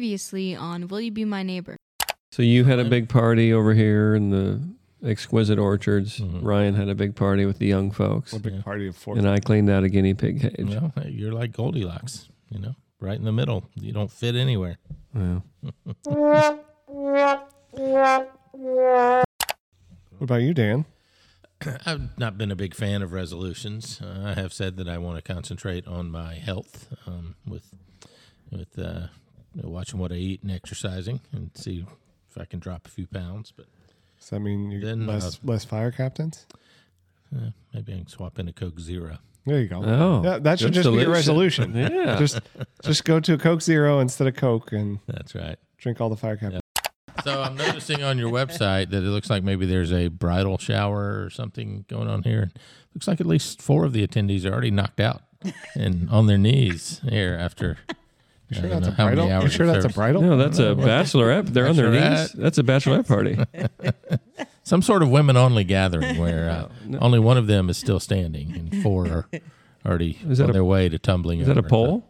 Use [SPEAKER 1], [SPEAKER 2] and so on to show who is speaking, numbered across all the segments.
[SPEAKER 1] previously on Will You Be My Neighbor?
[SPEAKER 2] So you had a big party over here in the exquisite orchards.
[SPEAKER 3] Mhm.
[SPEAKER 2] Ryan had a big party with the young folks,
[SPEAKER 4] A big
[SPEAKER 3] Yeah.
[SPEAKER 4] party of four.
[SPEAKER 2] and I cleaned out a guinea pig cage.
[SPEAKER 3] Well, hey, you're like Goldilocks, you know, right in the middle. You don't fit anywhere.
[SPEAKER 2] Yeah.
[SPEAKER 4] What about you, Dan?
[SPEAKER 3] I've not been a big fan of resolutions. Uh, I have said that I want to concentrate on my health um, with with uh, watching what I eat and exercising and see if I can drop a few pounds. But
[SPEAKER 4] Does that mean you
[SPEAKER 3] Then,
[SPEAKER 4] less less fire captains?
[SPEAKER 3] uh, maybe I can swap in a Coke Zero.
[SPEAKER 4] There you go.
[SPEAKER 2] Oh,
[SPEAKER 4] Yeah, that should
[SPEAKER 2] good
[SPEAKER 4] just be a
[SPEAKER 2] solution.
[SPEAKER 4] resolution.
[SPEAKER 2] Yeah.
[SPEAKER 4] Just just go to a Coke Zero instead of Coke and
[SPEAKER 3] That's right.
[SPEAKER 4] drink all the fire captains.
[SPEAKER 3] So I'm noticing on your website that it looks like maybe there's a bridal shower or something going on here. Looks like at least four of the attendees are already knocked out and on their knees here after.
[SPEAKER 4] You
[SPEAKER 3] I
[SPEAKER 4] sure
[SPEAKER 3] don't
[SPEAKER 4] that's a
[SPEAKER 3] know how many
[SPEAKER 4] bridal? You
[SPEAKER 3] hours
[SPEAKER 4] sure
[SPEAKER 3] of
[SPEAKER 4] that's a
[SPEAKER 3] service.
[SPEAKER 4] bridal?
[SPEAKER 2] no, that's a bachelorette. They're on their knees.
[SPEAKER 3] Bachelorette.
[SPEAKER 2] That's a bachelorette party.
[SPEAKER 3] some sort of women only gathering where uh, only one of them is still standing and four are already
[SPEAKER 2] Is that
[SPEAKER 3] on
[SPEAKER 2] a-
[SPEAKER 3] their way to tumbling.
[SPEAKER 2] Is that a
[SPEAKER 3] over.
[SPEAKER 2] poll?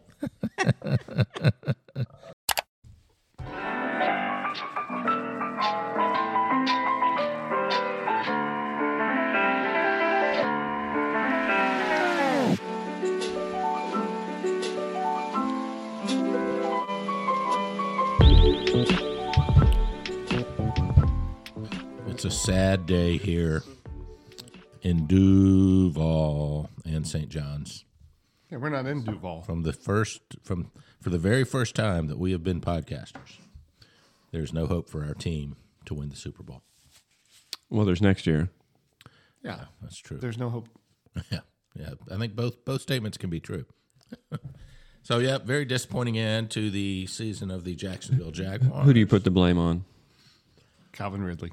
[SPEAKER 3] It's a sad day here in Duval and St. John's.
[SPEAKER 4] Yeah, we're not in Duval.
[SPEAKER 3] From the first, from for the very first time that we have been podcasters, there's no hope for our team to win the Super Bowl.
[SPEAKER 2] Well, there's next year.
[SPEAKER 4] Yeah,
[SPEAKER 3] That's true.
[SPEAKER 4] there's no hope.
[SPEAKER 3] Yeah, yeah. I think both both statements can be true. so yeah, very disappointing end to the season of the Jacksonville Jaguars.
[SPEAKER 2] Who do you put the blame on?
[SPEAKER 4] Calvin Ridley.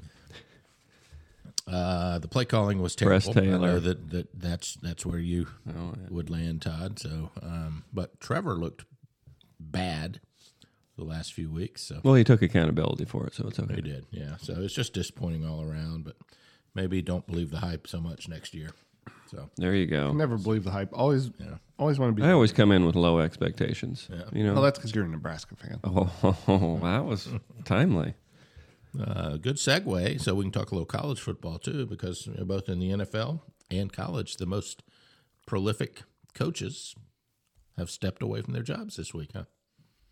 [SPEAKER 3] Uh, the play calling was terrible.
[SPEAKER 2] Press
[SPEAKER 3] I know
[SPEAKER 2] Taylor. Oh,
[SPEAKER 3] that, that that's that's where you would land, Todd. So, um, but Trevor looked bad the last few weeks. So
[SPEAKER 2] Well, he took accountability for it, so it's
[SPEAKER 3] he
[SPEAKER 2] okay.
[SPEAKER 3] did, yeah. So it's just disappointing all around. But maybe don't believe the hype so much next year. So
[SPEAKER 2] There you
[SPEAKER 3] Oh.
[SPEAKER 2] go.
[SPEAKER 4] Never believe the hype. Always, always want to be.
[SPEAKER 2] I always come in with low expectations. You know.
[SPEAKER 4] Well, that's because you're a Nebraska fan.
[SPEAKER 2] oh, that was timely.
[SPEAKER 3] uh, good segue. So we can talk a little college football too, because you know, both in the NFL and college, the most prolific coaches have stepped away from their jobs this week. Huh?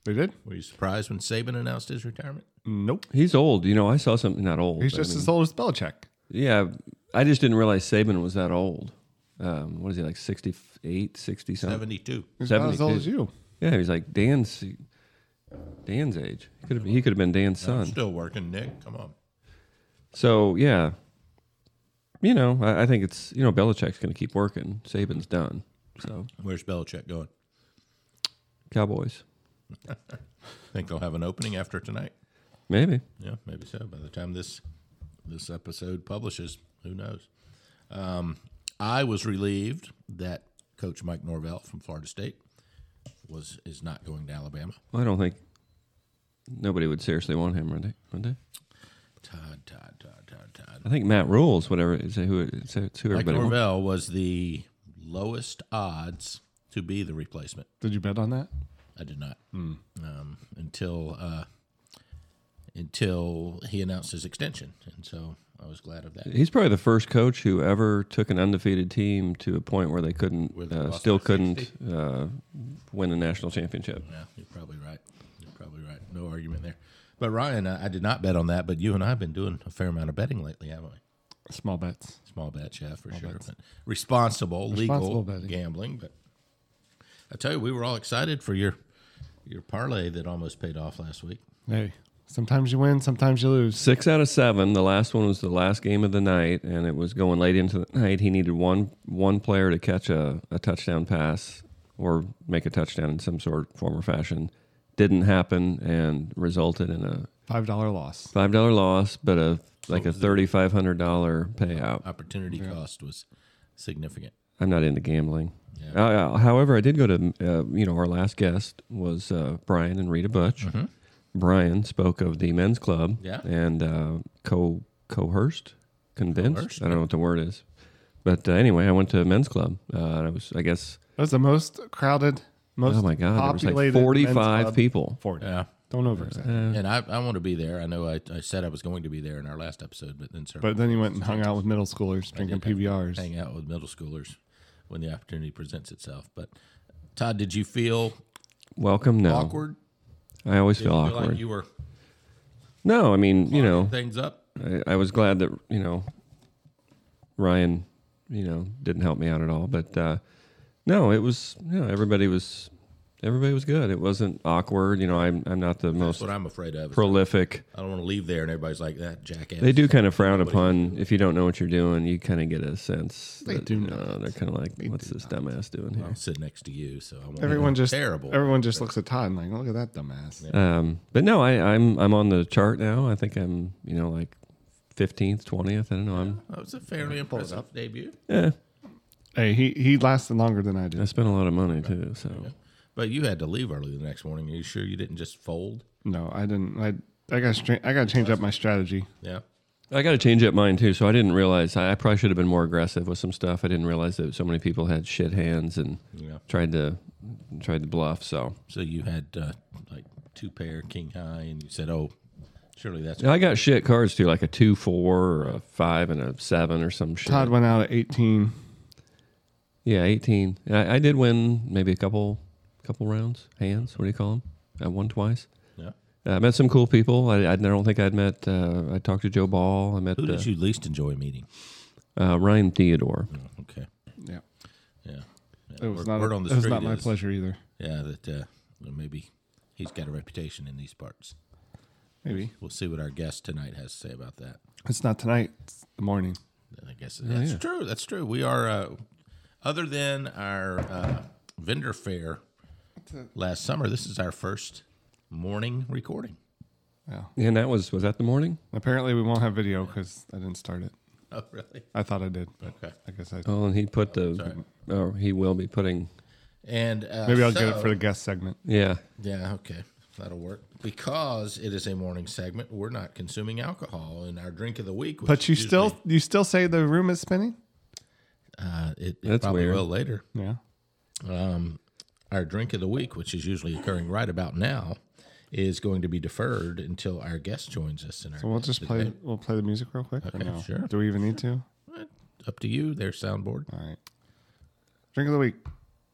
[SPEAKER 4] They did?
[SPEAKER 3] Were you surprised when Saban announced his retirement?
[SPEAKER 4] Nope.
[SPEAKER 2] He's old. You know, I saw something not old.
[SPEAKER 4] He's
[SPEAKER 2] but I
[SPEAKER 4] just
[SPEAKER 2] mean-
[SPEAKER 4] as old as Belichick.
[SPEAKER 2] Yeah, I just didn't realize Saban was that old. Um, what is he like 68, 60 something?
[SPEAKER 3] 72.
[SPEAKER 4] He's not as old
[SPEAKER 2] 72.
[SPEAKER 4] as you.
[SPEAKER 2] Yeah, he's like Dan's Dan's age. He could have he could have been Dan's son.
[SPEAKER 3] Still working, Nick. Come on.
[SPEAKER 2] So yeah, you know, I, I think it's you know Belichick's going to keep working. Saban's done. So
[SPEAKER 3] Where's Belichick going?
[SPEAKER 2] Cowboys,
[SPEAKER 3] Think they'll have an opening after tonight?
[SPEAKER 2] maybe.
[SPEAKER 3] Yeah, maybe so. By the time this this episode publishes, who knows? Um, I was relieved that Coach Mike Norvell from Florida State was is not going to Alabama.
[SPEAKER 2] I don't think nobody would seriously want him, would they? Would they?
[SPEAKER 3] Todd, Todd, Todd, Todd, Todd.
[SPEAKER 2] I think Matt rules. Whatever is who it's, it's who
[SPEAKER 3] Mike
[SPEAKER 2] everybody wants.
[SPEAKER 3] Norvell was the lowest odds to be the replacement.
[SPEAKER 4] Did you bet on that?
[SPEAKER 3] I did not
[SPEAKER 2] Hmm.
[SPEAKER 3] um, until uh, until he announced his extension, and so I was glad of that.
[SPEAKER 2] He's probably the first coach who ever took an undefeated team to a point where they couldn't,
[SPEAKER 3] Where they
[SPEAKER 2] uh,
[SPEAKER 3] lost
[SPEAKER 2] still
[SPEAKER 3] by 60.
[SPEAKER 2] couldn't uh, win a national championship.
[SPEAKER 3] Yeah, you're probably right. You're probably right. No argument there. But Ryan, I, I did not bet on that, but you and I have been doing a fair amount of betting lately, haven't we?
[SPEAKER 4] Small bets.
[SPEAKER 3] Small bets, yeah, for sure. But responsible, legal
[SPEAKER 4] Responsible betting.
[SPEAKER 3] gambling. But I tell you, we were all excited for your your parlay that almost paid off last week.
[SPEAKER 4] Hey, sometimes you win, sometimes you lose.
[SPEAKER 2] Six out of seven. The last one was the last game of the night, and it was going late into the night. He needed one one player to catch a, a touchdown pass or make a touchdown in some sort, form, or fashion. Didn't happen, and resulted in a
[SPEAKER 4] Five dollar loss.
[SPEAKER 2] five dollar loss, but a like a thirty five hundred dollar payout.
[SPEAKER 3] Opportunity cost was significant.
[SPEAKER 2] I'm not into gambling. Uh, Uh, however, I did go to uh, you know our last guest was uh, Brian and Rita Butch. Brian spoke of the men's club
[SPEAKER 3] Mm-hmm. Yeah.
[SPEAKER 2] and uh, co coerced, convinced.
[SPEAKER 3] Coerced,
[SPEAKER 2] I don't know what the word is, but uh, anyway, I went to a men's club. Uh, and I was I guess
[SPEAKER 4] That was the most crowded, most
[SPEAKER 2] oh my god, there was
[SPEAKER 4] populated
[SPEAKER 2] like
[SPEAKER 4] men's
[SPEAKER 2] forty five
[SPEAKER 4] club.
[SPEAKER 2] people.
[SPEAKER 4] Forty.
[SPEAKER 3] Yeah,
[SPEAKER 4] Don't overextend.
[SPEAKER 3] And I, I want to be there. I know I, I said I was going to be there in our last episode, but then certainly
[SPEAKER 4] But then you went and hung out with middle schoolers drinking PBRs.
[SPEAKER 3] hang out with middle schoolers when the opportunity presents itself. But Todd, did you feel
[SPEAKER 2] Welcome. No,
[SPEAKER 3] awkward?
[SPEAKER 2] I always
[SPEAKER 3] Did
[SPEAKER 2] feel
[SPEAKER 3] you feel
[SPEAKER 2] awkward.
[SPEAKER 3] like you were
[SPEAKER 2] no, I mean, you know,
[SPEAKER 3] things up?
[SPEAKER 2] I, I was glad that you know Ryan, you know, didn't help me out at all. But uh, no, it was you know, everybody was everybody was good. It wasn't awkward. You know, I'm I'm not the
[SPEAKER 3] That's
[SPEAKER 2] most
[SPEAKER 3] what I'm afraid of.
[SPEAKER 2] prolific.
[SPEAKER 3] I don't want to leave there and everybody's like that jackass.
[SPEAKER 2] They do kind of frown upon if you don't know what you're doing. You kind of get a sense. They
[SPEAKER 4] do
[SPEAKER 2] you know, They're kind of like, what's this dumbass doing here?
[SPEAKER 3] I'll sit next to you, so I won't
[SPEAKER 4] Everyone
[SPEAKER 3] be
[SPEAKER 4] just
[SPEAKER 3] terrible.
[SPEAKER 4] Everyone just looks at Todd and like, look at that dumbass.
[SPEAKER 2] Um, but no, I, I'm I'm on the chart now. I think I'm you know like fifteenth, twentieth. I don't know. I'm
[SPEAKER 3] that was Oh, a fairly impressive debut.
[SPEAKER 2] yeah.
[SPEAKER 4] Hey, he he lasted longer than I
[SPEAKER 2] I
[SPEAKER 4] did.
[SPEAKER 2] spent a lot of money too. So
[SPEAKER 3] But you had to leave early the next morning. Are you sure you didn't just fold?
[SPEAKER 4] No, I didn't. I I got stra- I got to change up my strategy.
[SPEAKER 3] Yeah.
[SPEAKER 2] I got to change up mine too. So I didn't realize I, I probably should have been more aggressive with some stuff. I didn't realize that so many people had shit hands and
[SPEAKER 3] Yeah.
[SPEAKER 2] tried to tried to bluff. So
[SPEAKER 3] So you had uh, like two pair king high, and you said, "Oh, surely that's
[SPEAKER 2] And I got shit cards too, like a two four or a five and a seven or some shit.
[SPEAKER 4] Todd went out at 18.
[SPEAKER 2] Yeah, eighteen. And I, I did win maybe a couple couple rounds hands. What do you call them? I won twice.
[SPEAKER 3] yeah."
[SPEAKER 2] Uh, I met some cool people. I, I don't think I'd met. Uh, I talked to Joe Ball. I met
[SPEAKER 3] Who
[SPEAKER 2] uh,
[SPEAKER 3] did you least enjoy meeting? Oh,
[SPEAKER 2] uh, Ryan Theodore.
[SPEAKER 3] Okay,
[SPEAKER 4] Yeah,
[SPEAKER 3] yeah, yeah.
[SPEAKER 4] it was
[SPEAKER 3] Word-
[SPEAKER 4] not.
[SPEAKER 3] word
[SPEAKER 4] it
[SPEAKER 3] on the
[SPEAKER 4] was
[SPEAKER 3] street
[SPEAKER 4] not my
[SPEAKER 3] is,
[SPEAKER 4] pleasure either.
[SPEAKER 3] Yeah, that uh, well, maybe he's got a reputation in these parts.
[SPEAKER 4] Maybe
[SPEAKER 3] We'll see what our guest tonight has to say about that.
[SPEAKER 4] it's not tonight. It's the morning.
[SPEAKER 3] I guess that's true. That's true. We are, uh, other than our uh, vendor fair last summer, this is our first morning recording.
[SPEAKER 2] And that was was that the morning?
[SPEAKER 4] Apparently, we won't have video because I didn't start it.
[SPEAKER 3] Oh, really?
[SPEAKER 4] I thought I did, but
[SPEAKER 3] Okay.
[SPEAKER 4] I guess I.
[SPEAKER 2] Oh, and he put the. Oh, he will be putting.
[SPEAKER 3] And uh,
[SPEAKER 4] Maybe I'll get it
[SPEAKER 3] so-
[SPEAKER 4] for the guest segment.
[SPEAKER 2] Yeah,
[SPEAKER 3] Yeah, okay. That'll work. Because it is a morning segment, we're not consuming alcohol in our drink of the week. which
[SPEAKER 4] But you
[SPEAKER 3] is
[SPEAKER 4] still
[SPEAKER 3] usually-
[SPEAKER 4] you still say the room is spinning?
[SPEAKER 3] uh, it, it
[SPEAKER 2] That's
[SPEAKER 3] probably
[SPEAKER 2] weird.
[SPEAKER 3] will later. Um,
[SPEAKER 4] Yeah.
[SPEAKER 3] Our drink of the week, which is usually occurring right about now, is going to be deferred until our guest joins us. And our
[SPEAKER 4] So we'll
[SPEAKER 3] guest
[SPEAKER 4] just
[SPEAKER 3] is
[SPEAKER 4] play we'll play the music real quick. or
[SPEAKER 3] Okay,
[SPEAKER 4] no?
[SPEAKER 3] sure.
[SPEAKER 4] Do we even need to?
[SPEAKER 3] up to you, their soundboard.
[SPEAKER 4] All right. Drink of the week.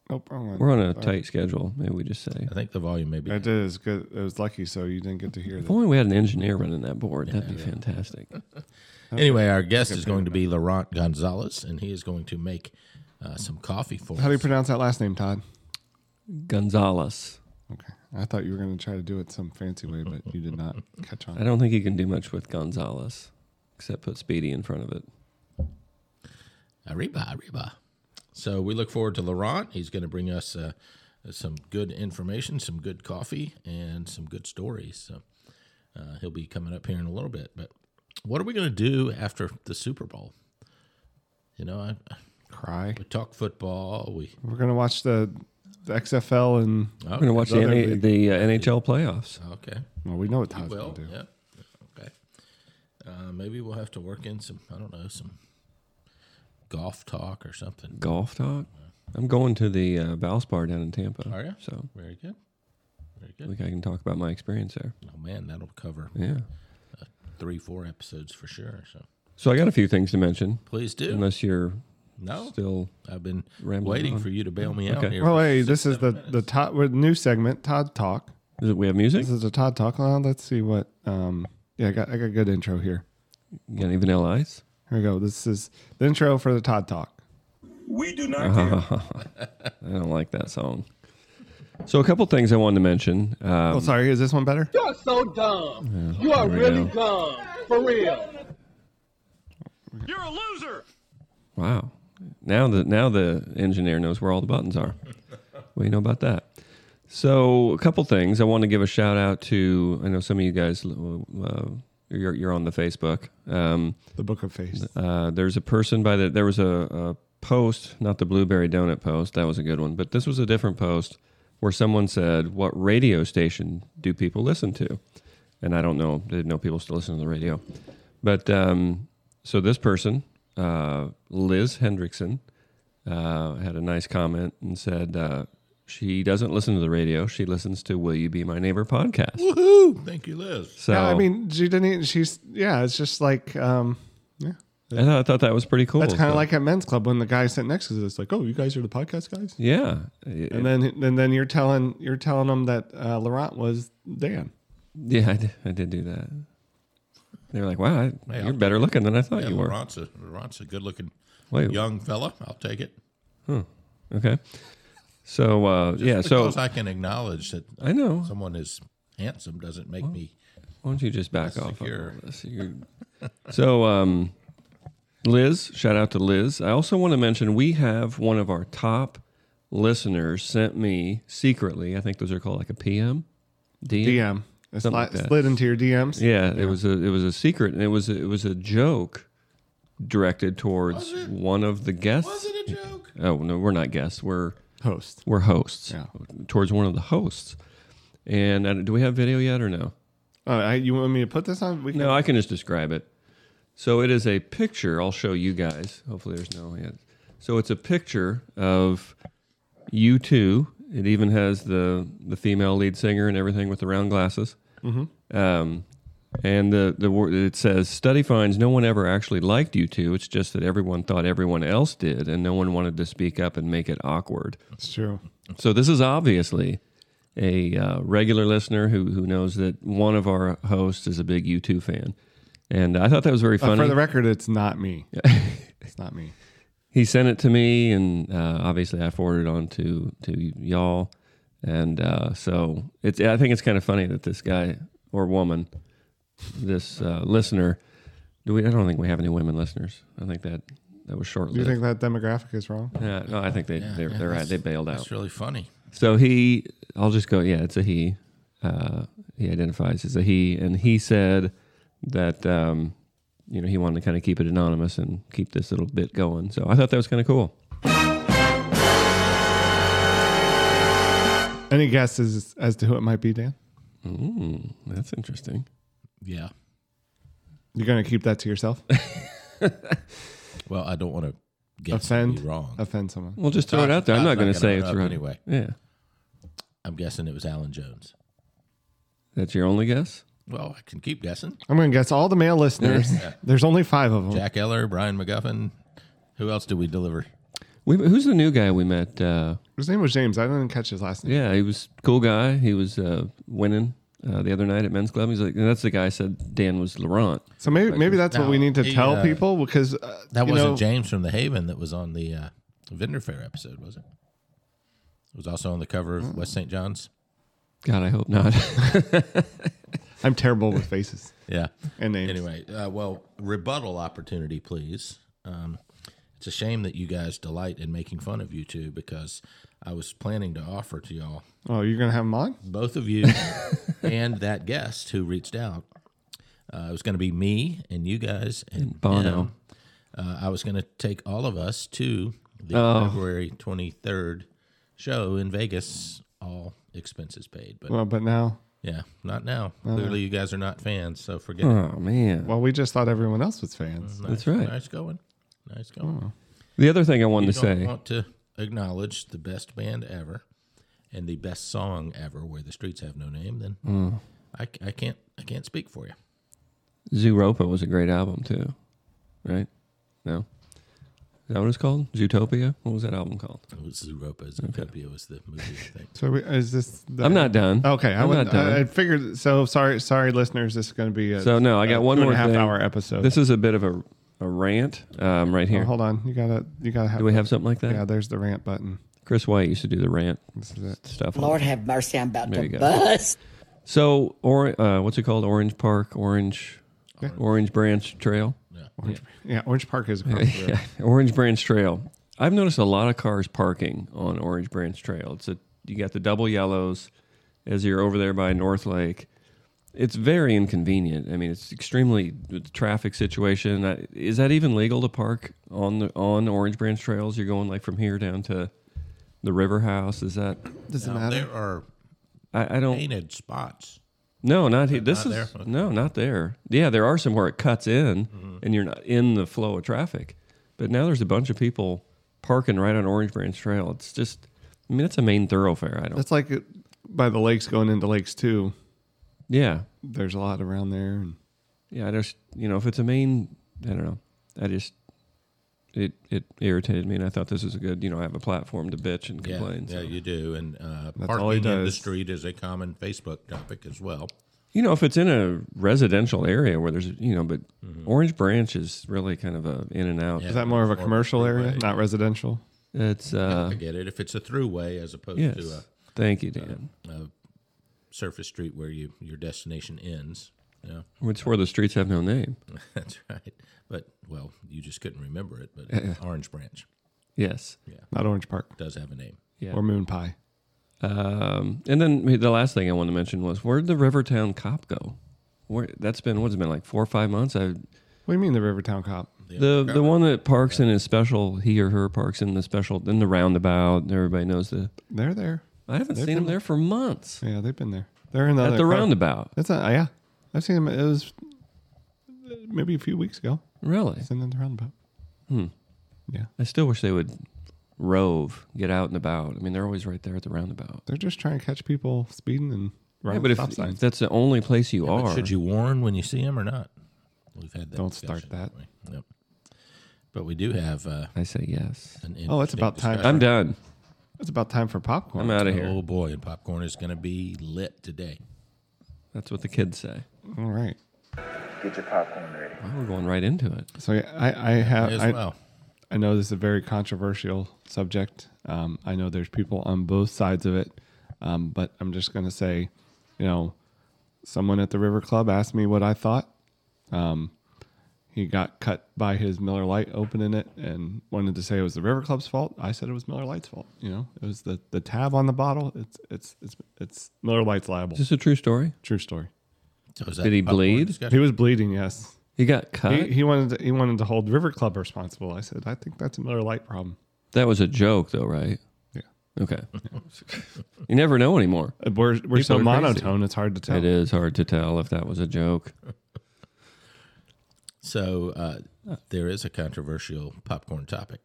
[SPEAKER 4] Nope, wrong one.
[SPEAKER 2] we're on a tight schedule. Maybe we just say.
[SPEAKER 3] I think the volume may be.
[SPEAKER 4] I did as good. It was lucky, so you didn't get to hear
[SPEAKER 2] If
[SPEAKER 4] that.
[SPEAKER 2] only we had an engineer running that board. That'd be fantastic.
[SPEAKER 3] Anyway, our guest is going to be Laurent Gonzalez, and he is going to make uh, some coffee for
[SPEAKER 4] How do you
[SPEAKER 3] us.
[SPEAKER 4] pronounce that last name, Todd?
[SPEAKER 2] Gonzalez.
[SPEAKER 4] Okay. I thought you were going to try to do it some fancy way, but you did not catch
[SPEAKER 2] I
[SPEAKER 4] on.
[SPEAKER 2] don't think you can do much with Gonzalez, except put Speedy in front of it.
[SPEAKER 3] Arriba, arriba. So we look forward to Laurent. He's going to bring us uh, some good information, some good coffee, and some good stories. So uh, he'll be coming up here in a little bit. But what are we going to do after the Super Bowl? You know, I,
[SPEAKER 4] Cry.
[SPEAKER 3] we talk football. We
[SPEAKER 4] We're going to watch the, the XFL and
[SPEAKER 2] We're gonna watch the,
[SPEAKER 4] Another
[SPEAKER 2] NA the uh, NHL playoffs.
[SPEAKER 3] okay.
[SPEAKER 4] well, we know what Todd's
[SPEAKER 3] Well,
[SPEAKER 4] going to do.
[SPEAKER 3] yeah. Okay. Uh, maybe we'll have to work in some, I don't know, some golf talk or something.
[SPEAKER 2] Golf talk. I'm going to the uh, Ball's Bar down in Tampa.
[SPEAKER 3] Are ya?
[SPEAKER 2] So
[SPEAKER 3] Very good. Very
[SPEAKER 2] I
[SPEAKER 3] good.
[SPEAKER 2] think I can talk about my experience there.
[SPEAKER 3] Oh, man, that'll cover
[SPEAKER 2] Yeah.
[SPEAKER 3] three, four episodes for sure. So
[SPEAKER 2] So I got a few things to mention,
[SPEAKER 3] please do.
[SPEAKER 2] unless you're
[SPEAKER 3] no,
[SPEAKER 2] still.
[SPEAKER 3] I've been
[SPEAKER 2] Rambling
[SPEAKER 3] Oh. waiting
[SPEAKER 2] on.
[SPEAKER 3] for you to bail me out
[SPEAKER 2] Okay.
[SPEAKER 3] here.
[SPEAKER 4] Well, hey, this is the the Todd with new segment, Todd Talk.
[SPEAKER 2] Is it, we have music.
[SPEAKER 4] This is the Todd Talk. Now, let's see what. Um, yeah, I got I got a good intro here.
[SPEAKER 2] You got any vanilla ice?
[SPEAKER 4] Here we go. This is the intro for the Todd Talk.
[SPEAKER 5] We do not
[SPEAKER 3] Uh-huh.
[SPEAKER 5] care.
[SPEAKER 2] I don't like that song. So a couple things I wanted to mention. Um,
[SPEAKER 4] oh, sorry. Is this one better?
[SPEAKER 6] You're so dumb. you are
[SPEAKER 2] we
[SPEAKER 6] really
[SPEAKER 2] go.
[SPEAKER 6] dumb. For real.
[SPEAKER 2] Wow. Now the now the engineer knows where all the buttons are. we know about that. So a couple things. I want to give a shout out to. I know some of you guys. Uh, you're, you're on the Facebook. Um,
[SPEAKER 4] The Book of Face.
[SPEAKER 2] uh, there's a person by the. There was a, a post, not the blueberry donut post. That was a good one, but this was a different post where someone said, "What radio station do people listen to?" And I don't know. Didn't know people still listen to the radio, but um, so this person, uh, Liz Hendrickson, uh, had a nice comment and said, uh, She doesn't listen to the radio. She listens to Will You Be My Neighbor podcast.
[SPEAKER 3] Woohoo! Thank you, Liz.
[SPEAKER 2] So
[SPEAKER 4] Yeah, I mean, she didn't. even- She's yeah. It's just like um, yeah.
[SPEAKER 2] I thought, I thought that was pretty cool.
[SPEAKER 4] That's kind of
[SPEAKER 2] So-
[SPEAKER 4] like at men's club when the guy sitting next to us is like, "Oh, you guys are the podcast guys,"
[SPEAKER 2] yeah. It-
[SPEAKER 4] and then and then you're telling you're telling them that uh, Laurent was Dan.
[SPEAKER 2] Yeah, I did, I did do that. They were like, "Wow, I,
[SPEAKER 3] I'll
[SPEAKER 2] you're better looking than I thought
[SPEAKER 3] Yeah,
[SPEAKER 2] you were."
[SPEAKER 3] Laurent's a, Laurent's a good-looking
[SPEAKER 2] Wait,
[SPEAKER 3] young fella. I'll take it.
[SPEAKER 2] okay. So uh, yeah, so
[SPEAKER 3] Because I can acknowledge that
[SPEAKER 2] I know.
[SPEAKER 3] someone is handsome doesn't make me.
[SPEAKER 2] Why don't you just back off? of
[SPEAKER 3] secure.
[SPEAKER 2] all this? You- so, um, Liz, shout out to Liz. I also want to mention we have one of our top listeners sent me secretly. I think those are called like a PM, DM.
[SPEAKER 4] DM. It
[SPEAKER 2] Something
[SPEAKER 4] sli-
[SPEAKER 2] like that.
[SPEAKER 4] slid into your DMs.
[SPEAKER 2] Yeah, it was a it was a secret, and it was it was a joke directed towards one of the guests.
[SPEAKER 3] Was it a joke?
[SPEAKER 2] Oh no, we're not guests. We're
[SPEAKER 4] Host.
[SPEAKER 2] we're hosts.
[SPEAKER 4] Yeah.
[SPEAKER 2] Towards one of the hosts. And uh, do we have video yet or no?
[SPEAKER 4] Oh, I, you want me to put this on? We can,
[SPEAKER 2] No, I can just describe it. So it is a picture. I'll show you guys. Hopefully, there's no. Yeah. So it's a picture of you two. It even has the the female lead singer and everything with the round glasses. Mm-hmm. Um, and the the word it says study finds no one ever actually liked you two. It's just that everyone thought everyone else did, and no one wanted to speak up and make it awkward.
[SPEAKER 4] It's true.
[SPEAKER 2] So this is obviously a uh, regular listener who who knows that one of our hosts is a big U2 fan, and I thought that was very
[SPEAKER 4] Uh,
[SPEAKER 2] funny.
[SPEAKER 4] for the record, it's not me. it's not me.
[SPEAKER 2] he sent it to me, and uh, obviously I forwarded it on to to y'all, and uh, so it's I think it's kind of funny that this guy or woman, this uh, listener, do we? I don't think we have any women listeners. I think that that was short
[SPEAKER 4] Do you
[SPEAKER 2] lived.
[SPEAKER 4] think that demographic is wrong?
[SPEAKER 2] Yeah, no, I think they they're,
[SPEAKER 3] yeah,
[SPEAKER 2] they're right.
[SPEAKER 3] that's-
[SPEAKER 2] They bailed out.
[SPEAKER 3] That's really funny.
[SPEAKER 2] So he, I'll just go. Yeah, it's a he. Uh, he identifies as a he, and he said that um, you know he wanted to kind of keep it anonymous and keep this little bit going. So I thought that was kind of cool.
[SPEAKER 4] Any guesses as to who it might be, Dan?
[SPEAKER 2] Mm, that's interesting.
[SPEAKER 3] Yeah.
[SPEAKER 4] You're going to keep that to yourself?
[SPEAKER 3] Well, I don't want to guess and
[SPEAKER 4] offend?
[SPEAKER 3] be wrong.
[SPEAKER 4] Offend someone?
[SPEAKER 2] Well, just throw it out there. I'm not going to
[SPEAKER 3] gonna
[SPEAKER 2] say
[SPEAKER 3] run
[SPEAKER 2] it's
[SPEAKER 3] up
[SPEAKER 2] right.
[SPEAKER 3] anyway.
[SPEAKER 2] Yeah,
[SPEAKER 3] I'm guessing it was Alan Jones.
[SPEAKER 2] that's your only guess.
[SPEAKER 3] Well, I can keep guessing.
[SPEAKER 4] I'm going to guess all the male listeners. There's only five of them.
[SPEAKER 3] Jack Eller, Brian McGuffin. Who else did we deliver?
[SPEAKER 2] We, who's the new guy we met? Uh,
[SPEAKER 4] His name was James. I didn't catch his last name.
[SPEAKER 2] yeah, he was cool guy. He was uh, winning uh, the other night at men's club. He's like, and that's the guy I said Dan was Laurent.
[SPEAKER 4] So maybe maybe that's what we need to
[SPEAKER 3] he,
[SPEAKER 4] tell
[SPEAKER 3] uh,
[SPEAKER 4] people because uh,
[SPEAKER 3] That
[SPEAKER 4] you
[SPEAKER 3] wasn't
[SPEAKER 4] know-
[SPEAKER 3] James from the Haven that was on the uh, Vendor Fair episode, was it? It was also on the cover
[SPEAKER 4] Hmm.
[SPEAKER 3] of West St. John's.
[SPEAKER 2] God, I hope not.
[SPEAKER 4] I'm terrible with faces
[SPEAKER 3] Yeah.
[SPEAKER 4] and names.
[SPEAKER 3] Anyway, uh, well, rebuttal opportunity, please. Um, it's a shame that you guys delight in making fun of you two because I was planning to offer to y'all,
[SPEAKER 4] Oh, you're going to have him on?
[SPEAKER 3] both of you and that guest who reached out. Uh, it was going to be me and you guys and,
[SPEAKER 2] Bono.
[SPEAKER 3] them. Uh, I was going to take all of us to the
[SPEAKER 2] Oh.
[SPEAKER 3] February 23rd show in Vegas, all expenses paid. But
[SPEAKER 4] Well, but now,
[SPEAKER 3] yeah, not now.
[SPEAKER 2] uh,
[SPEAKER 3] Clearly, you guys are not fans, so forget it.
[SPEAKER 2] oh man,
[SPEAKER 4] well, we just thought everyone else was fans.
[SPEAKER 3] Mm-hmm.
[SPEAKER 2] that's right.
[SPEAKER 3] Nice going. Nice going.
[SPEAKER 2] The other thing I wanted
[SPEAKER 3] You
[SPEAKER 2] to
[SPEAKER 3] don't
[SPEAKER 2] say.
[SPEAKER 3] want to acknowledge the best band ever and the best song ever where the streets have no name, then
[SPEAKER 2] Hmm.
[SPEAKER 3] I, I can't I can't speak for you.
[SPEAKER 2] Zootopia was a great album too, right? No, is that what it's called? Zootopia. What was that album called?
[SPEAKER 3] It was Europa, Zootopia was the movie, I think.
[SPEAKER 4] So we, is this? The,
[SPEAKER 2] I'm not done.
[SPEAKER 4] Uh, Okay, I,
[SPEAKER 2] I'm
[SPEAKER 4] would,
[SPEAKER 2] not done.
[SPEAKER 4] I, I figured. So sorry, sorry, listeners. This is going to be a
[SPEAKER 2] so no, I
[SPEAKER 4] a
[SPEAKER 2] got one
[SPEAKER 4] two and
[SPEAKER 2] more
[SPEAKER 4] a half
[SPEAKER 2] thing.
[SPEAKER 4] hour episode.
[SPEAKER 2] This is a bit of a, a rant um, right
[SPEAKER 4] Oh,
[SPEAKER 2] here.
[SPEAKER 4] hold on, you gotta, you gotta have.
[SPEAKER 2] Do we have something like that?
[SPEAKER 4] Yeah, there's the rant button.
[SPEAKER 2] Chris White used to do the rant
[SPEAKER 4] This is it.
[SPEAKER 2] stuff.
[SPEAKER 7] Lord have mercy, I'm about
[SPEAKER 2] There you
[SPEAKER 7] to
[SPEAKER 2] go.
[SPEAKER 7] bust.
[SPEAKER 2] So or uh, what's it called? Orange Park, Orange, Orange Branch Trail.
[SPEAKER 4] Yeah, Orange Park is across the road.
[SPEAKER 2] Orange Branch Trail. I've noticed a lot of cars parking on Orange Branch Trail. It's a you got the double yellows as you're over there by North Lake. It's very inconvenient. I mean, it's extremely the traffic situation. I- Is that even legal to park on the on Orange Branch Trails? You're going like from here down to the River House. Is that
[SPEAKER 4] Does it
[SPEAKER 3] Now,
[SPEAKER 4] matter?
[SPEAKER 3] there are
[SPEAKER 2] I, I don't.
[SPEAKER 3] painted spots.
[SPEAKER 2] No, not here. This
[SPEAKER 3] not
[SPEAKER 2] is
[SPEAKER 3] there?
[SPEAKER 2] no, not there. Yeah, there are some where it cuts in,
[SPEAKER 3] Mm-hmm.
[SPEAKER 2] and you're not in the flow of traffic. But now there's a bunch of people parking right on Orange Branch Trail. It's just I mean, it's a main thoroughfare. I don't.
[SPEAKER 4] That's like it, by the lakes going into lakes two.
[SPEAKER 2] yeah,
[SPEAKER 4] There's a lot around there, and
[SPEAKER 2] yeah. I just you know if it's a main, I don't know. I just it it irritated me, and I thought this was a good. You know, I have a platform to bitch and
[SPEAKER 3] Yeah,
[SPEAKER 2] complain.
[SPEAKER 3] yeah,
[SPEAKER 2] so.
[SPEAKER 3] you do. And uh,
[SPEAKER 4] all he
[SPEAKER 3] parking in the
[SPEAKER 4] does.
[SPEAKER 3] street is a common Facebook topic as well.
[SPEAKER 2] You know, if it's in a residential area where there's, you know, but
[SPEAKER 3] Mm-hmm.
[SPEAKER 2] Orange Branch is really kind of a in and out.
[SPEAKER 4] is that more of a commercial area, not residential?
[SPEAKER 2] It's
[SPEAKER 4] Uh-huh.
[SPEAKER 2] uh,
[SPEAKER 3] I get it. If it's a throughway as opposed
[SPEAKER 2] yes.
[SPEAKER 3] to a
[SPEAKER 2] Thank you, Dan.
[SPEAKER 3] surface street where you your destination ends. Yeah,
[SPEAKER 2] It's where the streets have no name.
[SPEAKER 3] that's right. But well, you just couldn't remember it. But Orange Branch
[SPEAKER 2] Yes.
[SPEAKER 4] Not Orange Park
[SPEAKER 3] does have a name.
[SPEAKER 2] Yeah.
[SPEAKER 4] or Moon Pie.
[SPEAKER 2] Um, and then the last thing I wanted to mention was where'd the Rivertown cop go? Where that's been what's it been like four or five months. I
[SPEAKER 4] What do you mean the Rivertown cop?
[SPEAKER 2] the the one that parks in his special he or her parks in the special in the roundabout. and Everybody knows the.
[SPEAKER 4] They're there.
[SPEAKER 2] I haven't seen him there for months
[SPEAKER 4] Yeah, they've been there. They're in the
[SPEAKER 2] at
[SPEAKER 4] other
[SPEAKER 2] the
[SPEAKER 4] car-
[SPEAKER 2] roundabout.
[SPEAKER 4] That's not, yeah. I've seen them. It was uh, maybe a few weeks ago.
[SPEAKER 2] Really,
[SPEAKER 4] It's in the roundabout. Yeah,
[SPEAKER 2] I still wish they would rove, get out and about. I mean, they're always right there at the roundabout.
[SPEAKER 4] they're just trying to catch people speeding and
[SPEAKER 2] Yeah,
[SPEAKER 4] running
[SPEAKER 2] but if,
[SPEAKER 4] stop
[SPEAKER 2] if
[SPEAKER 4] signs.
[SPEAKER 2] that's the only place you
[SPEAKER 3] But
[SPEAKER 2] are,
[SPEAKER 3] should you warn when you see him or not? We've had that.
[SPEAKER 4] Don't start
[SPEAKER 3] discussion,
[SPEAKER 4] that.
[SPEAKER 3] haven't we? Yep. But we do have uh,
[SPEAKER 2] I say yes.
[SPEAKER 3] an.
[SPEAKER 4] Oh, it's
[SPEAKER 3] interesting
[SPEAKER 4] about time.
[SPEAKER 2] I'm done.
[SPEAKER 4] It's about time for popcorn.
[SPEAKER 2] I'm out of
[SPEAKER 3] discussion.
[SPEAKER 2] here.
[SPEAKER 3] Oh boy, and popcorn is going to be lit today.
[SPEAKER 2] That's what the kids say.
[SPEAKER 4] All right.
[SPEAKER 8] Get your popcorn ready.
[SPEAKER 2] Wow, we're going right into it.
[SPEAKER 4] So yeah, I, I have.
[SPEAKER 3] As
[SPEAKER 4] I,
[SPEAKER 3] well,
[SPEAKER 4] I know this is a very controversial subject. Um, I know there's people on both sides of it, um, but I'm just going to say, you know, someone at the River Club asked me what I thought. Um, he got cut by his Miller Light opening it and wanted to say it was the River Club's fault. I said it was Miller Light's fault. You know, it was the, the tab on the bottle. It's it's it's it's Miller Light's liable.
[SPEAKER 2] Is this a true story?
[SPEAKER 4] True story.
[SPEAKER 3] So is that
[SPEAKER 2] Did he
[SPEAKER 3] popcorn
[SPEAKER 2] bleed?
[SPEAKER 4] He
[SPEAKER 3] discussion?
[SPEAKER 4] was bleeding. Yes,
[SPEAKER 2] He got cut.
[SPEAKER 4] he, he wanted to, he wanted to hold River Club responsible. I said I think that's a Miller Light problem.
[SPEAKER 2] that was a joke, though, right?
[SPEAKER 4] Yeah.
[SPEAKER 2] Okay. you never know anymore.
[SPEAKER 4] Uh, We're, we're so
[SPEAKER 2] are crazy.
[SPEAKER 4] monotone, it's hard to tell.
[SPEAKER 2] It is hard to tell if that was a joke.
[SPEAKER 3] So uh, there is a controversial popcorn topic.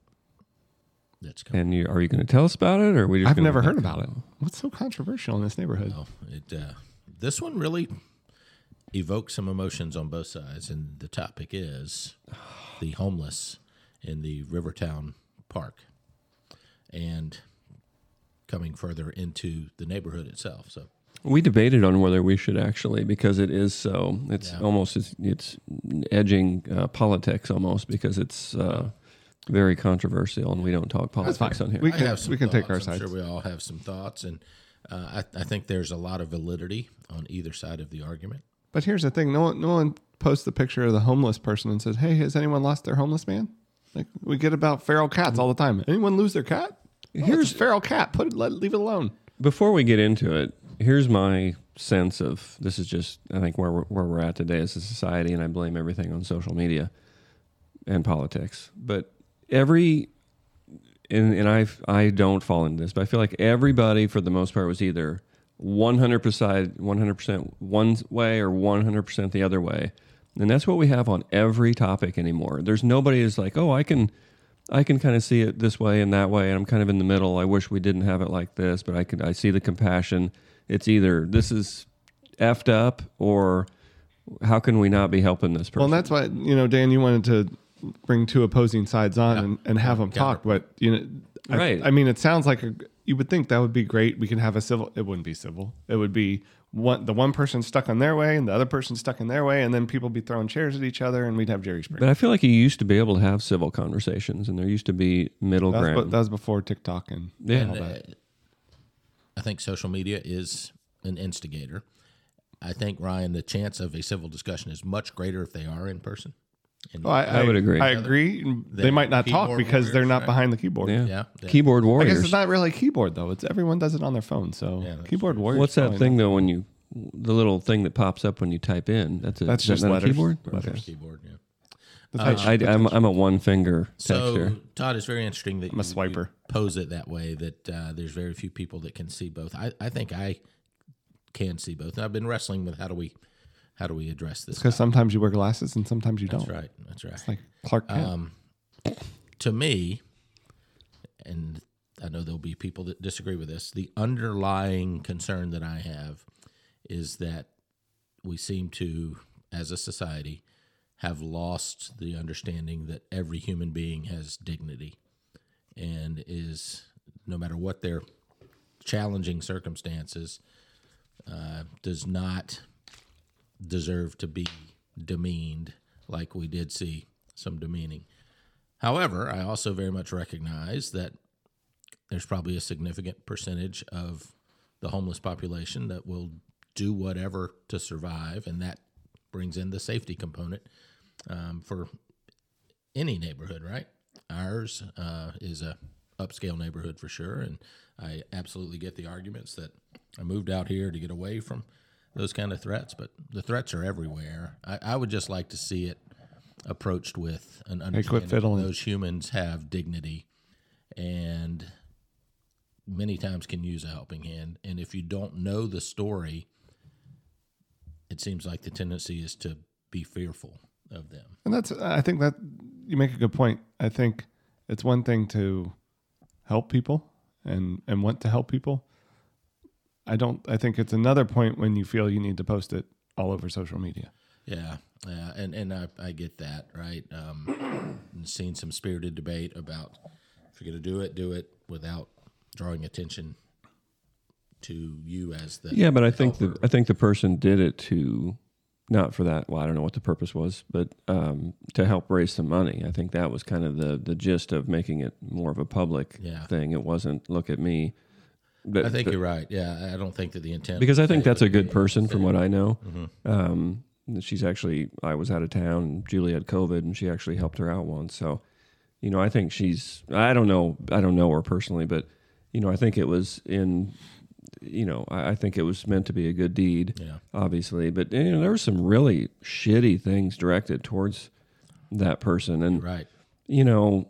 [SPEAKER 3] That's coming.
[SPEAKER 2] And you, are you going to tell us about it, or are we? Just
[SPEAKER 4] I've
[SPEAKER 2] gonna
[SPEAKER 4] never
[SPEAKER 2] let
[SPEAKER 4] heard
[SPEAKER 2] that
[SPEAKER 4] about it.
[SPEAKER 2] go?
[SPEAKER 4] What's so controversial in this neighborhood?
[SPEAKER 3] Oh, it uh, this one really evokes some emotions on both sides, and the topic is the homeless in the Rivertown Park, and coming further into the neighborhood itself. So
[SPEAKER 2] We debated on whether we should actually, because it is so. It's almost it's, it's edging uh, politics almost because it's uh, very controversial, and we don't talk politics on here.
[SPEAKER 4] We can,
[SPEAKER 3] have some
[SPEAKER 4] we can take our
[SPEAKER 3] thoughts. I'm
[SPEAKER 4] sides.
[SPEAKER 3] sure we all have some thoughts, and uh, I, I think there's a lot of validity on either side of the argument.
[SPEAKER 4] But here's the thing no one, no one posts the picture of the homeless person and says, hey, has anyone lost their homeless man? Like we get about feral cats all the time. Anyone lose their cat? here's feral cat. Put it, let, leave it alone.
[SPEAKER 2] Before we get into it, here's my sense of this is just I think where we're, where we're at today as a society, and I blame everything on social media and politics. But every and and I I don't fall into this, but I feel like everybody for the most part was either 100 percent 100 percent one way or 100 percent the other way, and that's what we have on every topic anymore. There's nobody is like, oh, I can. I can kind of see it this way and that way, and I'm kind of in the middle. I wish we didn't have it like this, but I can I see the compassion. It's either this is effed up or how can we not be helping this person?
[SPEAKER 4] Well, and that's why, you know, Dan, you wanted to bring two opposing sides on and, and have them talk. But, you know, I,
[SPEAKER 2] Right.
[SPEAKER 4] I mean, it sounds like a, you would think that would be great. We can have a civil, it wouldn't be civil. It would be one, the one person stuck on their way and the other person stuck in their way. And then people be throwing chairs at each other and we'd have Jerry Springer.
[SPEAKER 2] But I feel like you used to be able to have civil conversations, and there used to be middle
[SPEAKER 4] That was, bu-
[SPEAKER 2] ground.
[SPEAKER 4] that was before TikTok and
[SPEAKER 2] yeah,
[SPEAKER 3] I think social media is an instigator. I think Ryan, the chance of a civil discussion is much greater if they are in person. And
[SPEAKER 4] Oh, I,
[SPEAKER 2] I would agree.
[SPEAKER 4] I agree. They,
[SPEAKER 3] They-
[SPEAKER 4] might not talk
[SPEAKER 3] keyboard
[SPEAKER 4] because they're
[SPEAKER 3] warriors,
[SPEAKER 4] not
[SPEAKER 3] right?
[SPEAKER 4] behind the keyboard.
[SPEAKER 2] yeah.
[SPEAKER 3] yeah, yeah.
[SPEAKER 2] Keyboard
[SPEAKER 4] I
[SPEAKER 2] warriors.
[SPEAKER 4] guess it's not really keyboard though. It's everyone does it on their phone. So
[SPEAKER 3] that's
[SPEAKER 4] keyboard warriors.
[SPEAKER 2] What's that
[SPEAKER 4] probably
[SPEAKER 2] thing though? When you the little thing that pops up when you type in that's a,
[SPEAKER 4] That's
[SPEAKER 2] is that
[SPEAKER 4] just
[SPEAKER 2] not a
[SPEAKER 4] letters.
[SPEAKER 2] keyboard.
[SPEAKER 4] Letters.
[SPEAKER 3] keyboard. Yeah.
[SPEAKER 4] not. That's
[SPEAKER 2] I,
[SPEAKER 4] how you-
[SPEAKER 2] am I'm a one finger
[SPEAKER 3] So
[SPEAKER 2] texter.
[SPEAKER 3] Todd, it's very interesting that
[SPEAKER 4] I'm a
[SPEAKER 3] you- you
[SPEAKER 4] swiper.
[SPEAKER 3] pose it that way. That uh, there's very few people that can see both. I, I think I can see both. And I've been wrestling with how do we how do we address this?
[SPEAKER 4] because sometimes you wear glasses and sometimes you
[SPEAKER 3] That's
[SPEAKER 4] don't.
[SPEAKER 3] right.
[SPEAKER 2] Um,
[SPEAKER 3] That's right.
[SPEAKER 4] Like Clark Kent.
[SPEAKER 3] to me, and I know there'll be people that disagree with this. The underlying concern that I have is that we seem to, as a society, have lost the understanding that every human being has dignity and is, no matter what their challenging circumstances, uh, does not deserve to be demeaned like we did see some demeaning. However, I also very much recognize that there's probably a significant percentage of the homeless population that will do whatever to survive, and that brings in the safety component um, for any neighborhood, right? Ours uh, is a upscale neighborhood for sure, and I absolutely get the arguments that I moved out here to get away from those kind of threats, but the threats are everywhere. I, I would just like to see it approached with an understanding
[SPEAKER 4] quit
[SPEAKER 3] that
[SPEAKER 4] fiddling.
[SPEAKER 3] those humans have dignity and many times can use a helping hand. And if you don't know the story, it seems like the tendency is to be fearful of them.
[SPEAKER 4] And that's I think that you make a good point. I think it's one thing to help people and and want to help people. I don't I think it's another point when you feel you need to post it all over social media.
[SPEAKER 3] Yeah, yeah, and and I, I get that right. Um, and seen some spirited debate about if you're going to do it, do it without drawing attention to you as the
[SPEAKER 2] Yeah, but I think the
[SPEAKER 3] helper.
[SPEAKER 2] I think the person did it to not for that. Well, I don't know what the purpose was, but um, to help raise some money. I think that was kind of the the gist of making it more of a public
[SPEAKER 3] Yeah.
[SPEAKER 2] thing. It wasn't look at me. But,
[SPEAKER 3] I think
[SPEAKER 2] but-
[SPEAKER 3] you're right. Yeah, I don't think that the intent
[SPEAKER 2] because I think that's a good person from what I know. Um, she's actually I was out of town. and Julie had COVID, and she actually helped her out once. So, you know, I think she's I don't know I don't know her personally, but you know, I think it was in you know I, I think it was meant to be a good deed,
[SPEAKER 3] Yeah.
[SPEAKER 2] obviously. But you know, there were some really shitty things directed towards that person, and
[SPEAKER 3] right.
[SPEAKER 2] you know,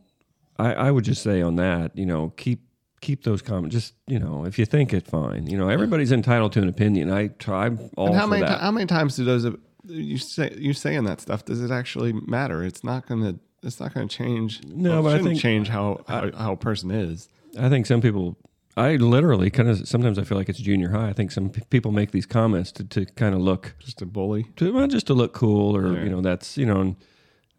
[SPEAKER 2] I, I would just say on that, you know, keep keep those comments. Just you know, if you think it, fine. You know, everybody's entitled to an opinion. I try, I'm all
[SPEAKER 4] And how
[SPEAKER 2] for
[SPEAKER 4] many ti-
[SPEAKER 2] that.
[SPEAKER 4] how many times do those you say you saying that stuff does it actually matter? It's not going to it's not going to change.
[SPEAKER 2] No,
[SPEAKER 4] well, it
[SPEAKER 2] but I
[SPEAKER 4] shouldn't
[SPEAKER 2] think-
[SPEAKER 4] change how, how how a person is.
[SPEAKER 2] I think some people. I literally kind of sometimes I feel like it's junior high. I think some p- people make these comments to, to kind of look
[SPEAKER 4] Just a bully.
[SPEAKER 2] to well, just to look cool or you know that's you know and,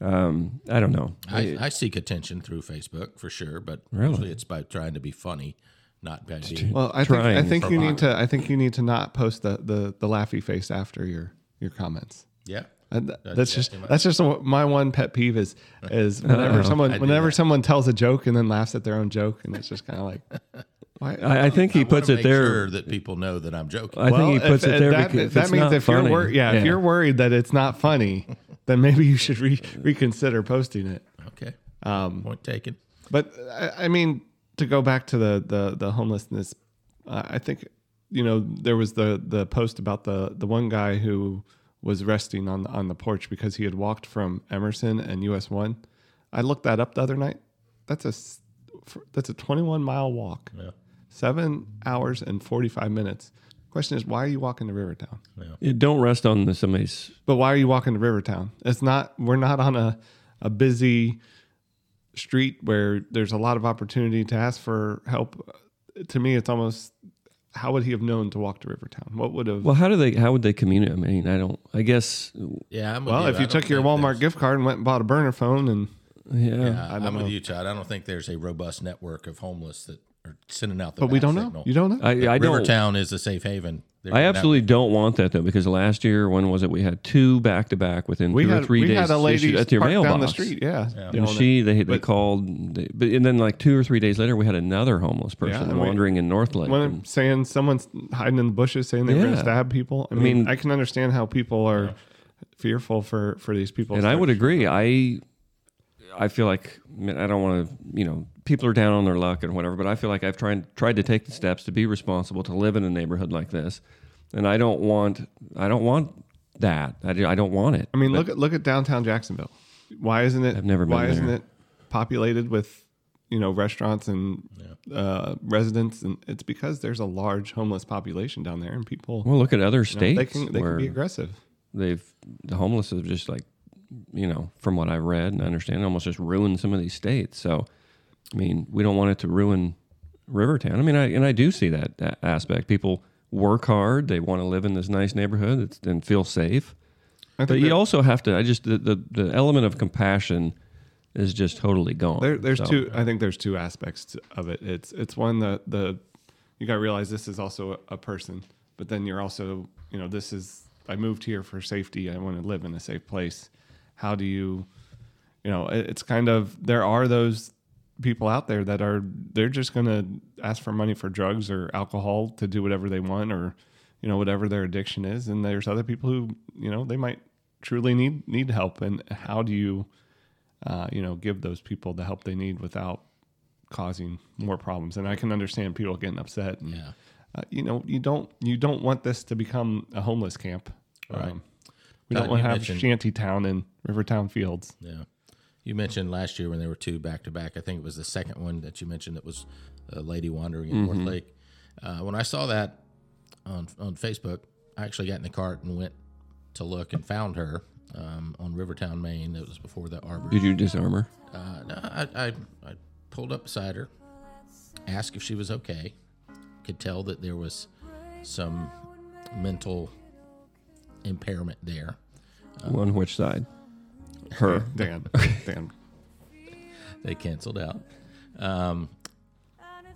[SPEAKER 2] um, I don't know.
[SPEAKER 3] I, I seek attention through Facebook for sure, but usually it's by trying to be funny, not by being.
[SPEAKER 4] Well, I think I
[SPEAKER 2] Trying
[SPEAKER 4] think you need to I think you need to not post the the, the laughy face after your your comments.
[SPEAKER 3] yeah,
[SPEAKER 4] And th- that's,
[SPEAKER 3] That's
[SPEAKER 4] just
[SPEAKER 3] exactly
[SPEAKER 4] that's just what my one pet peeve is is whenever someone whenever someone tells a joke and then laughs at their own joke and it's just kind of like why
[SPEAKER 2] I, I think he
[SPEAKER 3] wanna
[SPEAKER 2] puts it
[SPEAKER 3] make
[SPEAKER 2] there.
[SPEAKER 3] sure that people know that I'm joking.
[SPEAKER 2] I think he puts
[SPEAKER 4] if-
[SPEAKER 2] it there
[SPEAKER 4] that,
[SPEAKER 2] because if
[SPEAKER 4] that
[SPEAKER 2] it's
[SPEAKER 4] means
[SPEAKER 2] not
[SPEAKER 4] if
[SPEAKER 2] funny,
[SPEAKER 4] you're worried yeah, if you're worried that it's not funny then maybe you should re- reconsider posting it
[SPEAKER 3] okay, um, point taken.
[SPEAKER 4] But I, I mean, to go back to the the the homelessness, uh, I think you know there was the the post about the the one guy who was resting on on the porch because he had walked from Emerson and US One. I looked that up the other night. That's a s- f- that's a 21 mile walk,
[SPEAKER 3] Yeah,
[SPEAKER 4] seven hours and 45 minutes. Question is, why are you walking to Rivertown?
[SPEAKER 2] Yeah, don't rest on the, somebody's
[SPEAKER 4] But why are you walking to Rivertown? It's not. We're not on a a busy street where there's a lot of opportunity to ask for help. To me, it's almost how would he have known to walk to Rivertown? What would have?
[SPEAKER 2] Well,
[SPEAKER 4] Well,
[SPEAKER 2] how do they? How would they communicate? I mean, I don't. I guess.
[SPEAKER 3] yeah. I'm with
[SPEAKER 4] if
[SPEAKER 3] I
[SPEAKER 4] you
[SPEAKER 3] don't
[SPEAKER 4] took your
[SPEAKER 3] think
[SPEAKER 4] Walmart
[SPEAKER 3] there's-
[SPEAKER 4] gift card and went and bought a burner phone, and
[SPEAKER 2] Yeah.
[SPEAKER 3] I am Uh, with you, Todd. I don't think there's a robust network of homeless that are sending out the.
[SPEAKER 4] but we
[SPEAKER 3] bat
[SPEAKER 4] don't know.
[SPEAKER 3] signal.
[SPEAKER 4] You don't know.
[SPEAKER 2] I, I don't.
[SPEAKER 3] Rivertown is the safe haven. They're
[SPEAKER 2] I
[SPEAKER 3] not-
[SPEAKER 2] absolutely don't want that though, because last year, when was it? We had two back to back within
[SPEAKER 4] we
[SPEAKER 2] two
[SPEAKER 4] had
[SPEAKER 2] or three
[SPEAKER 4] we
[SPEAKER 2] days
[SPEAKER 4] had a lady
[SPEAKER 2] issued at your
[SPEAKER 4] parked
[SPEAKER 2] mailbox
[SPEAKER 4] down the street. Yeah,
[SPEAKER 2] And
[SPEAKER 4] yelling at-
[SPEAKER 2] she they, they
[SPEAKER 4] but-
[SPEAKER 2] called, and they- but and then like two or three days later, we had another homeless person
[SPEAKER 4] and we-
[SPEAKER 2] wandering in Northlake.
[SPEAKER 4] when
[SPEAKER 2] and-
[SPEAKER 4] I'm saying someone's hiding in the bushes saying they're going
[SPEAKER 2] Yeah.
[SPEAKER 4] to stab people. I mean, I
[SPEAKER 2] mean-
[SPEAKER 4] can understand how people are fearful for for these people.
[SPEAKER 2] and I would agree. I I feel like I mean, I don't want to, you know, people are down on their luck and whatever, but I feel like I've tried tried to take the steps to be responsible to live in a neighborhood like this, and I don't want I don't want that. I, do, I don't want it.
[SPEAKER 4] I mean, look at look at downtown Jacksonville. Why isn't it?
[SPEAKER 2] I've never been
[SPEAKER 4] Why isn't
[SPEAKER 2] there.
[SPEAKER 4] it populated with you know restaurants and uh, residents? And it's because there's a large homeless population down there, and people
[SPEAKER 2] Well, look at other
[SPEAKER 4] they
[SPEAKER 2] states
[SPEAKER 4] can they
[SPEAKER 2] where
[SPEAKER 4] can be aggressive.
[SPEAKER 2] they've the homeless have just like, you know, from what I read and understand, almost just ruined some of these states. So, I mean, we don't want it to ruin Rivertown. I mean, I and I do see that a- aspect. People work hard. They want to live in this nice neighborhood that's- and feel safe.
[SPEAKER 4] I
[SPEAKER 2] But
[SPEAKER 4] think
[SPEAKER 2] you
[SPEAKER 4] that
[SPEAKER 2] also have to. I just the, the, the element of compassion is just totally gone.
[SPEAKER 4] there, there's
[SPEAKER 2] So,
[SPEAKER 4] two. I think there's two aspects to- of it. It's it's one the the you got to realize this is also a, a person, but then you're also you know this is I moved here for safety. I want to live in a safe place. How do you, you know, it, it's kind of there are those people out there that are they're just gonna ask for money for drugs or alcohol to do whatever they want or you know whatever their addiction is and there's other people who you know they might truly need need help and how do you uh, you know, give those people the help they need without causing more problems. And I can understand people getting upset. And,
[SPEAKER 3] Yeah.
[SPEAKER 4] uh, you know, you don't you don't want this to become a homeless camp. Um,
[SPEAKER 3] Right.
[SPEAKER 4] we
[SPEAKER 3] Uh,
[SPEAKER 4] don't want
[SPEAKER 3] you
[SPEAKER 4] to have
[SPEAKER 3] mentioned-
[SPEAKER 4] shantytown and Rivertown Fields.
[SPEAKER 3] Yeah. You mentioned last year when there were two back to back. I think it was the second one that you mentioned that was a lady wandering in
[SPEAKER 4] Mm-hmm.
[SPEAKER 3] North Lake. Uh, when I saw that on on Facebook, I actually got in the cart and went to look and found her um, on Rivertown, Maine. It was before the Arbor.
[SPEAKER 2] Did you disarm her?
[SPEAKER 3] Uh, no, I, I, I pulled up beside her, asked if she was okay. Could tell that there was some mental impairment there.
[SPEAKER 2] On which side? Her.
[SPEAKER 4] Dan, Dan,
[SPEAKER 3] they canceled out. Um,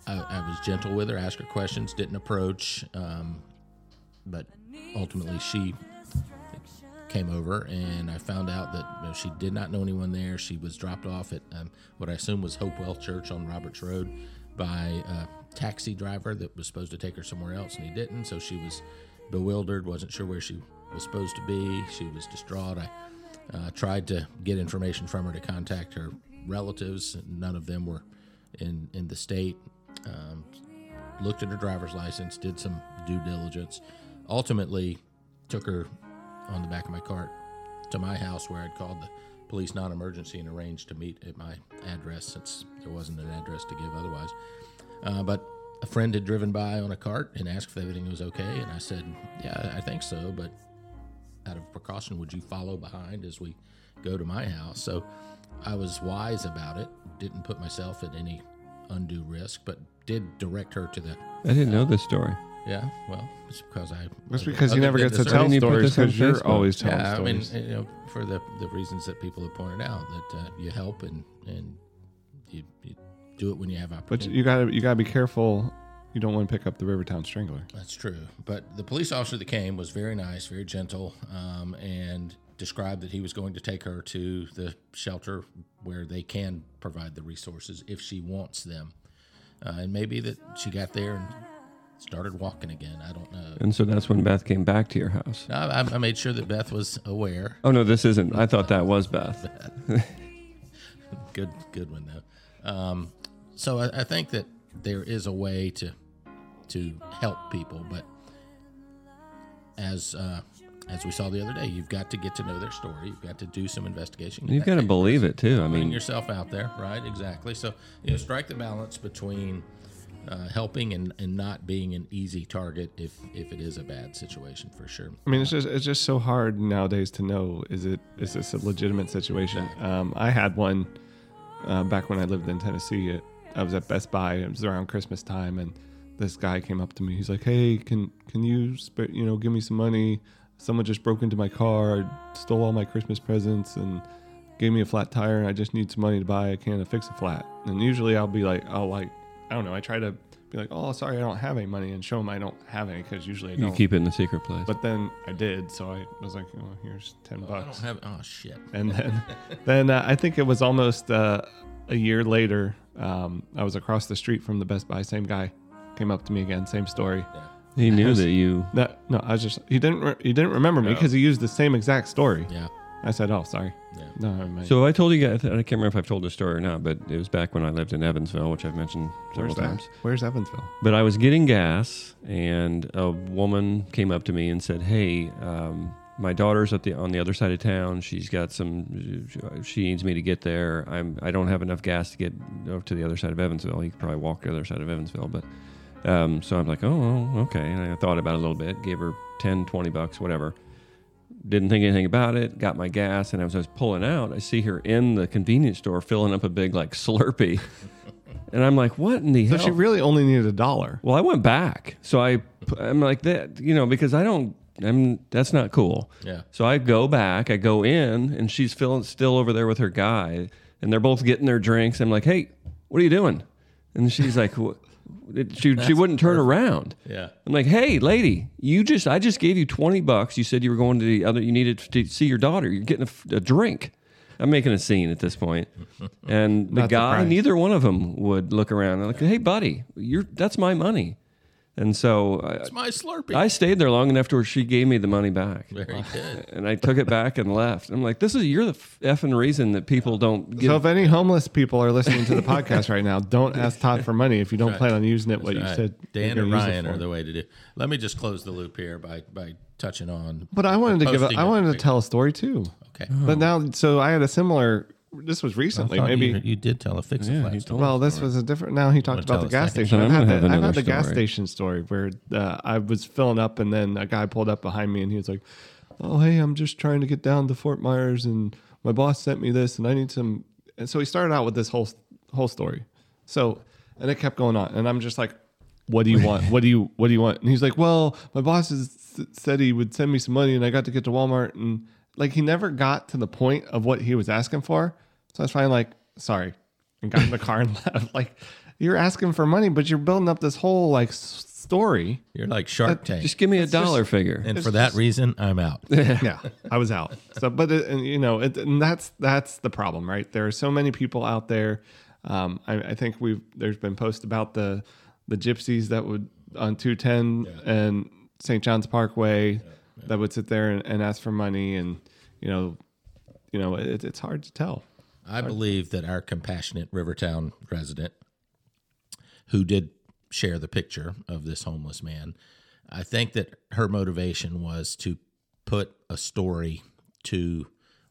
[SPEAKER 3] I, I was gentle with her, asked her questions, didn't approach, um, but ultimately she came over, and I found out that you know, she did not know anyone there. She was dropped off at um, what I assume was Hopewell Church on Roberts Road by a taxi driver that was supposed to take her somewhere else, and he didn't. So she was bewildered, wasn't sure where she was supposed to be. She was distraught. I uh, tried to get information from her to contact her relatives. None of them were in, in the state. Um, looked at her driver's license, did some due diligence. Ultimately, took her on the back of my cart to my house where I'd called the police non emergency and arranged to meet at my address since there wasn't an address to give otherwise. Uh, but a friend had driven by on a cart and asked if everything was okay. And I said, Yeah, I think so, but out of precaution, would you follow behind as we go to my house? So I was wise about it, didn't put myself at any undue risk, but did direct her to the
[SPEAKER 2] I didn't know this story.
[SPEAKER 3] yeah. Well, it's because I
[SPEAKER 4] that's because you
[SPEAKER 3] other
[SPEAKER 4] never
[SPEAKER 3] than
[SPEAKER 4] get to
[SPEAKER 3] the
[SPEAKER 4] tell
[SPEAKER 2] Didn't you put
[SPEAKER 4] stories
[SPEAKER 2] this on
[SPEAKER 4] because you're
[SPEAKER 2] Facebook?
[SPEAKER 4] always telling
[SPEAKER 3] yeah, I mean,
[SPEAKER 4] stories.
[SPEAKER 3] you know, for the, the reasons that people have pointed out, that uh, you help and and you, you do it when you have
[SPEAKER 4] but
[SPEAKER 3] opportunity.
[SPEAKER 4] you gotta you gotta be careful. You don't want to pick up the Rivertown Strangler.
[SPEAKER 3] That's true. But the police officer that came was very nice, very gentle, um, and described that he was going to take her to the shelter where they can provide the resources if she wants them. Uh, and maybe that she got there and started walking again. I don't know.
[SPEAKER 2] And so that's when Beth came back to your house.
[SPEAKER 3] No, I, I made sure that Beth was aware.
[SPEAKER 2] Oh no, this isn't. I thought that was Beth.
[SPEAKER 3] good good one though um, so I, I think that there is a way to to help people but as uh, as we saw the other day you've got to get to know their story you've got to do some investigation
[SPEAKER 2] You've got to believe it too. I
[SPEAKER 3] putting
[SPEAKER 2] mean,
[SPEAKER 3] yourself out there right exactly so you know strike the balance between uh, helping and, and not being an easy target if if it is a bad situation for sure
[SPEAKER 4] I mean, it's just it's just so hard nowadays to know is it is this a legitimate situation? Um, I had one uh, back when I lived in Tennessee. It, I was at Best Buy. It was around Christmas time, and this guy came up to me. He's like, "Hey, can can you sp- you know give me some money? Someone just broke into my car, stole all my Christmas presents, and gave me a flat tire, and I just need some money to buy a can of Fix a Flat." And usually, I'll be like, "I'll like." I don't know. I try to be like, "Oh, sorry, I don't have any money," and show him I don't have any because usually I
[SPEAKER 2] you
[SPEAKER 4] don't.
[SPEAKER 2] keep it in the secret place.
[SPEAKER 4] But then I did, so I was like, "Oh, here's ten
[SPEAKER 3] i don't
[SPEAKER 4] bucks."
[SPEAKER 3] have oh shit
[SPEAKER 4] and then, then uh, I think it was almost uh, a year later. Um, I was across the street from the Best Buy. Same guy came up to me again. Same story.
[SPEAKER 2] he knew that you.
[SPEAKER 4] No, no, I was just he didn't re- he didn't remember me because he used the same exact story.
[SPEAKER 3] Oh. yeah
[SPEAKER 4] I said, "Oh, sorry."
[SPEAKER 3] Yeah.
[SPEAKER 4] No, never mind.
[SPEAKER 2] So I told you guys. I can't remember if I've told this story or not, but it was back when I lived in Evansville, which I've mentioned several
[SPEAKER 4] where's that?
[SPEAKER 2] times.
[SPEAKER 4] um, Where's Evansville?
[SPEAKER 2] But I was getting gas, and a woman came up to me and said, "Hey, um, my daughter's at the on the other side of town. She's got some. She needs me to get there. I'm. I don't have enough gas to get over to the other side of Evansville. You could probably walk to the other side of Evansville, but." Um, so I'm like, oh, well, okay. And I thought about it a little bit, gave her 10, 20 bucks, whatever. Didn't think anything about it, got my gas. And as I was pulling out, I see her in the convenience store filling up a big, like, Slurpee. And I'm like, what in the
[SPEAKER 4] So
[SPEAKER 2] hell?
[SPEAKER 4] she really only needed a dollar.
[SPEAKER 2] well, I went back. So I, I'm like that, you know, because I don't, I'm, that's not cool.
[SPEAKER 3] Yeah.
[SPEAKER 2] So I go back, I go in and she's feeling still over there with her guy and they're both getting their drinks. I'm like, Hey, what are you doing? And she's like, "Wh- it- she, she wouldn't turn around.
[SPEAKER 3] Yeah.
[SPEAKER 2] I'm like, Hey lady, you just, I just gave you 20 bucks. You said you were going to the other, you needed to see your daughter. You're getting a f- a, drink. I'm making a scene at this point. And the
[SPEAKER 4] Not
[SPEAKER 2] guy,
[SPEAKER 4] surprised.
[SPEAKER 2] neither one of them would look around and like, Hey buddy, you're, that's my money. And so I,
[SPEAKER 3] It's my Slurpee.
[SPEAKER 2] I stayed there long enough to where she gave me the money back,
[SPEAKER 3] Very good.
[SPEAKER 2] and I took it back and left. I'm like, this is you're the effing reason that people don't get.
[SPEAKER 4] So if any homeless people are listening to the podcast right now, don't ask Todd for money if you don't plan on using it. What you
[SPEAKER 3] Right.
[SPEAKER 4] said, you're
[SPEAKER 3] Dan
[SPEAKER 4] gonna
[SPEAKER 3] or
[SPEAKER 4] use it
[SPEAKER 3] Ryan
[SPEAKER 4] for.
[SPEAKER 3] are the way to do. Let me just close the loop here by by touching on.
[SPEAKER 4] But I wanted to give. A,
[SPEAKER 3] Posting
[SPEAKER 4] I
[SPEAKER 3] it.
[SPEAKER 4] wanted to tell a story too.
[SPEAKER 3] Okay. Oh.
[SPEAKER 4] But now, so I had a similar. This was recently,
[SPEAKER 3] Thought
[SPEAKER 4] maybe.
[SPEAKER 3] you, you did tell a fix it
[SPEAKER 2] Yeah, he
[SPEAKER 3] last.
[SPEAKER 2] told
[SPEAKER 4] well, this was a different. Now he talked
[SPEAKER 3] tell
[SPEAKER 4] about the
[SPEAKER 3] a
[SPEAKER 4] gas
[SPEAKER 3] second
[SPEAKER 4] station.
[SPEAKER 2] story?
[SPEAKER 4] I've
[SPEAKER 2] I'm
[SPEAKER 4] had,
[SPEAKER 2] gonna
[SPEAKER 4] that,
[SPEAKER 2] have
[SPEAKER 4] I've had
[SPEAKER 2] another
[SPEAKER 4] the gas
[SPEAKER 2] story.
[SPEAKER 4] station story where uh, I was filling up, and then a guy pulled up behind me, and he was like, "Oh, hey, I'm just trying to get down to Fort Myers, and my boss sent me this, and I need some." And so he started out with this whole whole story. So, and it kept going on, and I'm just like, "What do you want? What do you What do you want?" And he's like, "Well, my boss has s- said he would send me some money, and I got to get to Walmart, and like he never got to the point of what he was asking for." So I was finally like, "Sorry, and got in the car and left. Like you're asking for money, but you're building up this whole like s- story.
[SPEAKER 3] You're like
[SPEAKER 4] Uh,
[SPEAKER 3] Shark Tank,
[SPEAKER 2] Just give me a dollar figure.
[SPEAKER 3] and for that reason, I'm out.
[SPEAKER 4] yeah, I was out. So, but it, and, you know, it, and that's that's the problem, right? There are so many people out there. Um, I, I think we've there's been posts about the the gypsies that would on 210 and St. John's Parkway that would sit there and, and ask for money, and you know, you know, it, it's hard to tell.
[SPEAKER 3] I believe that our compassionate Rivertown resident, who did share the picture of this homeless man, I think that her motivation was to put a story to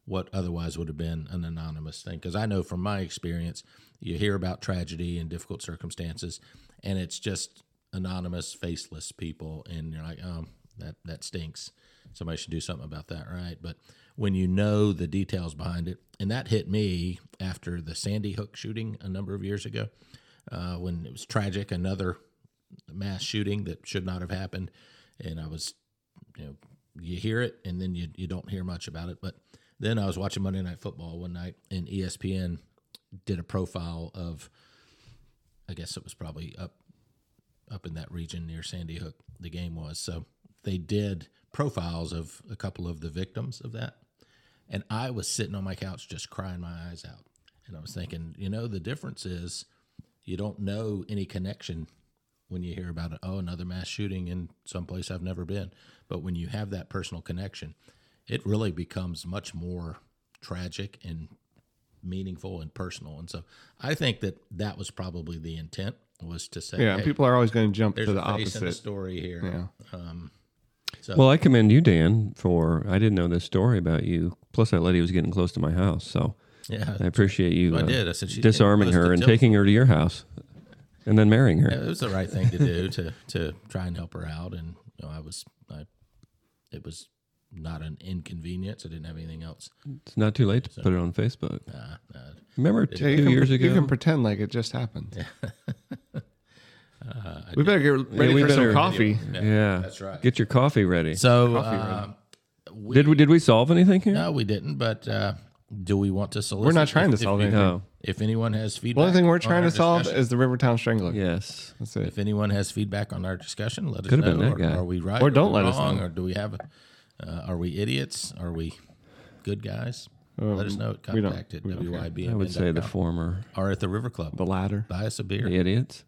[SPEAKER 3] what otherwise would have been an anonymous thing. Because I know from my experience, you hear about tragedy and difficult circumstances, and it's just anonymous, faceless people, and you're like, oh, that that stinks. Somebody should do something about that, right? But when you know the details behind it, and that hit me after the Sandy Hook shooting a number of years ago, uh, when it was tragic, another mass shooting that should not have happened, and I was you know you hear it and then you, you don't hear much about it but then i was watching monday night football one night and E espn did a profile of i guess it was probably up up in that region near sandy hook the game was so they did profiles of a couple of the victims of that and i was sitting on my couch just crying my eyes out and i was thinking you know the difference is you don't know any connection when you hear about it. Oh, another mass shooting in some place I've never been. But when you have that personal connection, it really becomes much more tragic and meaningful and personal. And so I think that that was probably the intent was to say,
[SPEAKER 4] Yeah,
[SPEAKER 3] hey,
[SPEAKER 4] people are always going to jump
[SPEAKER 3] there's
[SPEAKER 4] to the
[SPEAKER 3] a face in the
[SPEAKER 4] opposite.
[SPEAKER 3] story here. Um,
[SPEAKER 2] well, I commend you, Dan, for I didn't know this story about you. Plus, that lady was getting close to my house, so
[SPEAKER 3] yeah,
[SPEAKER 2] I appreciate you. uh,
[SPEAKER 3] I did. I said she's getting
[SPEAKER 2] disarming
[SPEAKER 3] close to
[SPEAKER 2] her and
[SPEAKER 3] Tilt.
[SPEAKER 2] taking her to your house, and then marrying her.
[SPEAKER 3] it was the right thing to do to to try and help her out and you know, i was i it was not an inconvenience i didn't have anything else
[SPEAKER 2] It's not too late to put it on Facebook.
[SPEAKER 3] uh, uh,
[SPEAKER 2] Remember
[SPEAKER 4] Yeah,
[SPEAKER 2] two
[SPEAKER 4] you can,
[SPEAKER 2] years
[SPEAKER 4] pre-
[SPEAKER 2] ago?
[SPEAKER 4] You can pretend like it just happened. we better get ready
[SPEAKER 2] we
[SPEAKER 4] for
[SPEAKER 2] better-
[SPEAKER 4] some coffee.
[SPEAKER 2] yeah,
[SPEAKER 3] That's right.
[SPEAKER 2] Get your coffee ready.
[SPEAKER 3] so uh, we,
[SPEAKER 2] did we did we solve anything here?
[SPEAKER 3] no we didn't but uh do we want to solicit
[SPEAKER 4] We're not trying
[SPEAKER 3] if- if
[SPEAKER 4] to solve
[SPEAKER 3] you-
[SPEAKER 4] anything.
[SPEAKER 2] No.
[SPEAKER 3] if anyone has feedback
[SPEAKER 4] The only thing we're
[SPEAKER 3] on
[SPEAKER 4] trying
[SPEAKER 3] our
[SPEAKER 4] to solve
[SPEAKER 3] discussion-
[SPEAKER 4] is the Rivertown Strangler.
[SPEAKER 2] Yes.
[SPEAKER 4] That's it.
[SPEAKER 3] if anyone has feedback on our discussion let us
[SPEAKER 2] Could've
[SPEAKER 3] know
[SPEAKER 2] been that
[SPEAKER 3] or,
[SPEAKER 2] guy.
[SPEAKER 3] are we right
[SPEAKER 4] Or
[SPEAKER 3] Are
[SPEAKER 4] don't
[SPEAKER 3] we
[SPEAKER 4] let us
[SPEAKER 3] wrong,
[SPEAKER 4] know.
[SPEAKER 3] or do we have uh, are we idiots are we good guys let us know at
[SPEAKER 4] Um, we don't-
[SPEAKER 3] contact at
[SPEAKER 4] we don't care.
[SPEAKER 3] wyb
[SPEAKER 2] I would say the former.
[SPEAKER 3] or at the river club
[SPEAKER 4] The latter.
[SPEAKER 3] buy us a beer
[SPEAKER 2] The idiots.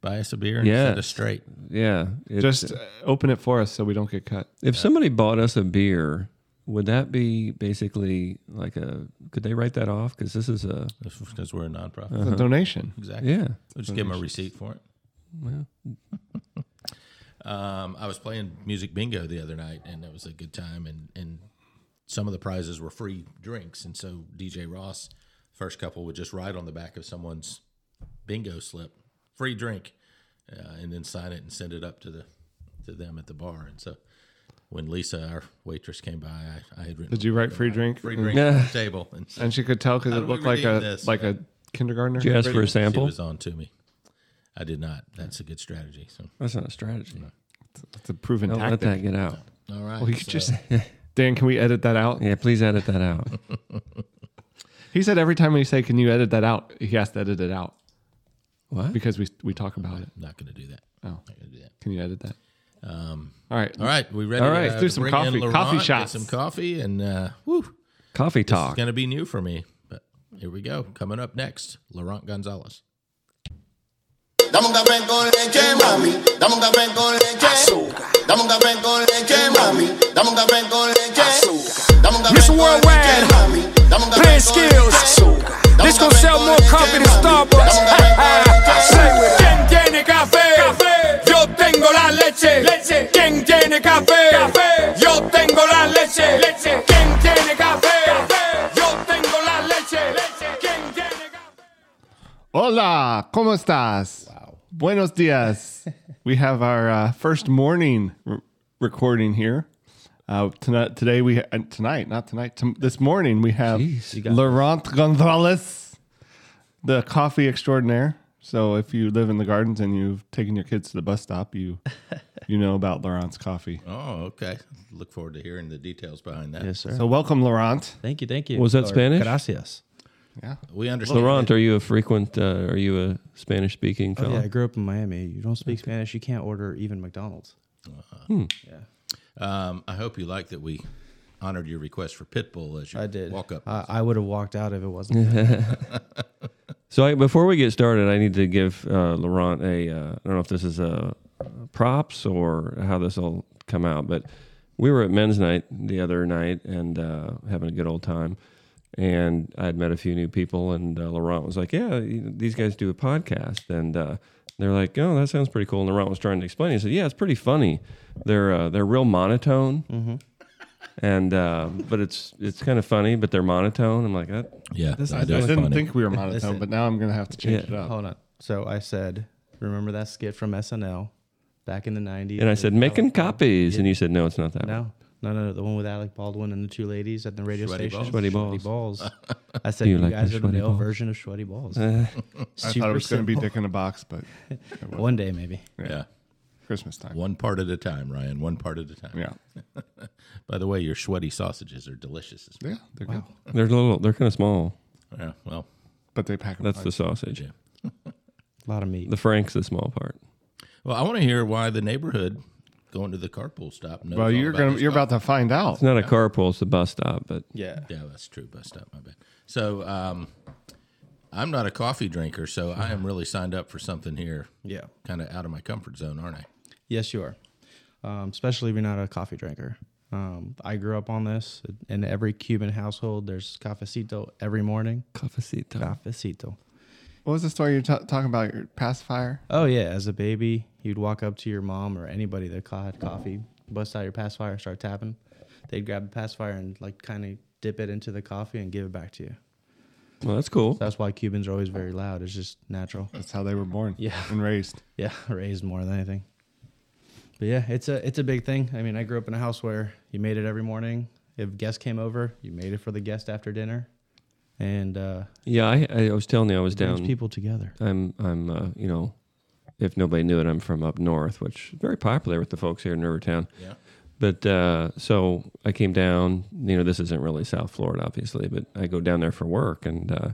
[SPEAKER 3] buy us a beer and
[SPEAKER 2] Yeah.
[SPEAKER 3] set us straight.
[SPEAKER 2] Yeah. it's-
[SPEAKER 4] Just uh, open it for us so we don't get cut.
[SPEAKER 2] If somebody bought us a beer, would that be basically like a? Could they write that off? Because this is a
[SPEAKER 3] because we're a nonprofit.
[SPEAKER 4] It's a donation.
[SPEAKER 3] Exactly.
[SPEAKER 2] yeah.
[SPEAKER 3] We'll just give them a receipt for it. um, I was playing music bingo the other night, and it was a good time. And and some of the prizes were free drinks, and so DJ Ross, first couple, would just write on the back of someone's bingo slip, free drink, uh, and then sign it and send it up to the to them at the bar. And so when Lisa, our waitress, came by, I, I had written
[SPEAKER 4] Did you write free drink?
[SPEAKER 3] free drink
[SPEAKER 4] Mm-hmm.
[SPEAKER 2] Yeah.
[SPEAKER 3] on the table and.
[SPEAKER 4] And she could tell because
[SPEAKER 3] How
[SPEAKER 4] it
[SPEAKER 3] do we
[SPEAKER 4] looked like a
[SPEAKER 3] redeem this?
[SPEAKER 4] like a kindergartner?
[SPEAKER 2] Did you ask for a
[SPEAKER 3] She
[SPEAKER 2] sample?
[SPEAKER 3] was on to me. I did not. That's a good strategy. So
[SPEAKER 2] That's not a strategy.
[SPEAKER 4] It's a proven
[SPEAKER 2] Don't let that
[SPEAKER 4] tactic.
[SPEAKER 2] get out.
[SPEAKER 3] all right.
[SPEAKER 4] Well, you
[SPEAKER 3] so-
[SPEAKER 4] just Dan, can we edit that out?
[SPEAKER 2] Yeah, please edit that out.
[SPEAKER 4] He said every time we say, "Can you edit that out?" He has to edit it out
[SPEAKER 2] What?
[SPEAKER 4] because we we talk about it.
[SPEAKER 3] not going to do that.
[SPEAKER 4] Oh.
[SPEAKER 3] Not gonna do that.
[SPEAKER 4] Can you edit that? all right,
[SPEAKER 3] All right, we ready?
[SPEAKER 2] All right, let's
[SPEAKER 3] to, uh,
[SPEAKER 4] do
[SPEAKER 3] to
[SPEAKER 4] some
[SPEAKER 3] bring in
[SPEAKER 4] coffee-
[SPEAKER 3] Laurent,
[SPEAKER 4] coffee
[SPEAKER 3] get
[SPEAKER 4] shots.
[SPEAKER 3] some coffee, and uh, woo,
[SPEAKER 2] Coffee
[SPEAKER 3] it's
[SPEAKER 2] talk.
[SPEAKER 3] going to be new for me. But here we go. Coming up next, Laurent Gonzalez.
[SPEAKER 9] Dame un café con leche, mami. Dame un café con leche. Dame un café con leche, mami. Dame un café con leche. Dame un café
[SPEAKER 6] Mr.
[SPEAKER 9] con
[SPEAKER 6] Worldwide.
[SPEAKER 9] leche, mami. Dame un café con
[SPEAKER 6] Playing skills.
[SPEAKER 9] leche. Dame
[SPEAKER 6] This
[SPEAKER 9] un
[SPEAKER 6] gon'
[SPEAKER 9] café
[SPEAKER 6] sell
[SPEAKER 9] con
[SPEAKER 6] more
[SPEAKER 9] leche,
[SPEAKER 6] coffee than
[SPEAKER 9] mami. Dame un café con
[SPEAKER 6] Starbucks.
[SPEAKER 9] leche.
[SPEAKER 6] Say with ¿Quién tiene café? Yo tengo la leche. leche. ¿Quién tiene café? Yo tengo la leche. leche. ¿Quién tiene café? Yo tengo la leche. leche. ¿Quién tiene café?
[SPEAKER 4] Hola, ¿cómo estás? Wow. Buenos dias. we have our uh, first morning r recording here. Uh, tonight, today we uh, tonight, not tonight. tom this morning we have Laurent Gonzalez, the coffee extraordinaire. So if you live in the gardens and you've taken your kids to the bus stop, you you know about Laurent's coffee.
[SPEAKER 3] Oh, okay. Look forward to hearing the details behind that.
[SPEAKER 10] Yes, sir.
[SPEAKER 4] So welcome, Laurent.
[SPEAKER 10] thank you, thank you.
[SPEAKER 2] Was that
[SPEAKER 10] Or
[SPEAKER 2] Spanish?
[SPEAKER 10] Gracias.
[SPEAKER 3] We understand.
[SPEAKER 2] Laurent, are you a frequent? Uh, are you a Spanish-speaking
[SPEAKER 10] Oh,
[SPEAKER 2] fellow?
[SPEAKER 10] yeah, I grew up in Miami. You don't speak Spanish, you can't order even McDonald's.
[SPEAKER 3] Um, I hope you like that we honored your request for Pitbull as your
[SPEAKER 10] I did.
[SPEAKER 3] walk up.
[SPEAKER 10] I, I would have walked out if it wasn't. for that.
[SPEAKER 2] So I, before we get started, I need to give uh, Laurent a. Uh, I don't know if this is a props or how this will come out, but we were at men's night the other night and uh, having a good old time. And I'd met a few new people, and uh, Laurent was like, "Yeah, you know, these guys do a podcast," and uh, they're like, "Oh, that sounds pretty cool." And Laurent was trying to explain. He said, "Yeah, it's pretty funny. They're uh, they're real monotone." And uh, but it's it's kind of funny, but they're monotone. I'm like, that,
[SPEAKER 3] yeah,
[SPEAKER 4] I, didn't think we were monotone, but now I'm gonna have to change
[SPEAKER 2] Yeah.
[SPEAKER 4] it up.
[SPEAKER 10] Hold on. So I said, remember that skit from SNL back in the 90s?
[SPEAKER 2] And I said, making copies. And you said, no, it's not that. one."
[SPEAKER 10] No, no, no, the one with Alec Baldwin and the two ladies at the radio
[SPEAKER 3] Sweaty
[SPEAKER 10] station.
[SPEAKER 3] balls?
[SPEAKER 2] Sweaty
[SPEAKER 10] balls. I said,
[SPEAKER 2] you
[SPEAKER 10] you,
[SPEAKER 2] like
[SPEAKER 10] guys
[SPEAKER 2] the
[SPEAKER 10] are the
[SPEAKER 2] sweaty
[SPEAKER 10] male
[SPEAKER 2] balls?" Uh,
[SPEAKER 10] version of sweaty balls.
[SPEAKER 4] I thought it was gonna be Dick in a Box, but
[SPEAKER 10] One day, maybe.
[SPEAKER 3] Yeah.
[SPEAKER 4] Christmas time.
[SPEAKER 3] One part at a time, Ryan. One part at a time.
[SPEAKER 4] Yeah,
[SPEAKER 3] By the way, your sweaty sausages are delicious. As well.
[SPEAKER 4] yeah, they're good,
[SPEAKER 2] They're little. They're kind of small.
[SPEAKER 3] Yeah. Well,
[SPEAKER 4] but they pack. 'em
[SPEAKER 2] That's
[SPEAKER 4] fine.
[SPEAKER 2] the sausage.
[SPEAKER 3] Yeah.
[SPEAKER 10] A lot of meat.
[SPEAKER 2] The frank's the small part.
[SPEAKER 3] well, I want to hear why the neighborhood going to the carpool stop. knows
[SPEAKER 4] Well,
[SPEAKER 3] all
[SPEAKER 4] you're
[SPEAKER 3] about
[SPEAKER 4] gonna
[SPEAKER 3] this
[SPEAKER 4] you're
[SPEAKER 3] coffee.
[SPEAKER 4] about to find out.
[SPEAKER 2] It's not a carpool. It's a bus stop. But
[SPEAKER 10] yeah.
[SPEAKER 3] Yeah, that's true. Bus stop, my bad. So, um, I'm not a coffee drinker, so I am really signed up for something here.
[SPEAKER 10] Yeah.
[SPEAKER 3] Kind of out of my comfort zone, aren't I?
[SPEAKER 10] Yes, you are. Um, especially if you're not a coffee drinker. Um, I grew up on this. In every Cuban household, there's cafecito every morning.
[SPEAKER 2] cafecito.
[SPEAKER 10] Cafecito.
[SPEAKER 4] What was the story you're ta talking about? Your pacifier?
[SPEAKER 10] Oh, yeah. As a baby, you'd walk up to your mom or anybody that co- had coffee, bust out your pacifier, start tapping. They'd grab the pacifier and, like, kind of dip it into the coffee and give it back to you.
[SPEAKER 2] Well, that's cool.
[SPEAKER 10] That's why Cubans are always very loud. It's just natural.
[SPEAKER 4] That's how they were born.
[SPEAKER 10] Yeah.
[SPEAKER 4] and raised.
[SPEAKER 10] Yeah, raised more than anything. But yeah, it's a it's a big thing. I mean, I grew up in a house where you made it every morning. If guests came over, you made it for the guest after dinner, and uh,
[SPEAKER 2] Yeah, I, I was telling you I was
[SPEAKER 10] brings
[SPEAKER 2] down.
[SPEAKER 10] people together.
[SPEAKER 2] I'm I'm uh, you know, if nobody knew it, I'm from up north, which is very popular with the folks here in Rivertown. Yeah. But uh, so I came down. You know, this isn't really South Florida, obviously, but I go down there for work, and uh,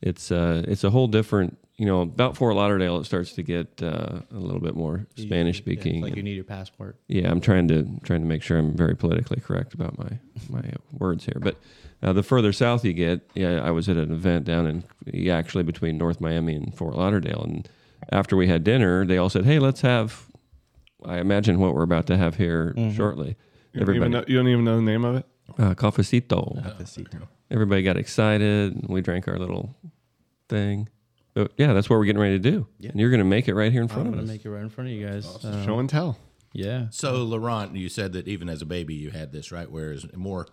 [SPEAKER 2] it's uh, it's a whole different. You know, about Fort Lauderdale, it starts to get uh, a little bit more Spanish
[SPEAKER 10] It's
[SPEAKER 2] speaking.
[SPEAKER 10] like you need your passport.
[SPEAKER 2] Yeah, I'm trying to trying to make sure I'm very politically correct about my my words here. But uh, the further south you get, yeah, I was at an event down in yeah, actually between North Miami and Fort Lauderdale, and after we had dinner, they all said, "Hey, let's have." I imagine what we're about to have here shortly.
[SPEAKER 4] You don't, even
[SPEAKER 2] Everybody,
[SPEAKER 4] know, you don't even know the name of it.
[SPEAKER 2] uh, cafecito.
[SPEAKER 10] Cafecito.
[SPEAKER 2] Everybody got excited, and we drank our little thing. But yeah, that's what we're getting ready to do, and you're going to make it right here in front
[SPEAKER 10] I'm
[SPEAKER 2] of
[SPEAKER 10] gonna
[SPEAKER 2] us.
[SPEAKER 10] make it right in front of you guys. Uh,
[SPEAKER 4] Show and tell.
[SPEAKER 10] yeah,
[SPEAKER 3] So, Laurent, you said that even as a baby you had this, right? Whereas more,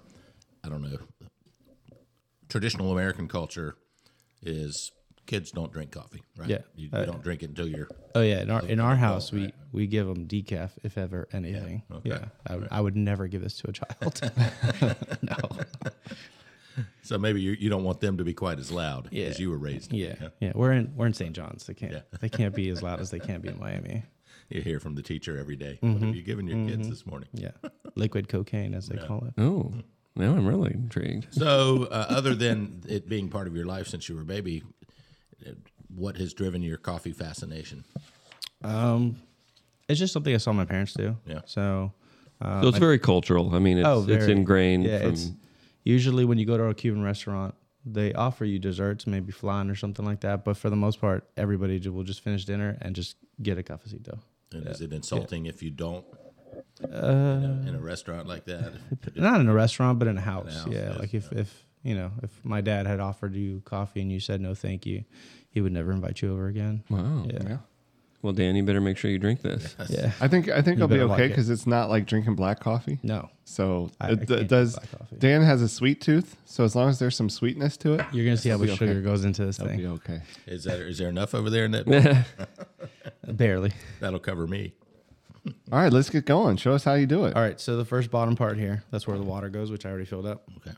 [SPEAKER 3] I don't know, traditional American culture is kids don't drink coffee, right?
[SPEAKER 10] Yeah. Uh,
[SPEAKER 3] You, you don't drink it until you're.
[SPEAKER 10] Oh yeah, in our in our house we we give them decaf if ever anything. Yeah, I, would I would never give this to a child. no,
[SPEAKER 3] So maybe you, you don't want them to be quite as loud
[SPEAKER 10] Yeah.
[SPEAKER 3] as you were raised. to be,
[SPEAKER 10] Yeah.
[SPEAKER 3] huh?
[SPEAKER 10] yeah, We're in we're in St. John's. They can't they can't be as loud as they can be in Miami.
[SPEAKER 3] You hear from the teacher every day. What
[SPEAKER 10] Mhm.
[SPEAKER 3] have you given your kids
[SPEAKER 10] Mhm.
[SPEAKER 3] this morning?
[SPEAKER 10] Yeah, liquid cocaine as they call it.
[SPEAKER 2] Oh, now I'm really intrigued.
[SPEAKER 3] So, uh, other than it being part of your life since you were a baby, uh, what has driven your coffee fascination?
[SPEAKER 10] Um, it's just something I saw my parents do.
[SPEAKER 3] Yeah.
[SPEAKER 10] So. Uh,
[SPEAKER 2] So it's
[SPEAKER 10] my-
[SPEAKER 2] very cultural. I mean, it's,
[SPEAKER 10] Oh,
[SPEAKER 2] it's
[SPEAKER 10] very.
[SPEAKER 2] ingrained.
[SPEAKER 10] Yeah,
[SPEAKER 2] from,
[SPEAKER 10] it's- usually when you go to a Cuban restaurant, they offer you desserts, maybe flan or something like that. But for the most part, everybody ju- will just finish dinner and just get a cafecito.
[SPEAKER 3] And
[SPEAKER 10] Uh, Yeah.
[SPEAKER 3] is it insulting if you don't
[SPEAKER 10] Uh,
[SPEAKER 3] in, a, in a restaurant like that?
[SPEAKER 10] Not in a restaurant, but in a house.
[SPEAKER 3] house,
[SPEAKER 10] yeah,
[SPEAKER 3] yes,
[SPEAKER 10] like if, if you know if my dad had offered you coffee and you said no, thank you, he would never invite you over again.
[SPEAKER 2] Wow.
[SPEAKER 10] Yeah.
[SPEAKER 4] Yeah.
[SPEAKER 2] Well, Dan, you better make sure you drink this.
[SPEAKER 10] Yeah.
[SPEAKER 4] I think I think
[SPEAKER 10] You
[SPEAKER 4] I'll be
[SPEAKER 10] better like
[SPEAKER 4] okay
[SPEAKER 10] it.
[SPEAKER 4] because it's not like drinking black coffee.
[SPEAKER 10] No.
[SPEAKER 4] So
[SPEAKER 10] I- I
[SPEAKER 4] it,
[SPEAKER 10] can't drink
[SPEAKER 4] it does.
[SPEAKER 10] black coffee.
[SPEAKER 4] Dan has a sweet tooth, so as long as there's some sweetness to it,
[SPEAKER 10] You're gonna see how
[SPEAKER 4] it'll
[SPEAKER 10] much
[SPEAKER 4] be okay.
[SPEAKER 10] sugar goes into this
[SPEAKER 4] It'll
[SPEAKER 10] thing.
[SPEAKER 4] be okay.
[SPEAKER 3] Is that is there enough over there in that?
[SPEAKER 10] Barely.
[SPEAKER 3] That'll cover me.
[SPEAKER 4] All right, let's get going. Show us how you do it.
[SPEAKER 10] All right. So the first bottom part here, that's where the water goes, which I already filled up,
[SPEAKER 3] Okay.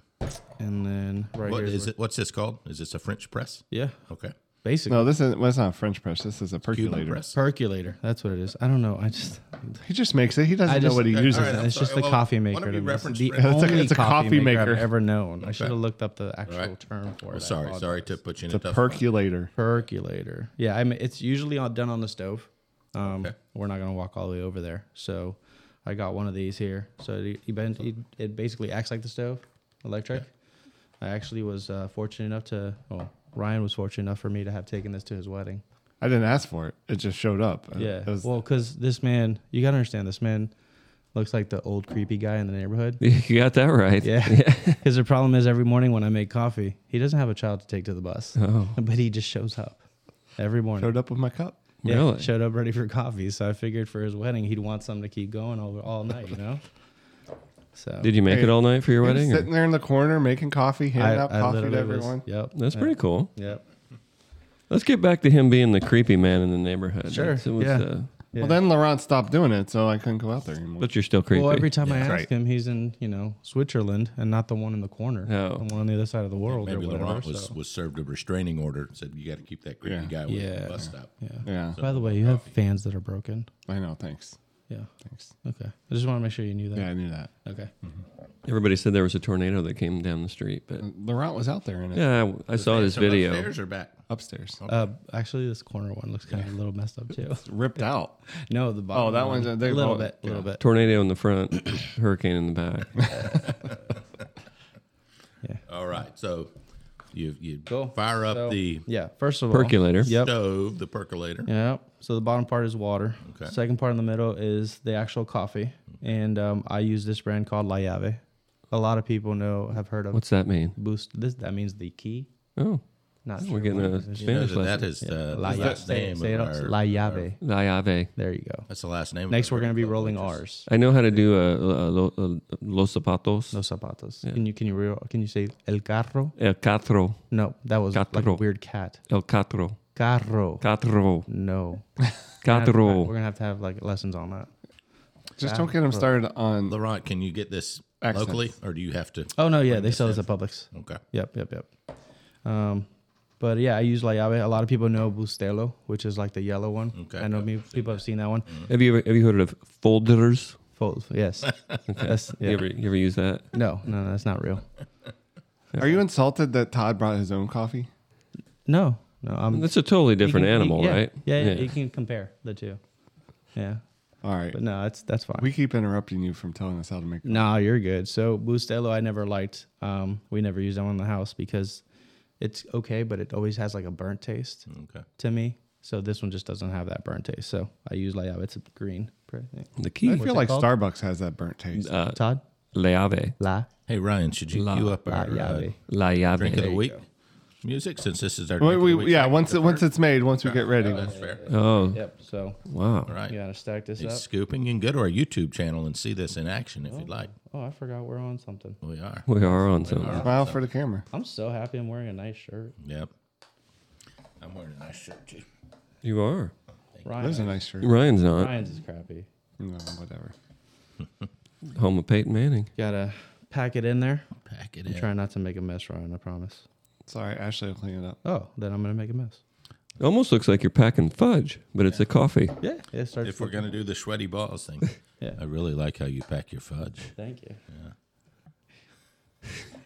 [SPEAKER 10] and then right
[SPEAKER 3] What
[SPEAKER 10] here
[SPEAKER 3] is
[SPEAKER 10] where-
[SPEAKER 3] it? What's this called? Is this a French press?
[SPEAKER 10] Yeah.
[SPEAKER 3] Okay.
[SPEAKER 10] Basically.
[SPEAKER 4] No, this isn't. Well, it's not a French press. This is a
[SPEAKER 3] Cuban
[SPEAKER 4] percolator.
[SPEAKER 3] press.
[SPEAKER 10] Percolator. That's what it is. I don't know. I just
[SPEAKER 4] He just makes it. He doesn't
[SPEAKER 10] I
[SPEAKER 4] know
[SPEAKER 10] just-
[SPEAKER 4] what he
[SPEAKER 10] okay,
[SPEAKER 4] uses.
[SPEAKER 3] all right, I'm
[SPEAKER 10] it's just
[SPEAKER 3] sorry.
[SPEAKER 10] the
[SPEAKER 3] Well,
[SPEAKER 10] coffee
[SPEAKER 3] why
[SPEAKER 10] maker.
[SPEAKER 3] don't we
[SPEAKER 10] to me. It's
[SPEAKER 3] reference
[SPEAKER 10] the
[SPEAKER 3] French?
[SPEAKER 4] It's a-
[SPEAKER 10] only
[SPEAKER 4] it's a
[SPEAKER 10] coffee,
[SPEAKER 4] coffee
[SPEAKER 10] maker, I've
[SPEAKER 4] maker.
[SPEAKER 10] ever known. I should have
[SPEAKER 3] Okay.
[SPEAKER 10] looked up the actual
[SPEAKER 3] right.
[SPEAKER 10] term for it.
[SPEAKER 3] Well,
[SPEAKER 10] I
[SPEAKER 3] sorry,
[SPEAKER 10] apologize.
[SPEAKER 3] sorry to put you in
[SPEAKER 4] It's
[SPEAKER 3] a
[SPEAKER 4] a
[SPEAKER 3] tough spot.
[SPEAKER 4] percolator.
[SPEAKER 10] Percolator. Yeah, I mean it's usually on, done on the stove. Um,
[SPEAKER 3] Okay.
[SPEAKER 10] We're not gonna walk all the way over there, so I got one of these here. So it, it ben- it, it basically acts like the stove, electric. I actually was uh, fortunate enough to. Well, Ryan was fortunate enough for me to have taken this to his wedding.
[SPEAKER 4] I didn't ask for it. It just showed up.
[SPEAKER 10] Yeah.
[SPEAKER 4] It Oh, was-
[SPEAKER 10] well, because this man, you gotta understand, this man looks like the old creepy guy in the neighborhood.
[SPEAKER 2] You got that right.
[SPEAKER 10] Yeah. Because the problem is every morning when I make coffee, he doesn't have a child to take to the bus,
[SPEAKER 2] Oh.
[SPEAKER 10] but he just shows up every morning.
[SPEAKER 4] showed up with my cup.
[SPEAKER 10] Yeah,
[SPEAKER 2] Really?
[SPEAKER 10] Showed up ready for coffee. So I figured for his wedding, he'd want something to keep going all, all night, you know? So
[SPEAKER 2] Did you make
[SPEAKER 4] Hey,
[SPEAKER 2] it all night for your
[SPEAKER 4] He was
[SPEAKER 2] wedding? or-
[SPEAKER 4] sitting there in the corner making coffee, handing out coffee to
[SPEAKER 10] literally was-
[SPEAKER 4] everyone.
[SPEAKER 10] yep.
[SPEAKER 2] That's pretty cool.
[SPEAKER 10] Yep.
[SPEAKER 2] Let's get back to him being the creepy man in the neighborhood.
[SPEAKER 10] Sure,
[SPEAKER 2] That's- it was,
[SPEAKER 10] yeah.
[SPEAKER 2] uh,
[SPEAKER 10] Yeah.
[SPEAKER 4] Well, then Laurent stopped doing it, so I couldn't go out there anymore.
[SPEAKER 2] but you're still creepy.
[SPEAKER 10] well, every time I ask
[SPEAKER 4] Right.
[SPEAKER 10] him, he's in, you know, Switzerland and not the one in the corner,
[SPEAKER 2] Oh.
[SPEAKER 10] the one on the other side of the world
[SPEAKER 3] Maybe
[SPEAKER 10] or whatever.
[SPEAKER 3] Laurent was,
[SPEAKER 10] so-
[SPEAKER 3] was served a restraining order. Said you got to keep that creepy
[SPEAKER 4] Yeah.
[SPEAKER 3] guy away from
[SPEAKER 10] yeah.
[SPEAKER 3] the bus stop.
[SPEAKER 10] Yeah.
[SPEAKER 4] yeah,
[SPEAKER 10] By the way, you have fans that are broken.
[SPEAKER 4] I know. Thanks.
[SPEAKER 10] Yeah.
[SPEAKER 4] Thanks.
[SPEAKER 10] Okay. I just want to make sure you knew that.
[SPEAKER 4] Yeah, I knew that.
[SPEAKER 10] Okay.
[SPEAKER 3] Hmm.
[SPEAKER 2] Everybody said there was a tornado that came down the street, but
[SPEAKER 10] Mm.
[SPEAKER 4] Laurent was out there in it
[SPEAKER 2] yeah, I, I saw this
[SPEAKER 3] From
[SPEAKER 2] video.
[SPEAKER 3] Upstairs or back?
[SPEAKER 4] upstairs,
[SPEAKER 10] Uh, actually, this corner one looks kind of a little messed up too.
[SPEAKER 4] ripped out.
[SPEAKER 10] No, the bottom.
[SPEAKER 4] Oh, that one's-
[SPEAKER 10] a
[SPEAKER 4] they
[SPEAKER 10] little
[SPEAKER 4] call
[SPEAKER 10] bit,
[SPEAKER 4] it-
[SPEAKER 10] a little bit.
[SPEAKER 2] Tornado in the front, hurricane in the back.
[SPEAKER 3] All right. So you you
[SPEAKER 10] Cool.
[SPEAKER 3] fire up
[SPEAKER 10] So,
[SPEAKER 3] the
[SPEAKER 10] Yeah. First of all,
[SPEAKER 2] Percolator.
[SPEAKER 10] Yep.
[SPEAKER 3] stove, the percolator.
[SPEAKER 10] Yep. So the bottom part is water.
[SPEAKER 3] Okay.
[SPEAKER 10] Second part in the middle is the actual coffee, and um, I use this brand called La Llave. A lot of people know have heard of
[SPEAKER 2] What's that mean?
[SPEAKER 10] Boost. This that means the key.
[SPEAKER 2] Oh,
[SPEAKER 10] Not
[SPEAKER 2] we're
[SPEAKER 10] sure
[SPEAKER 2] getting
[SPEAKER 10] what
[SPEAKER 2] a
[SPEAKER 10] it is.
[SPEAKER 3] You know
[SPEAKER 2] Spanish
[SPEAKER 3] that, that
[SPEAKER 2] lesson.
[SPEAKER 3] is uh,
[SPEAKER 10] La
[SPEAKER 3] the
[SPEAKER 10] Llave.
[SPEAKER 3] last
[SPEAKER 10] Say,
[SPEAKER 3] name.
[SPEAKER 10] it- say it
[SPEAKER 3] of
[SPEAKER 10] up.
[SPEAKER 3] our-
[SPEAKER 10] La
[SPEAKER 3] our-
[SPEAKER 10] Llave.
[SPEAKER 2] La llave.
[SPEAKER 10] There you go.
[SPEAKER 3] That's the last name. of
[SPEAKER 10] Next,
[SPEAKER 3] our
[SPEAKER 10] we're gonna be
[SPEAKER 3] club,
[SPEAKER 10] rolling
[SPEAKER 3] which is-
[SPEAKER 10] ours.
[SPEAKER 2] I know how to do a, a, lo- a los zapatos,
[SPEAKER 10] Los zapatos. Can you can you re- can you say el carro?
[SPEAKER 2] el catro,
[SPEAKER 10] No, that was like a
[SPEAKER 2] Carro.
[SPEAKER 10] weird cat.
[SPEAKER 2] el catro,
[SPEAKER 10] Carro.
[SPEAKER 2] catro,
[SPEAKER 10] No. We're
[SPEAKER 2] catro.
[SPEAKER 10] gonna have to have like lessons on that.
[SPEAKER 4] Just don't get him started on.
[SPEAKER 3] Laurent, can you get this
[SPEAKER 4] Accents.
[SPEAKER 3] locally, or do you have to?
[SPEAKER 10] Oh no, yeah, they sell this at Publix.
[SPEAKER 3] Okay.
[SPEAKER 10] Yep, yep, yep. Um, but yeah, I use La Llave. A lot of people know Bustelo, which is like the yellow one.
[SPEAKER 3] Okay,
[SPEAKER 10] I know
[SPEAKER 3] I've
[SPEAKER 10] me, people have seen that one.
[SPEAKER 2] Have you ever have you heard of folders?
[SPEAKER 10] Fold, yes. That's, yeah.
[SPEAKER 2] You ever you ever use that?
[SPEAKER 10] No, no, no, that's not real.
[SPEAKER 4] Are you insulted that Todd brought his own coffee?
[SPEAKER 10] No, no. I'm
[SPEAKER 2] That's a totally
[SPEAKER 10] you
[SPEAKER 2] different
[SPEAKER 10] can- you-
[SPEAKER 2] animal,
[SPEAKER 10] yeah,
[SPEAKER 2] right?
[SPEAKER 10] Yeah, yeah, you can compare the two. Yeah,
[SPEAKER 4] All right,
[SPEAKER 10] but no, that's that's fine.
[SPEAKER 4] we keep interrupting you from telling us how to make.
[SPEAKER 10] Nah, you're good. So Bustelo, I never liked. Um, we never used that one in the house because it's okay, but it always has like a burnt taste
[SPEAKER 3] Okay.
[SPEAKER 10] to me. So this one just doesn't have that burnt taste. So I use La Llave. It's a green.
[SPEAKER 2] The
[SPEAKER 4] I
[SPEAKER 2] key,
[SPEAKER 4] feel
[SPEAKER 10] it
[SPEAKER 4] like
[SPEAKER 10] called?
[SPEAKER 4] Starbucks has that burnt taste.
[SPEAKER 2] uh,
[SPEAKER 10] Todd,
[SPEAKER 2] la llave,
[SPEAKER 10] La
[SPEAKER 3] Hey Ryan, should you
[SPEAKER 2] La-
[SPEAKER 3] queue up
[SPEAKER 10] La
[SPEAKER 3] our uh,
[SPEAKER 10] Llave.
[SPEAKER 2] la llave.
[SPEAKER 3] drink of the week music since this is our
[SPEAKER 4] Wait,
[SPEAKER 3] drink of
[SPEAKER 4] we,
[SPEAKER 3] the week
[SPEAKER 4] yeah,
[SPEAKER 3] segment?
[SPEAKER 4] once it, once it's made, once we get ready,
[SPEAKER 3] that's fair. Mm.
[SPEAKER 2] Oh,
[SPEAKER 10] Yep. So
[SPEAKER 2] wow.
[SPEAKER 3] All right.
[SPEAKER 10] you gotta stack this
[SPEAKER 3] He's
[SPEAKER 10] up.
[SPEAKER 3] scooping. You can go to our YouTube channel and see this in action if you'd like.
[SPEAKER 10] Oh, I forgot we're on something.
[SPEAKER 3] We are.
[SPEAKER 2] We are on something.
[SPEAKER 4] smile for the camera.
[SPEAKER 10] I'm so happy I'm wearing a nice shirt.
[SPEAKER 3] Yep. I'm wearing a nice shirt too.
[SPEAKER 2] You are.
[SPEAKER 10] Ryan,
[SPEAKER 4] There's a nice shirt.
[SPEAKER 2] Ryan's
[SPEAKER 3] uh,
[SPEAKER 2] not.
[SPEAKER 10] Ryan's is crappy.
[SPEAKER 4] No, whatever.
[SPEAKER 2] Home of Peyton Manning.
[SPEAKER 10] Gotta pack it in there.
[SPEAKER 11] Pack it
[SPEAKER 10] I'm
[SPEAKER 11] in.
[SPEAKER 10] Trying not to make a mess, Ryan. I promise.
[SPEAKER 4] Sorry, Ashley will clean it up.
[SPEAKER 10] Oh, then I'm gonna make a mess.
[SPEAKER 2] It almost looks like you're packing fudge, but it's a coffee.
[SPEAKER 10] Yeah, it starts.
[SPEAKER 3] If we're gonna do the sweaty balls thing,
[SPEAKER 10] Yeah.
[SPEAKER 3] I really like how you pack your fudge.
[SPEAKER 10] Thank you.
[SPEAKER 3] Yeah.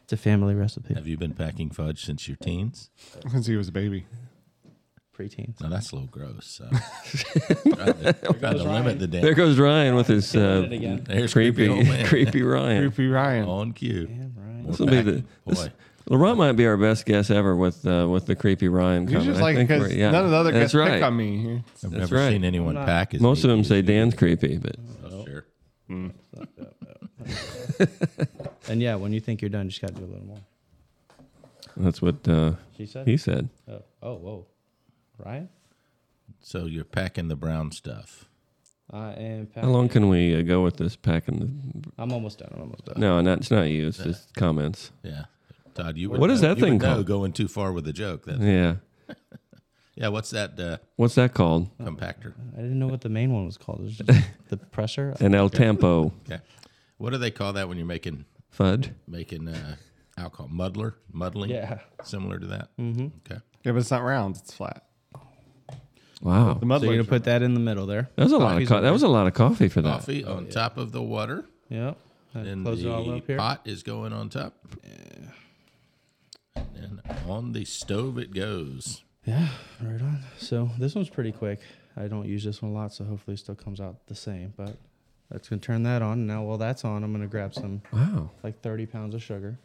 [SPEAKER 10] It's a family recipe.
[SPEAKER 3] Have you been packing fudge since your teens?
[SPEAKER 4] Since he was a baby.
[SPEAKER 10] Preteens.
[SPEAKER 3] Now that's a little gross. So. Trying to, trying to limit the damn.
[SPEAKER 2] There goes Ryan with his uh,
[SPEAKER 3] There's creepy old
[SPEAKER 2] creepy,
[SPEAKER 3] man.
[SPEAKER 2] creepy Ryan.
[SPEAKER 4] Creepy Ryan.
[SPEAKER 3] on cue.
[SPEAKER 10] Ryan.
[SPEAKER 3] More
[SPEAKER 2] This will be the
[SPEAKER 3] packing.
[SPEAKER 2] this,
[SPEAKER 3] boy.
[SPEAKER 2] Laurent might be our best guest ever with uh, with the creepy Ryan.
[SPEAKER 4] He's
[SPEAKER 2] comment.
[SPEAKER 4] just
[SPEAKER 2] I
[SPEAKER 4] like
[SPEAKER 2] think
[SPEAKER 4] because
[SPEAKER 2] we're- yeah,
[SPEAKER 4] none of the other
[SPEAKER 2] that's
[SPEAKER 4] guys
[SPEAKER 2] right.
[SPEAKER 4] pick on me.
[SPEAKER 3] I've
[SPEAKER 2] That's
[SPEAKER 3] never
[SPEAKER 2] right.
[SPEAKER 3] seen anyone
[SPEAKER 10] I'm not-
[SPEAKER 3] pack. As
[SPEAKER 2] Most of
[SPEAKER 3] neat
[SPEAKER 2] them
[SPEAKER 3] as
[SPEAKER 2] say
[SPEAKER 3] you do.
[SPEAKER 2] Dan's creepy, but
[SPEAKER 3] Oh, sure.
[SPEAKER 10] And yeah, when you think you're done, you just got to do a little more.
[SPEAKER 2] that's what uh,
[SPEAKER 10] She said.
[SPEAKER 2] he said.
[SPEAKER 10] oh, oh, whoa, Ryan.
[SPEAKER 3] So you're packing the brown stuff.
[SPEAKER 10] I am. Packing.
[SPEAKER 2] How long can we uh, go with this packing?
[SPEAKER 10] I'm almost done. I'm almost
[SPEAKER 2] The,
[SPEAKER 10] done.
[SPEAKER 2] no, not, it's not you. It's just comments.
[SPEAKER 3] Yeah, Todd, you. Would
[SPEAKER 2] What is
[SPEAKER 3] know-
[SPEAKER 2] that
[SPEAKER 3] you would
[SPEAKER 2] thing
[SPEAKER 3] know
[SPEAKER 2] called?
[SPEAKER 3] Going too far with a joke. That
[SPEAKER 2] Yeah.
[SPEAKER 3] yeah. What's that uh,
[SPEAKER 2] What's that called?
[SPEAKER 3] compactor?
[SPEAKER 10] I didn't know what the main one was called. It was just the pressure.
[SPEAKER 2] An El Tampo
[SPEAKER 3] Okay. What do they call that when you're making
[SPEAKER 2] fudge.
[SPEAKER 3] making uh, alcohol muddler muddling?
[SPEAKER 10] Yeah.
[SPEAKER 3] Similar to that. Mm-hmm. Okay.
[SPEAKER 4] Yeah, but it's not round; it's flat.
[SPEAKER 2] Wow,
[SPEAKER 4] The
[SPEAKER 10] So you're
[SPEAKER 4] muddler.
[SPEAKER 10] gonna put that in the middle there.
[SPEAKER 2] that was a lot of
[SPEAKER 10] Coffee's
[SPEAKER 2] co-
[SPEAKER 10] over.
[SPEAKER 2] that was a lot of coffee for that.
[SPEAKER 3] Coffee on top of the water,
[SPEAKER 10] Yep. And
[SPEAKER 3] and
[SPEAKER 10] Oh, close it all
[SPEAKER 3] the
[SPEAKER 10] up here.
[SPEAKER 3] pot is going on top. And on the stove it goes.
[SPEAKER 10] Yeah, right on. So this one's pretty quick. I don't use this one a lot, so hopefully it still comes out the same. But that's gonna turn that on. Now while that's on, I'm gonna grab some
[SPEAKER 2] Wow,
[SPEAKER 10] like 30 pounds of sugar.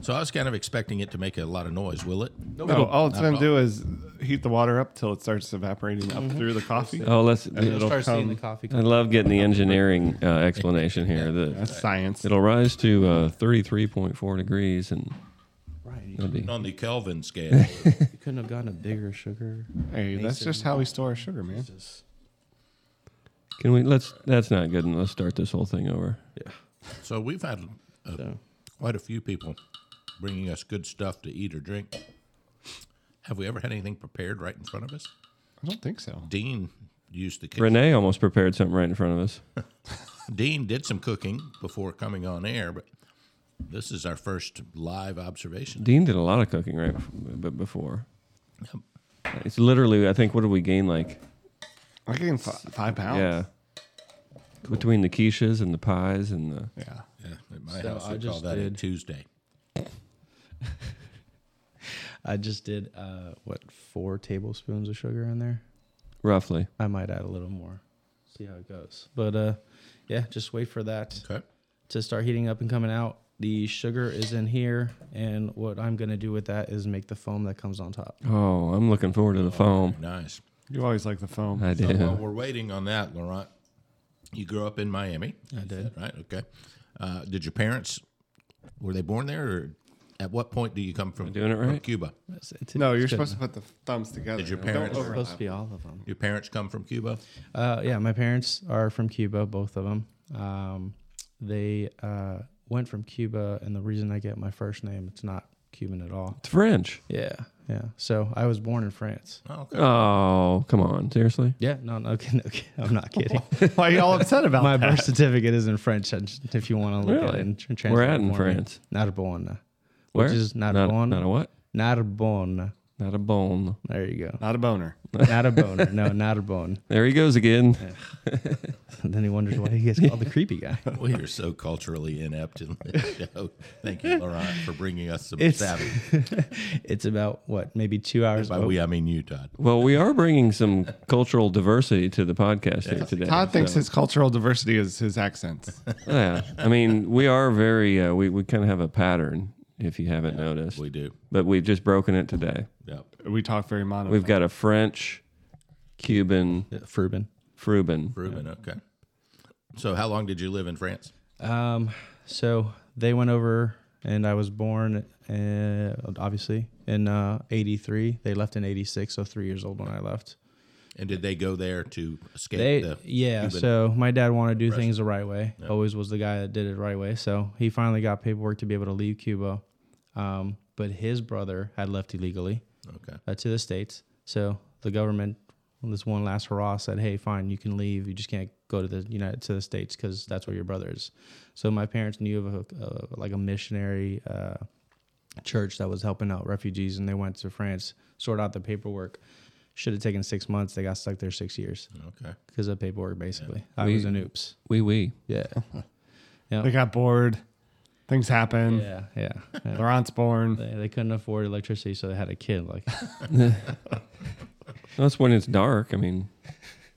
[SPEAKER 3] So I was kind of expecting it to make a lot of noise. Will it?
[SPEAKER 4] No, all it's gonna do is heat the water up till it starts evaporating up through the coffee.
[SPEAKER 2] Oh, let's.
[SPEAKER 4] it'll
[SPEAKER 10] Start seeing
[SPEAKER 4] come-
[SPEAKER 10] the coffee.
[SPEAKER 2] I love getting the engineering uh, explanation here. The,
[SPEAKER 4] That's science.
[SPEAKER 2] it'll rise to uh, 33.4 degrees, and
[SPEAKER 10] Right. You,
[SPEAKER 2] it'll be.
[SPEAKER 3] On the Kelvin scale.
[SPEAKER 10] you couldn't have gotten a bigger sugar.
[SPEAKER 4] hey, that's just how we store our sugar, man.
[SPEAKER 2] Can we? Let's. That's not good. And let's start this whole thing over.
[SPEAKER 3] so we've had uh,
[SPEAKER 10] So
[SPEAKER 3] quite a few people bringing us good stuff to eat or drink. Have we ever had anything prepared right in front of us?
[SPEAKER 4] I don't think so.
[SPEAKER 3] Dean used the kitchen.
[SPEAKER 2] Renee almost prepared something right in front of us.
[SPEAKER 3] Dean did some cooking before coming on air, but this is our first live observation.
[SPEAKER 2] Dean did a lot of cooking right, bef- but before. It's literally. I think. What did we gain? Like.
[SPEAKER 4] I gained f- five pounds.
[SPEAKER 2] Yeah. Between the quiches and the pies and the.
[SPEAKER 4] Yeah.
[SPEAKER 3] Yeah, at my
[SPEAKER 10] So
[SPEAKER 3] house,
[SPEAKER 10] I
[SPEAKER 3] we call
[SPEAKER 10] just
[SPEAKER 3] that a
[SPEAKER 10] did-
[SPEAKER 3] Tuesday.
[SPEAKER 10] I just did uh, what four tablespoons of sugar in there.
[SPEAKER 2] Roughly.
[SPEAKER 10] I might add a little more. See how it goes. But uh, yeah, just wait for that.
[SPEAKER 3] Okay.
[SPEAKER 10] to start heating up and coming out. The sugar is in here, and what I'm gonna do with that is make the foam that comes on top.
[SPEAKER 2] Oh, I'm looking forward to the foam.
[SPEAKER 3] Nice.
[SPEAKER 4] You always like the foam.
[SPEAKER 2] I
[SPEAKER 3] So while
[SPEAKER 2] do.
[SPEAKER 3] we're waiting on that, Laurent, you grew up in Miami. I
[SPEAKER 10] did.
[SPEAKER 3] Right. Okay. Uh, did your parents, were they born there or at what point do you come from,
[SPEAKER 2] doing it
[SPEAKER 3] from
[SPEAKER 2] right?
[SPEAKER 3] Cuba?
[SPEAKER 10] It's,
[SPEAKER 4] No, you're supposed to put the thumbs together.
[SPEAKER 3] Did your
[SPEAKER 4] Don't
[SPEAKER 3] parents-
[SPEAKER 4] over-
[SPEAKER 10] supposed to be all of them.
[SPEAKER 3] Your parents come from Cuba?
[SPEAKER 10] Uh, yeah, my parents are from Cuba, both of them. Um, they uh, went from Cuba, and the reason I get my first name, it's not Cuban at all.
[SPEAKER 2] It's French.
[SPEAKER 10] Yeah, yeah. So I was born in France.
[SPEAKER 3] Oh, okay.
[SPEAKER 2] Oh, come on. Seriously?
[SPEAKER 10] Yeah, no, no, okay, no, okay, I'm not kidding.
[SPEAKER 4] Why are you all upset about
[SPEAKER 10] my
[SPEAKER 4] that?
[SPEAKER 10] birth certificate is in French. I just- If you want to look at
[SPEAKER 2] Really?
[SPEAKER 10] it and tr- translate
[SPEAKER 2] We're at
[SPEAKER 10] it
[SPEAKER 2] in
[SPEAKER 10] for me.
[SPEAKER 2] France.
[SPEAKER 10] Narbonne,
[SPEAKER 2] Where?
[SPEAKER 10] which is not
[SPEAKER 2] not,
[SPEAKER 10] Narbonne.
[SPEAKER 2] not a what?
[SPEAKER 10] Narbonne.
[SPEAKER 2] Not a bone.
[SPEAKER 10] There you go.
[SPEAKER 4] Not a boner.
[SPEAKER 10] Not a boner. No, not a bone.
[SPEAKER 2] There he goes again.
[SPEAKER 10] And then he wonders why he gets called the creepy guy.
[SPEAKER 3] We are so culturally inept in this show. Thank you, Laurent, for bringing us some
[SPEAKER 10] It's
[SPEAKER 3] savvy.
[SPEAKER 10] it's about what maybe two hours.
[SPEAKER 3] By
[SPEAKER 10] oh,
[SPEAKER 3] we, I mean you, Todd.
[SPEAKER 2] Well, we are bringing some cultural diversity to the podcast here today.
[SPEAKER 4] Todd thinks his cultural diversity is his accents.
[SPEAKER 2] yeah. I mean, we are very, uh, we, we kind of have a pattern, if you haven't noticed.
[SPEAKER 3] We do.
[SPEAKER 2] But we've just broken it today.
[SPEAKER 3] Yep.
[SPEAKER 4] we talk very mono.
[SPEAKER 2] We've got a French, Cuban,
[SPEAKER 10] yeah, Frubin.
[SPEAKER 2] Fruban.
[SPEAKER 3] Ruben, okay. So, how long did you live in France?
[SPEAKER 10] Um, so they went over, and I was born, uh, obviously in uh, '83. They left in '86, so three years old when I left.
[SPEAKER 3] And did they go there to escape
[SPEAKER 10] They
[SPEAKER 3] the
[SPEAKER 10] yeah.
[SPEAKER 3] Cuban-
[SPEAKER 10] So my dad wanted to do things the right way. Always was the guy that did it the right way. So he finally got paperwork to be able to leave Cuba, um, but his brother had left illegally.
[SPEAKER 3] Okay.
[SPEAKER 10] uh, to the states. So the government, on this one last hurrah, said, "Hey, fine, you can leave. You just can't go to the United to the States because that's where your brother is. So my parents knew of a, uh, like a missionary uh, church that was helping out refugees, and they went to France, sort out the paperwork. Should have taken six months. They got stuck there six years.
[SPEAKER 3] Okay.
[SPEAKER 10] Because of paperwork, basically. I was an oops.
[SPEAKER 2] We we
[SPEAKER 10] Yeah.
[SPEAKER 4] They got bored. Things happen.
[SPEAKER 10] Yeah, yeah. yeah.
[SPEAKER 4] Laurent's born.
[SPEAKER 10] They, they couldn't afford electricity, so they had a kid. Like,
[SPEAKER 2] That's when it's dark. I mean,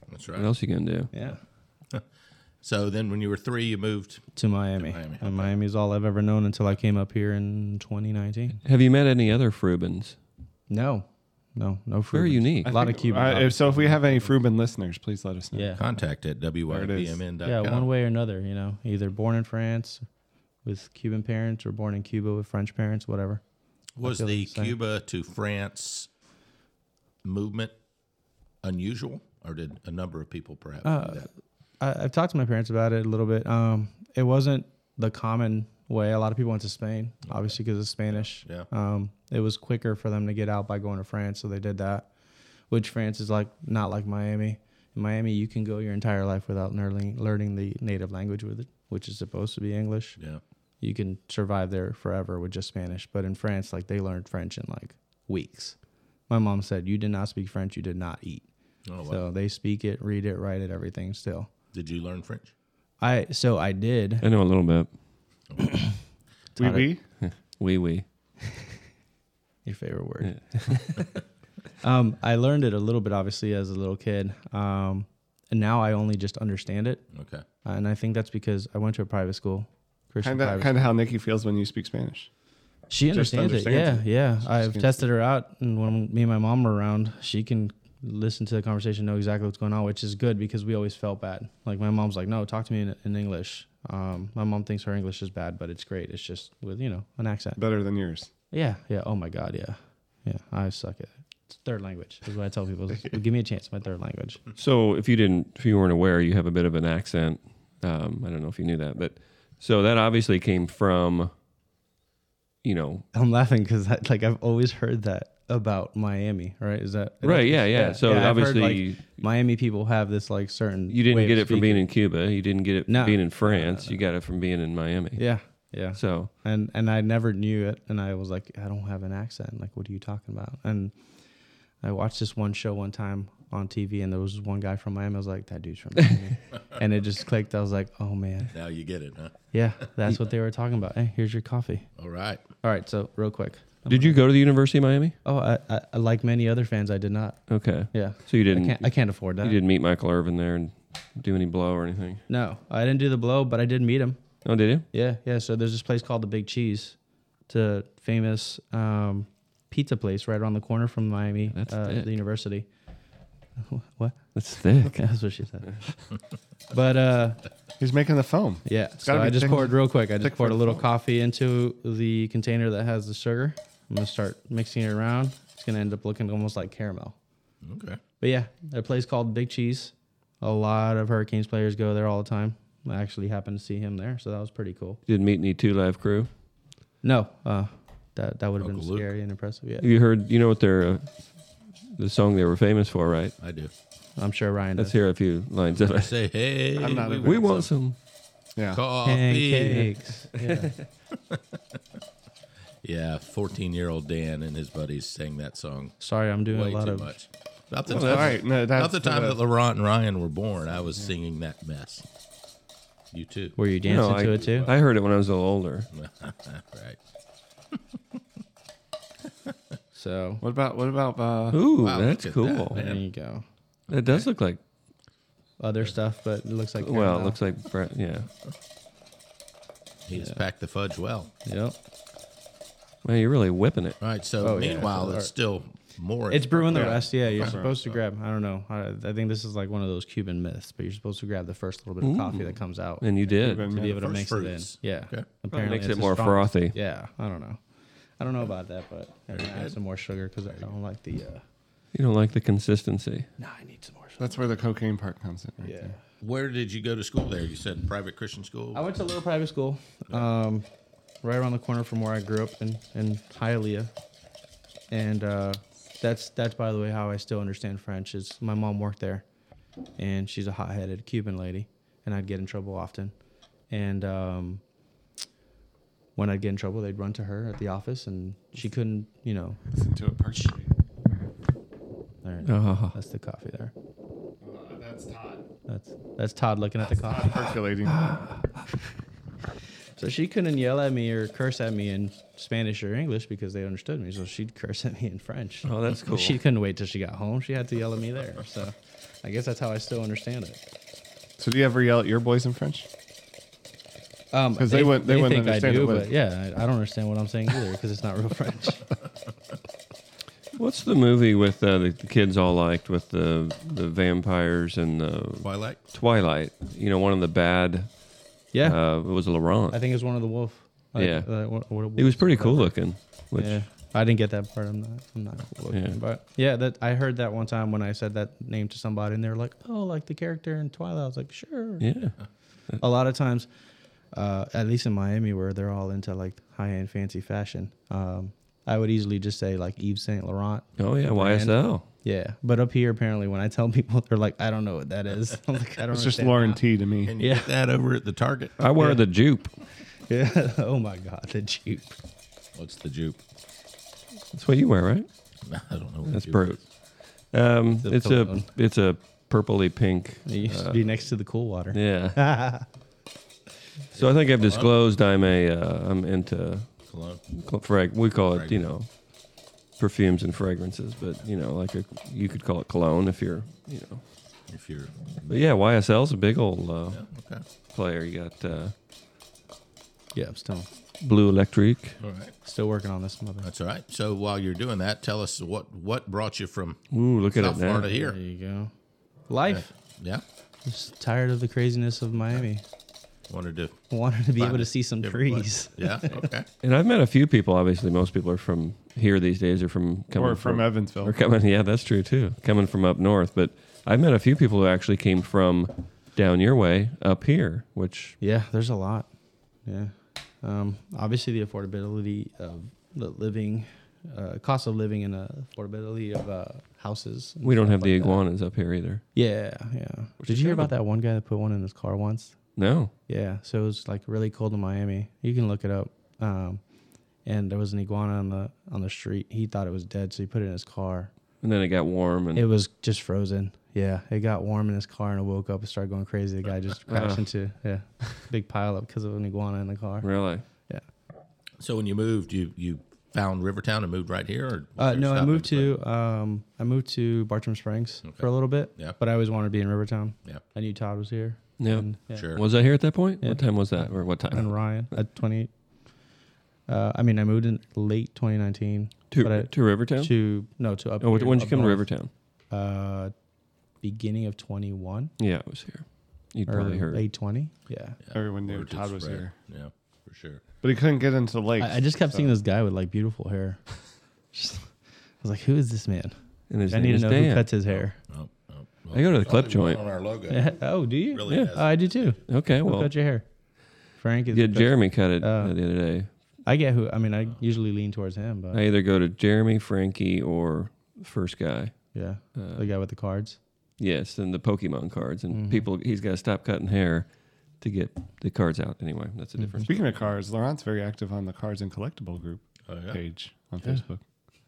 [SPEAKER 3] That's right.
[SPEAKER 2] What else you gonna do?
[SPEAKER 10] yeah.
[SPEAKER 3] So then, when you were three, you moved.
[SPEAKER 10] To Miami.
[SPEAKER 3] Miami,
[SPEAKER 10] And Miami's all I've ever known until I came up here in 2019.
[SPEAKER 2] Have you met any other Frubens?
[SPEAKER 10] No, no, no. Frubens.
[SPEAKER 2] Very unique.
[SPEAKER 10] A lot of Cuban.
[SPEAKER 4] Uh, if, so if we have any Fruben listeners, please let us know.
[SPEAKER 10] yeah,
[SPEAKER 3] Contact at wypmn.com.
[SPEAKER 10] yeah, one way or another. You know, either born in France with Cuban parents or born in Cuba with French parents, whatever.
[SPEAKER 3] Was
[SPEAKER 10] I feel
[SPEAKER 3] the
[SPEAKER 10] the same.
[SPEAKER 3] Cuba to France movement unusual, or did a number of people perhaps do that?
[SPEAKER 10] I, I've talked to my parents about it a little bit. Um, it wasn't the common way. A lot of people went to Spain, obviously because of Spanish.
[SPEAKER 3] Yeah.
[SPEAKER 10] Um, it was quicker for them to get out by going to France, so they did that. Which France is like not like Miami. In Miami, you can go your entire life without learning learning the native language with it, which is supposed to be English.
[SPEAKER 3] Yeah.
[SPEAKER 10] You can survive there forever with just Spanish. But in France, like they learned French in like weeks. My mom said, "You did not speak French. You did not eat."
[SPEAKER 3] Oh, wow.
[SPEAKER 10] So they speak it, read it, write it, everything still.
[SPEAKER 3] Did you learn French?
[SPEAKER 10] I so I did.
[SPEAKER 2] I know a little bit.
[SPEAKER 4] We we
[SPEAKER 2] We we.
[SPEAKER 10] Your favorite word. um, I learned it a little bit, obviously, as a little kid. Um, and now I only just understand it, Uh,
[SPEAKER 3] Okay.
[SPEAKER 10] and I think that's because I went to a private school, Christian
[SPEAKER 4] kind of
[SPEAKER 10] private
[SPEAKER 4] kind of how Nikki feels when you speak Spanish.
[SPEAKER 10] She understands it. Yeah,
[SPEAKER 4] understands
[SPEAKER 10] yeah. I've
[SPEAKER 4] gets-
[SPEAKER 10] tested her out, and when me and my mom were around, she can listen to the conversation, know exactly what's going on, which is good because we always felt bad. Like my mom's like, "No, talk to me in, in English." Um, my mom thinks her English is bad, but it's great. It's just with you know an accent.
[SPEAKER 4] Better than yours.
[SPEAKER 10] Yeah, yeah. Oh my God, yeah, yeah. I suck at it. It's third language is what I tell people. It's, Give me a chance. My third language.
[SPEAKER 2] So if you didn't, if you weren't aware, you have a bit of an accent. Um, I don't know if you knew that, but so that obviously came from, you know,
[SPEAKER 10] I'm laughing because like I've always heard that about Miami. Right? Is that
[SPEAKER 2] Right, yeah, yeah. So
[SPEAKER 10] I've heard,
[SPEAKER 2] obviously-
[SPEAKER 10] like, Miami people have this like certain.
[SPEAKER 2] you
[SPEAKER 10] way
[SPEAKER 2] didn't
[SPEAKER 10] of
[SPEAKER 2] get it from
[SPEAKER 10] speaking.
[SPEAKER 2] being in Cuba. You didn't get it from
[SPEAKER 10] No.
[SPEAKER 2] being in France. You got it from being in Miami.
[SPEAKER 10] Yeah, yeah.
[SPEAKER 2] So
[SPEAKER 10] and and I never knew it, and I was like, I don't have an accent. Like, what are you talking about? And I watched this one show one time on TV, and there was one guy from Miami. I was like, that dude's from Miami, and it just clicked. I was like, oh man,
[SPEAKER 3] Now you get it, huh?
[SPEAKER 10] yeah, that's what they were talking about. Hey, here's your coffee.
[SPEAKER 3] All right.
[SPEAKER 10] All right, so real quick.
[SPEAKER 2] did you go to the University of Miami?
[SPEAKER 10] Oh, I, I, I- like many other fans, I did not.
[SPEAKER 2] Okay.
[SPEAKER 10] Yeah.
[SPEAKER 2] So you
[SPEAKER 10] I
[SPEAKER 2] didn't.
[SPEAKER 10] can't, I can't afford that.
[SPEAKER 2] You didn't meet Michael Irvin there and do any blow or anything.
[SPEAKER 10] No, I didn't do the blow, but I did meet him.
[SPEAKER 2] Oh, did you?
[SPEAKER 10] Yeah, yeah. So there's this place called the Big Cheese, it's a famous um, pizza place right around the corner from Miami,
[SPEAKER 2] That's
[SPEAKER 10] uh,
[SPEAKER 2] thick.
[SPEAKER 10] the university. What?
[SPEAKER 2] That's thick.
[SPEAKER 10] That's what she said. but uh,
[SPEAKER 4] He's making the foam.
[SPEAKER 10] yeah,
[SPEAKER 4] gotta
[SPEAKER 10] so I
[SPEAKER 4] be
[SPEAKER 10] just
[SPEAKER 4] thick-
[SPEAKER 10] poured real quick. I
[SPEAKER 4] thick
[SPEAKER 10] just
[SPEAKER 4] for
[SPEAKER 10] poured a
[SPEAKER 4] the
[SPEAKER 10] little
[SPEAKER 4] phone.
[SPEAKER 10] coffee into the container that has the sugar. I'm gonna start mixing it around. It's gonna end up looking almost like caramel.
[SPEAKER 3] Okay.
[SPEAKER 10] But yeah, a place called Big Cheese. A lot of Hurricanes players go there all the time. I actually happened to see him there, so that was pretty cool.
[SPEAKER 2] You didn't meet any Two Live Crew.
[SPEAKER 10] No, uh, that that would have been
[SPEAKER 3] Uncle Luke.
[SPEAKER 10] scary and impressive. Yeah,
[SPEAKER 2] You heard? You know what their uh, the song they were famous for, right?
[SPEAKER 3] I do.
[SPEAKER 10] I'm sure Ryan
[SPEAKER 2] Let's
[SPEAKER 10] does.
[SPEAKER 2] hear a few lines of it.
[SPEAKER 3] Say hey.
[SPEAKER 4] I'm not
[SPEAKER 3] we
[SPEAKER 4] a-
[SPEAKER 3] want
[SPEAKER 2] We want some.
[SPEAKER 4] Yeah.
[SPEAKER 3] coffee.
[SPEAKER 10] Pancakes. Yeah.
[SPEAKER 3] Yeah. Fourteen-year-old Dan and his buddies sang that song
[SPEAKER 10] Sorry, I'm doing
[SPEAKER 3] way
[SPEAKER 10] a lot
[SPEAKER 3] too
[SPEAKER 10] of.
[SPEAKER 3] much. About the
[SPEAKER 4] Well,
[SPEAKER 3] time,
[SPEAKER 4] all right. No, that's uh,
[SPEAKER 3] about the time
[SPEAKER 4] the-
[SPEAKER 3] that Laurent and Ryan were born, I was singing that mess. You too.
[SPEAKER 10] Were you dancing
[SPEAKER 2] No, I,
[SPEAKER 10] to it too?
[SPEAKER 2] I heard it when I was a little older.
[SPEAKER 3] right.
[SPEAKER 10] so
[SPEAKER 4] What about what about uh,
[SPEAKER 2] Ooh,
[SPEAKER 3] Wow,
[SPEAKER 2] that's
[SPEAKER 3] look at that,
[SPEAKER 2] cool. That,
[SPEAKER 10] there you go.
[SPEAKER 2] does look like.
[SPEAKER 10] Other stuff, but it looks like
[SPEAKER 2] Well, it
[SPEAKER 10] caramel.
[SPEAKER 2] looks like Brett. Yeah.
[SPEAKER 3] He has packed the fudge well.
[SPEAKER 10] Yep.
[SPEAKER 2] Man, you're really whipping it.
[SPEAKER 3] All right. So
[SPEAKER 10] Oh, yeah, it's
[SPEAKER 3] meanwhile,
[SPEAKER 10] all
[SPEAKER 3] it's
[SPEAKER 10] right.
[SPEAKER 3] still more.
[SPEAKER 10] It's brewing the rest. Yeah, you're supposed to grab. I don't know. I, I think this is like one of those Cuban myths, but you're supposed to grab the first little bit of coffee that comes out
[SPEAKER 2] And you did.
[SPEAKER 10] to be able to
[SPEAKER 3] first
[SPEAKER 10] mix
[SPEAKER 3] fruits.
[SPEAKER 10] it in. Yeah.
[SPEAKER 3] Okay.
[SPEAKER 10] Apparently
[SPEAKER 2] makes
[SPEAKER 10] it's
[SPEAKER 2] it
[SPEAKER 10] the
[SPEAKER 2] more
[SPEAKER 10] strongest-
[SPEAKER 2] frothy.
[SPEAKER 10] Yeah. I don't know. I don't know about that, but I'm gonna add some more sugar because I don't like the. Uh,
[SPEAKER 2] You don't like the consistency.
[SPEAKER 10] no, I need some more sugar.
[SPEAKER 4] That's where the cocaine part comes in. Right
[SPEAKER 10] Yeah.
[SPEAKER 4] there.
[SPEAKER 3] Where did you go to school there? You said private Christian school?
[SPEAKER 10] I went to a little private school, um, right around the corner from where I grew up in in Hialeah, and uh, that's that's by the way how I still understand French is my mom worked there, and she's a hot-headed Cuban lady, and I'd get in trouble often, and um, when I'd get in trouble, they'd run to her at the office, and she couldn't, you know,
[SPEAKER 4] listen to it personally.
[SPEAKER 10] There,
[SPEAKER 2] Oh.
[SPEAKER 10] that's the coffee there.
[SPEAKER 4] That's Todd.
[SPEAKER 10] That's that's Todd looking at the coffee
[SPEAKER 4] percolating.
[SPEAKER 10] so she couldn't yell at me or curse at me in Spanish or English because they understood me. So she'd curse at me in French.
[SPEAKER 2] Oh, that's cool.
[SPEAKER 10] She couldn't wait till she got home. She had to yell at me there. So I guess that's how I still understand it.
[SPEAKER 4] So do you ever yell at your boys in French?
[SPEAKER 10] Um,
[SPEAKER 4] 'Cause they wouldn't- they wouldn't
[SPEAKER 10] think
[SPEAKER 4] understand
[SPEAKER 10] I do,
[SPEAKER 4] it, would
[SPEAKER 10] but
[SPEAKER 4] they?
[SPEAKER 10] yeah, I, I don't understand what I'm saying either because it's not real French.
[SPEAKER 2] What's the movie with uh, the, the kids all liked with the the vampires and the
[SPEAKER 3] Twilight?
[SPEAKER 2] Twilight. You know, one of the bad.
[SPEAKER 10] Yeah.
[SPEAKER 2] uh, it was Laurent.
[SPEAKER 10] I think it's one of the wolf. Like,
[SPEAKER 2] yeah,
[SPEAKER 10] uh, what- what
[SPEAKER 2] he was
[SPEAKER 10] wolves
[SPEAKER 2] pretty
[SPEAKER 10] call
[SPEAKER 2] cool
[SPEAKER 10] it.
[SPEAKER 2] looking. Which
[SPEAKER 10] yeah, I didn't get that part. I'm not. I'm not cool looking,
[SPEAKER 2] Yeah.
[SPEAKER 10] but yeah, that I heard that one time when I said that name to somebody, and they were like, "Oh, like the character in Twilight." I was like, "Sure."
[SPEAKER 2] Yeah.
[SPEAKER 10] A lot of times, uh, at least in Miami, where they're all into like high end fancy fashion, um, I would easily just say like Yves Saint Laurent.
[SPEAKER 2] Oh, yeah,
[SPEAKER 10] brand.
[SPEAKER 2] YSL.
[SPEAKER 10] Yeah, but up here apparently, when I tell people, they're like, "I don't know what that is." I'm like, "I don't."
[SPEAKER 4] It's just
[SPEAKER 10] understand."
[SPEAKER 4] Lauren T to me.
[SPEAKER 3] And you get that over at the Target.
[SPEAKER 2] I wear the jupe.
[SPEAKER 10] Yeah. oh my God, the Jeep.
[SPEAKER 3] What's the jupe?
[SPEAKER 2] That's what you wear, right?
[SPEAKER 3] I don't know. what
[SPEAKER 2] That's
[SPEAKER 3] jupe
[SPEAKER 2] brute.
[SPEAKER 3] is.
[SPEAKER 2] Um,
[SPEAKER 10] The
[SPEAKER 2] it's a
[SPEAKER 10] cologne.
[SPEAKER 2] it's a purpley pink.
[SPEAKER 10] It used
[SPEAKER 2] uh,
[SPEAKER 10] to be next to the cool water.
[SPEAKER 2] yeah. so I think I've disclosed I'm a uh, I'm into
[SPEAKER 3] Cologne.
[SPEAKER 2] cl- frag. We call it you
[SPEAKER 3] Fragrance.
[SPEAKER 2] know perfumes and fragrances, but you know like a, you could call it cologne if you're you know.
[SPEAKER 3] If you're
[SPEAKER 2] But yeah, YSL's a big old uh,
[SPEAKER 3] okay.
[SPEAKER 2] player. You got uh,
[SPEAKER 10] Yeah, I'm still
[SPEAKER 2] Blue Electric.
[SPEAKER 3] All right.
[SPEAKER 10] still working on this mother.
[SPEAKER 3] That's all right. So while you're doing that, tell us what what brought you from
[SPEAKER 2] Ooh, look at
[SPEAKER 3] South
[SPEAKER 2] it now.
[SPEAKER 3] Florida
[SPEAKER 10] There
[SPEAKER 3] here.
[SPEAKER 10] you go. Life.
[SPEAKER 3] Yeah.
[SPEAKER 10] Just tired of the craziness of Miami.
[SPEAKER 3] Wanted to
[SPEAKER 10] Wanted to be able
[SPEAKER 3] Find
[SPEAKER 10] to see some
[SPEAKER 3] different
[SPEAKER 10] trees.
[SPEAKER 3] place. Yeah. Okay.
[SPEAKER 2] And I've met a few people. Obviously, most people are from here these days, or from coming
[SPEAKER 4] Or from Evansville.
[SPEAKER 2] Or coming, yeah, that's true too. Coming from up north, but I've met a few people who actually came from down your way up here. Which
[SPEAKER 10] Yeah, there's a lot. Yeah. Um, obviously, the affordability of the living, uh, cost of living, and uh, affordability of uh, houses. and
[SPEAKER 2] we don't
[SPEAKER 10] stuff
[SPEAKER 2] have the
[SPEAKER 10] like that.
[SPEAKER 2] iguanas up here either.
[SPEAKER 10] Yeah, yeah. Did you hear about that one guy that put one in his car once?
[SPEAKER 2] No,
[SPEAKER 10] Yeah, so it was like really cold in Miami. You can look it up. Um, and there was an iguana on the on the street. He thought it was dead, so he put it in his car.
[SPEAKER 2] and then it got warm, and
[SPEAKER 10] It was just frozen. Yeah, it got warm in his car and I woke up and started going crazy. The guy
[SPEAKER 2] Uh.
[SPEAKER 10] just crashed into yeah, big pile up because of an iguana in the car.
[SPEAKER 2] really,
[SPEAKER 10] Yeah.
[SPEAKER 3] So when you moved, you you found Rivertown and moved right here. Or was
[SPEAKER 10] Uh,
[SPEAKER 3] there
[SPEAKER 10] no, I
[SPEAKER 3] stopping
[SPEAKER 10] moved
[SPEAKER 3] place?
[SPEAKER 10] to um, I moved to Bartram Springs for a little bit.
[SPEAKER 3] Yeah.
[SPEAKER 10] But I always wanted to be in Rivertown.
[SPEAKER 3] Yeah.
[SPEAKER 10] I knew Todd was here.
[SPEAKER 2] Yeah.
[SPEAKER 10] And, yeah.
[SPEAKER 3] Sure.
[SPEAKER 2] was I here at that point? What time was that, or what
[SPEAKER 10] And
[SPEAKER 2] time?
[SPEAKER 10] Ryan at 28. Uh, I mean, I moved in late 2019.
[SPEAKER 2] To
[SPEAKER 10] but I,
[SPEAKER 2] to Rivertown.
[SPEAKER 10] to no to up.
[SPEAKER 2] oh, when
[SPEAKER 10] here,
[SPEAKER 2] when did you
[SPEAKER 10] up
[SPEAKER 2] come to
[SPEAKER 10] north.
[SPEAKER 2] Rivertown?
[SPEAKER 10] Uh, beginning of 21
[SPEAKER 2] Yeah, it was here. You'd
[SPEAKER 10] or
[SPEAKER 2] probably heard.
[SPEAKER 10] late 20. Yeah.
[SPEAKER 4] Everyone
[SPEAKER 3] Or
[SPEAKER 4] knew
[SPEAKER 3] it did
[SPEAKER 4] Todd was
[SPEAKER 3] spread.
[SPEAKER 4] here,
[SPEAKER 3] Yeah, for sure.
[SPEAKER 4] but he couldn't get into the lake.
[SPEAKER 10] I, I just kept seeing this guy with like beautiful hair. Just, I was like, who is this man?
[SPEAKER 2] And his
[SPEAKER 10] I
[SPEAKER 2] name
[SPEAKER 10] need to
[SPEAKER 2] is
[SPEAKER 10] know who
[SPEAKER 2] Dan.
[SPEAKER 10] cuts his hair.
[SPEAKER 3] Oh, oh, well,
[SPEAKER 2] I go to the clip
[SPEAKER 3] probably
[SPEAKER 2] joint.
[SPEAKER 3] On our logo.
[SPEAKER 10] oh, do you?
[SPEAKER 3] Really has-
[SPEAKER 10] Oh, I do too.
[SPEAKER 2] Okay,
[SPEAKER 10] Who
[SPEAKER 2] well,
[SPEAKER 10] cut your hair? Frank is.
[SPEAKER 2] yeah,
[SPEAKER 10] who cuts-
[SPEAKER 2] Jeremy cut it
[SPEAKER 10] Uh,
[SPEAKER 2] uh, the other day.
[SPEAKER 10] I get who. I mean, I usually lean towards him, but
[SPEAKER 2] I either go to Jeremy, Frankie, or first guy.
[SPEAKER 10] yeah,
[SPEAKER 2] Uh,
[SPEAKER 10] the guy with the cards.
[SPEAKER 2] Yes, and the Pokemon cards. And people, he's got to stop cutting hair to get the cards out. Anyway, that's the difference.
[SPEAKER 4] Speaking of cars, Laurent's very active on the Cards and Collectible Group
[SPEAKER 3] Oh, yeah.
[SPEAKER 4] page on Facebook.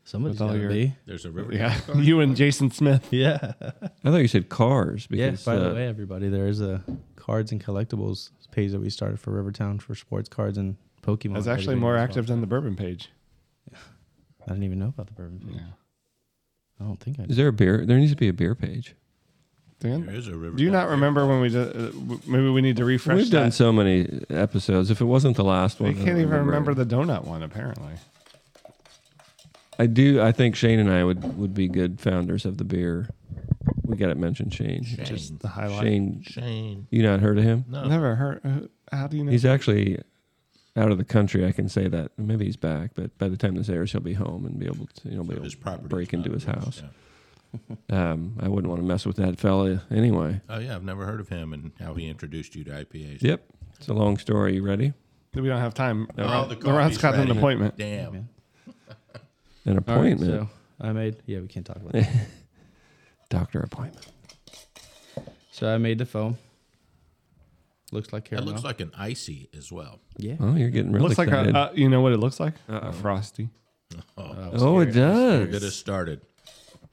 [SPEAKER 10] Somebody's
[SPEAKER 4] With all
[SPEAKER 10] gotta
[SPEAKER 4] your-
[SPEAKER 10] be.
[SPEAKER 3] There's a river.
[SPEAKER 4] Yeah, you and Jason Smith.
[SPEAKER 10] Yeah.
[SPEAKER 2] I thought you said cars
[SPEAKER 10] Yeah.
[SPEAKER 2] because
[SPEAKER 10] By
[SPEAKER 2] uh,
[SPEAKER 10] the way, everybody, there is a cards and collectibles page that we started for Rivertown for sports cards and Pokemon.
[SPEAKER 4] Is
[SPEAKER 10] cards
[SPEAKER 4] actually
[SPEAKER 10] as
[SPEAKER 4] more
[SPEAKER 10] well.
[SPEAKER 4] active than the Bourbon page.
[SPEAKER 10] I didn't even know about the bourbon page. I don't think I
[SPEAKER 2] is
[SPEAKER 10] did.
[SPEAKER 2] there a beer? There needs to be a beer page.
[SPEAKER 4] Dan,
[SPEAKER 3] There is a river.
[SPEAKER 4] do you not remember when we did? Uh, w- maybe we need to refresh.
[SPEAKER 2] We've done
[SPEAKER 4] that.
[SPEAKER 2] so many episodes. If it wasn't the last one,
[SPEAKER 4] You
[SPEAKER 2] I don't
[SPEAKER 4] can't even remember the donut one. Apparently,
[SPEAKER 2] I do. I think Shane and I would would be good founders of the beer. We got to mention Shane. Shane.
[SPEAKER 3] Shane.
[SPEAKER 4] the highlight.
[SPEAKER 3] Shane.
[SPEAKER 2] you not heard of him?
[SPEAKER 3] No.
[SPEAKER 4] Never heard. who- How do you know?
[SPEAKER 2] He's actually out of the country. I can say that. Maybe he's back, but by the time this airs, he'll be home and be able to you know be able
[SPEAKER 3] His
[SPEAKER 2] to
[SPEAKER 3] property.
[SPEAKER 2] break
[SPEAKER 3] is
[SPEAKER 2] into
[SPEAKER 3] not
[SPEAKER 2] his
[SPEAKER 3] yours,
[SPEAKER 2] house.
[SPEAKER 3] yeah.
[SPEAKER 2] Um, I wouldn't want to mess with that fella anyway.
[SPEAKER 3] Oh yeah, I've never heard of him and how he introduced you to IPAs.
[SPEAKER 2] Yep. It's a long story. You ready?
[SPEAKER 4] we don't have time.
[SPEAKER 3] Oh, the coffee's
[SPEAKER 4] Laurent's got an
[SPEAKER 3] ready.
[SPEAKER 4] appointment.
[SPEAKER 3] Damn.
[SPEAKER 2] An
[SPEAKER 10] All right,
[SPEAKER 2] appointment.
[SPEAKER 10] so I made. Yeah, we can't talk about that.
[SPEAKER 2] Doctor appointment.
[SPEAKER 10] So I made the foam. Looks like
[SPEAKER 3] It
[SPEAKER 10] caramel.
[SPEAKER 3] looks like an icy as well.
[SPEAKER 10] Yeah.
[SPEAKER 2] Oh, you're getting real
[SPEAKER 4] looks like
[SPEAKER 2] excited.
[SPEAKER 4] a, uh, you know what it looks like? A frosty.
[SPEAKER 2] oh, it does.
[SPEAKER 3] It has started,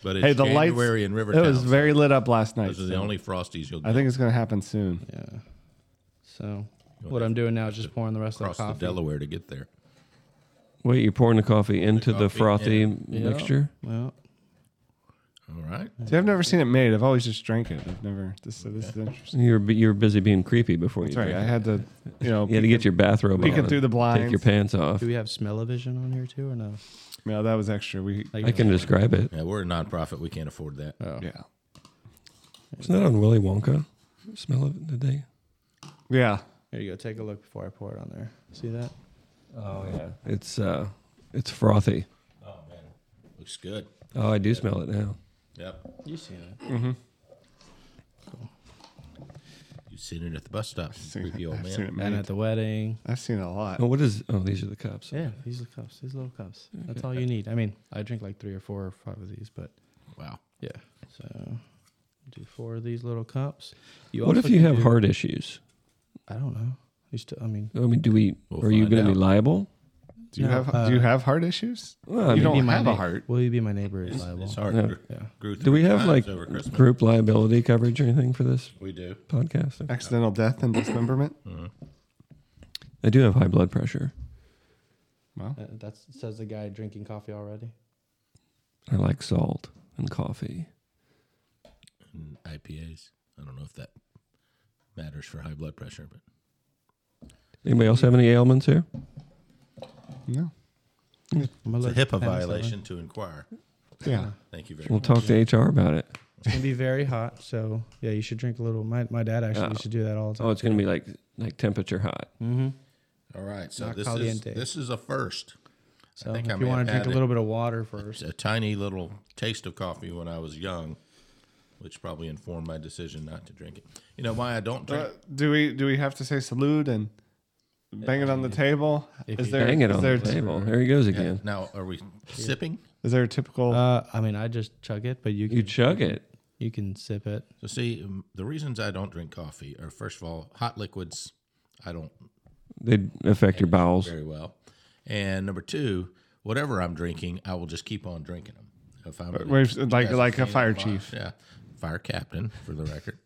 [SPEAKER 3] but it's
[SPEAKER 4] Hey, the lights.
[SPEAKER 3] January in Rivertown.
[SPEAKER 4] it was
[SPEAKER 3] so
[SPEAKER 4] very lit up last night.
[SPEAKER 3] Those are the
[SPEAKER 4] so
[SPEAKER 3] only frosties you'll get.
[SPEAKER 4] I think it's going to happen soon.
[SPEAKER 10] Yeah. So what I'm doing now is just pouring the rest of the
[SPEAKER 3] across the
[SPEAKER 10] coffee.
[SPEAKER 3] Delaware to get there.
[SPEAKER 2] Wait, you're pouring the coffee into the,
[SPEAKER 3] coffee
[SPEAKER 2] frothy
[SPEAKER 3] in.
[SPEAKER 10] Yeah.
[SPEAKER 2] mixture?
[SPEAKER 10] Well,
[SPEAKER 3] All right.
[SPEAKER 4] See, I've never seen it made. I've always just drank it. I've never. This, so this is interesting.
[SPEAKER 2] You're bu- you're busy being creepy before you.
[SPEAKER 4] That's right.
[SPEAKER 2] drink
[SPEAKER 4] I
[SPEAKER 2] it.
[SPEAKER 4] had to, you know,
[SPEAKER 2] you had to get your bathrobe
[SPEAKER 4] peeking
[SPEAKER 2] on,
[SPEAKER 4] through the
[SPEAKER 2] Take your
[SPEAKER 4] blinds.
[SPEAKER 2] pants off.
[SPEAKER 10] do we have smell-o-vision on here too or no?
[SPEAKER 4] No, that was extra. We
[SPEAKER 10] Like,
[SPEAKER 2] I can describe it.
[SPEAKER 3] Yeah, we're a nonprofit. We can't afford that.
[SPEAKER 4] yeah,
[SPEAKER 2] Isn't that on Willy Wonka? Smell of it today.
[SPEAKER 4] yeah.
[SPEAKER 10] Here you go. Take a look before I pour it on there. See that?
[SPEAKER 2] Oh yeah. It's uh, it's frothy.
[SPEAKER 3] Oh man, looks good.
[SPEAKER 2] Oh, I do smell it now.
[SPEAKER 3] Yep.
[SPEAKER 10] You see it?
[SPEAKER 3] You've seen it at the bus stop.
[SPEAKER 4] I've
[SPEAKER 3] Creepy old
[SPEAKER 4] seen
[SPEAKER 3] man.
[SPEAKER 4] it
[SPEAKER 10] And
[SPEAKER 4] made.
[SPEAKER 10] at the wedding.
[SPEAKER 4] I've seen it a lot.
[SPEAKER 2] Oh, what is? Oh, these are the cups.
[SPEAKER 10] Yeah, these little cups. These little cups. That's all you need. I mean, I drink like three or four or five of these, but
[SPEAKER 3] Wow.
[SPEAKER 10] yeah. So do four of these little cups. You
[SPEAKER 2] What if
[SPEAKER 10] also
[SPEAKER 2] you
[SPEAKER 10] can
[SPEAKER 2] have
[SPEAKER 10] do-
[SPEAKER 2] heart issues?
[SPEAKER 10] I don't know. You still, I mean,
[SPEAKER 2] I mean, do we?
[SPEAKER 3] We'll
[SPEAKER 2] are you
[SPEAKER 3] find
[SPEAKER 2] going to be
[SPEAKER 3] out.
[SPEAKER 2] liable?
[SPEAKER 4] Do you
[SPEAKER 10] No,
[SPEAKER 4] have
[SPEAKER 10] uh,
[SPEAKER 4] Do you have heart issues?
[SPEAKER 2] Well, I
[SPEAKER 4] you
[SPEAKER 2] mean,
[SPEAKER 4] don't
[SPEAKER 10] my
[SPEAKER 4] have
[SPEAKER 10] na-
[SPEAKER 4] a heart.
[SPEAKER 10] Will you be my neighbor? Is liable.
[SPEAKER 3] It's hard.
[SPEAKER 2] Yeah.
[SPEAKER 3] Grew-
[SPEAKER 10] Yeah.
[SPEAKER 3] Grew
[SPEAKER 2] do we
[SPEAKER 3] three
[SPEAKER 2] have
[SPEAKER 3] times
[SPEAKER 2] like
[SPEAKER 3] over Christmas.
[SPEAKER 2] group liability coverage or anything for this
[SPEAKER 3] We do.
[SPEAKER 2] podcast? Okay.
[SPEAKER 4] Accidental death and dismemberment.
[SPEAKER 2] I do have high blood pressure.
[SPEAKER 4] Well,
[SPEAKER 10] Uh, that says the guy drinking coffee already.
[SPEAKER 2] I like salt and coffee.
[SPEAKER 3] And IPAs. I don't know if that matters for high blood pressure, but
[SPEAKER 2] Anybody else have any ailments here?
[SPEAKER 4] no.
[SPEAKER 10] I'm gonna
[SPEAKER 3] it's a
[SPEAKER 10] let
[SPEAKER 3] HIPAA
[SPEAKER 10] Hannah say
[SPEAKER 3] violation to inquire.
[SPEAKER 4] Yeah.
[SPEAKER 3] Thank you very
[SPEAKER 2] We'll
[SPEAKER 3] much.
[SPEAKER 2] talk to HR about it.
[SPEAKER 10] It's gonna be very hot, so yeah, you should drink a little. My, my dad actually
[SPEAKER 2] Oh.
[SPEAKER 10] used to do that all the time.
[SPEAKER 2] Oh, it's going to be like like temperature hot.
[SPEAKER 3] All right. So
[SPEAKER 10] Not
[SPEAKER 3] this is
[SPEAKER 10] caliente.
[SPEAKER 3] this is a first.
[SPEAKER 10] so
[SPEAKER 3] think
[SPEAKER 10] if
[SPEAKER 3] I
[SPEAKER 10] you
[SPEAKER 3] may
[SPEAKER 10] want
[SPEAKER 3] have
[SPEAKER 10] to drink
[SPEAKER 3] had
[SPEAKER 10] a
[SPEAKER 3] it.
[SPEAKER 10] little bit of water first,
[SPEAKER 3] A tiny little taste of coffee when I was young, which probably informed my decision not to drink it. You know why I don't drink.
[SPEAKER 4] Uh, do we Do we have to say salute and bang it on the table? Is
[SPEAKER 10] you-
[SPEAKER 4] there
[SPEAKER 2] Hang it
[SPEAKER 4] is
[SPEAKER 2] on
[SPEAKER 4] there
[SPEAKER 2] the table. There he goes
[SPEAKER 3] Yeah.
[SPEAKER 2] again.
[SPEAKER 3] Now, are we sipping?
[SPEAKER 4] Is there a typical?
[SPEAKER 10] uh, I mean, I just chug it, but you can,
[SPEAKER 2] You chug it.
[SPEAKER 10] you can sip it.
[SPEAKER 3] So, see, um, the reasons I don't drink coffee are first of all, hot liquids I don't
[SPEAKER 2] They affect your bowels.
[SPEAKER 3] very well. And number two, whatever I'm drinking, I will just keep on drinking them. If I'm
[SPEAKER 4] Where's- like
[SPEAKER 3] as
[SPEAKER 4] like a
[SPEAKER 3] fan
[SPEAKER 4] fire
[SPEAKER 3] of fi-
[SPEAKER 4] chief.
[SPEAKER 3] yeah, fire captain for the record.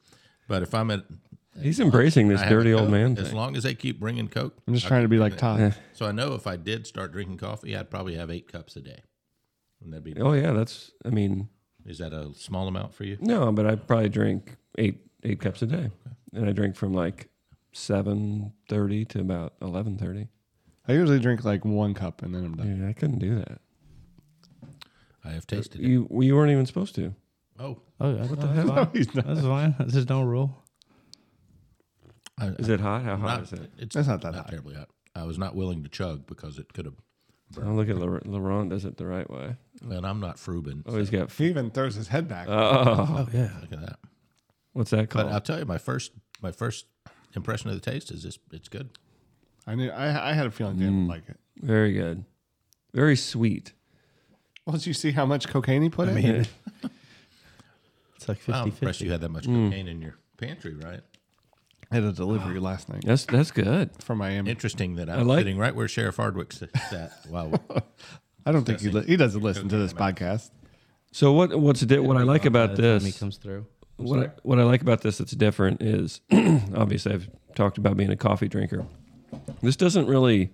[SPEAKER 3] But if I'm at
[SPEAKER 2] He's embracing this
[SPEAKER 3] I have a
[SPEAKER 2] dirty old
[SPEAKER 3] Coke,
[SPEAKER 2] man
[SPEAKER 3] as
[SPEAKER 2] thing.
[SPEAKER 3] long as they keep bringing Coke,
[SPEAKER 4] I'm just
[SPEAKER 3] I'll
[SPEAKER 4] trying to
[SPEAKER 3] keep
[SPEAKER 4] be like
[SPEAKER 3] drinking it.
[SPEAKER 4] Todd.
[SPEAKER 3] So I know if I did start drinking coffee, I'd probably have eight cups a day. And that'd be
[SPEAKER 2] Oh yeah, that's. I mean,
[SPEAKER 3] is that a small amount for you?
[SPEAKER 2] no, but I probably drink eight eight cups a day, and I drink from like seven thirty to about eleven thirty.
[SPEAKER 4] I usually drink like one cup and then I'm done.
[SPEAKER 2] Dude, I couldn't do that.
[SPEAKER 3] I have tasted it.
[SPEAKER 2] You you weren't even supposed to.
[SPEAKER 3] Oh,
[SPEAKER 10] Oh, that's, that's fine.
[SPEAKER 4] He's not-
[SPEAKER 10] That's fine. There's no rule.
[SPEAKER 3] I,
[SPEAKER 2] Is it hot? How hot
[SPEAKER 3] not,
[SPEAKER 2] is it?
[SPEAKER 3] it's
[SPEAKER 4] That's not that hot.
[SPEAKER 3] terribly hot. I was not willing to chug because it could have.
[SPEAKER 2] Oh, look at Lar- Laurent does it the right way.
[SPEAKER 3] And I'm not frubin.
[SPEAKER 2] Oh, he's got.
[SPEAKER 4] He even throws his head back.
[SPEAKER 2] Oh,
[SPEAKER 10] Oh yeah,
[SPEAKER 3] Look at that.
[SPEAKER 2] what's that
[SPEAKER 3] But uh,
[SPEAKER 2] called?
[SPEAKER 3] I'll tell you, my first my first impression of the taste is it's, it's good.
[SPEAKER 4] I knew. I, I had a feeling they
[SPEAKER 2] mm.
[SPEAKER 4] didn't like it.
[SPEAKER 2] Very good. Very sweet.
[SPEAKER 4] Well, did you see how much cocaine he put in?
[SPEAKER 10] it's like
[SPEAKER 3] I'm
[SPEAKER 10] 50
[SPEAKER 3] impressed you had that much cocaine in your pantry, right?
[SPEAKER 4] I had a delivery last night
[SPEAKER 2] That's that's good.
[SPEAKER 4] from Miami.
[SPEAKER 3] Interesting that I'm
[SPEAKER 2] like-
[SPEAKER 3] sitting right where Sheriff Hardwick s- sat. Wow.
[SPEAKER 4] I don't think he li- he doesn't listen to this podcast.
[SPEAKER 2] So what what's di- what I like about
[SPEAKER 10] He
[SPEAKER 2] this
[SPEAKER 10] comes through.
[SPEAKER 2] what I, what I like about this that's different is obviously I've talked about being a coffee drinker. This doesn't really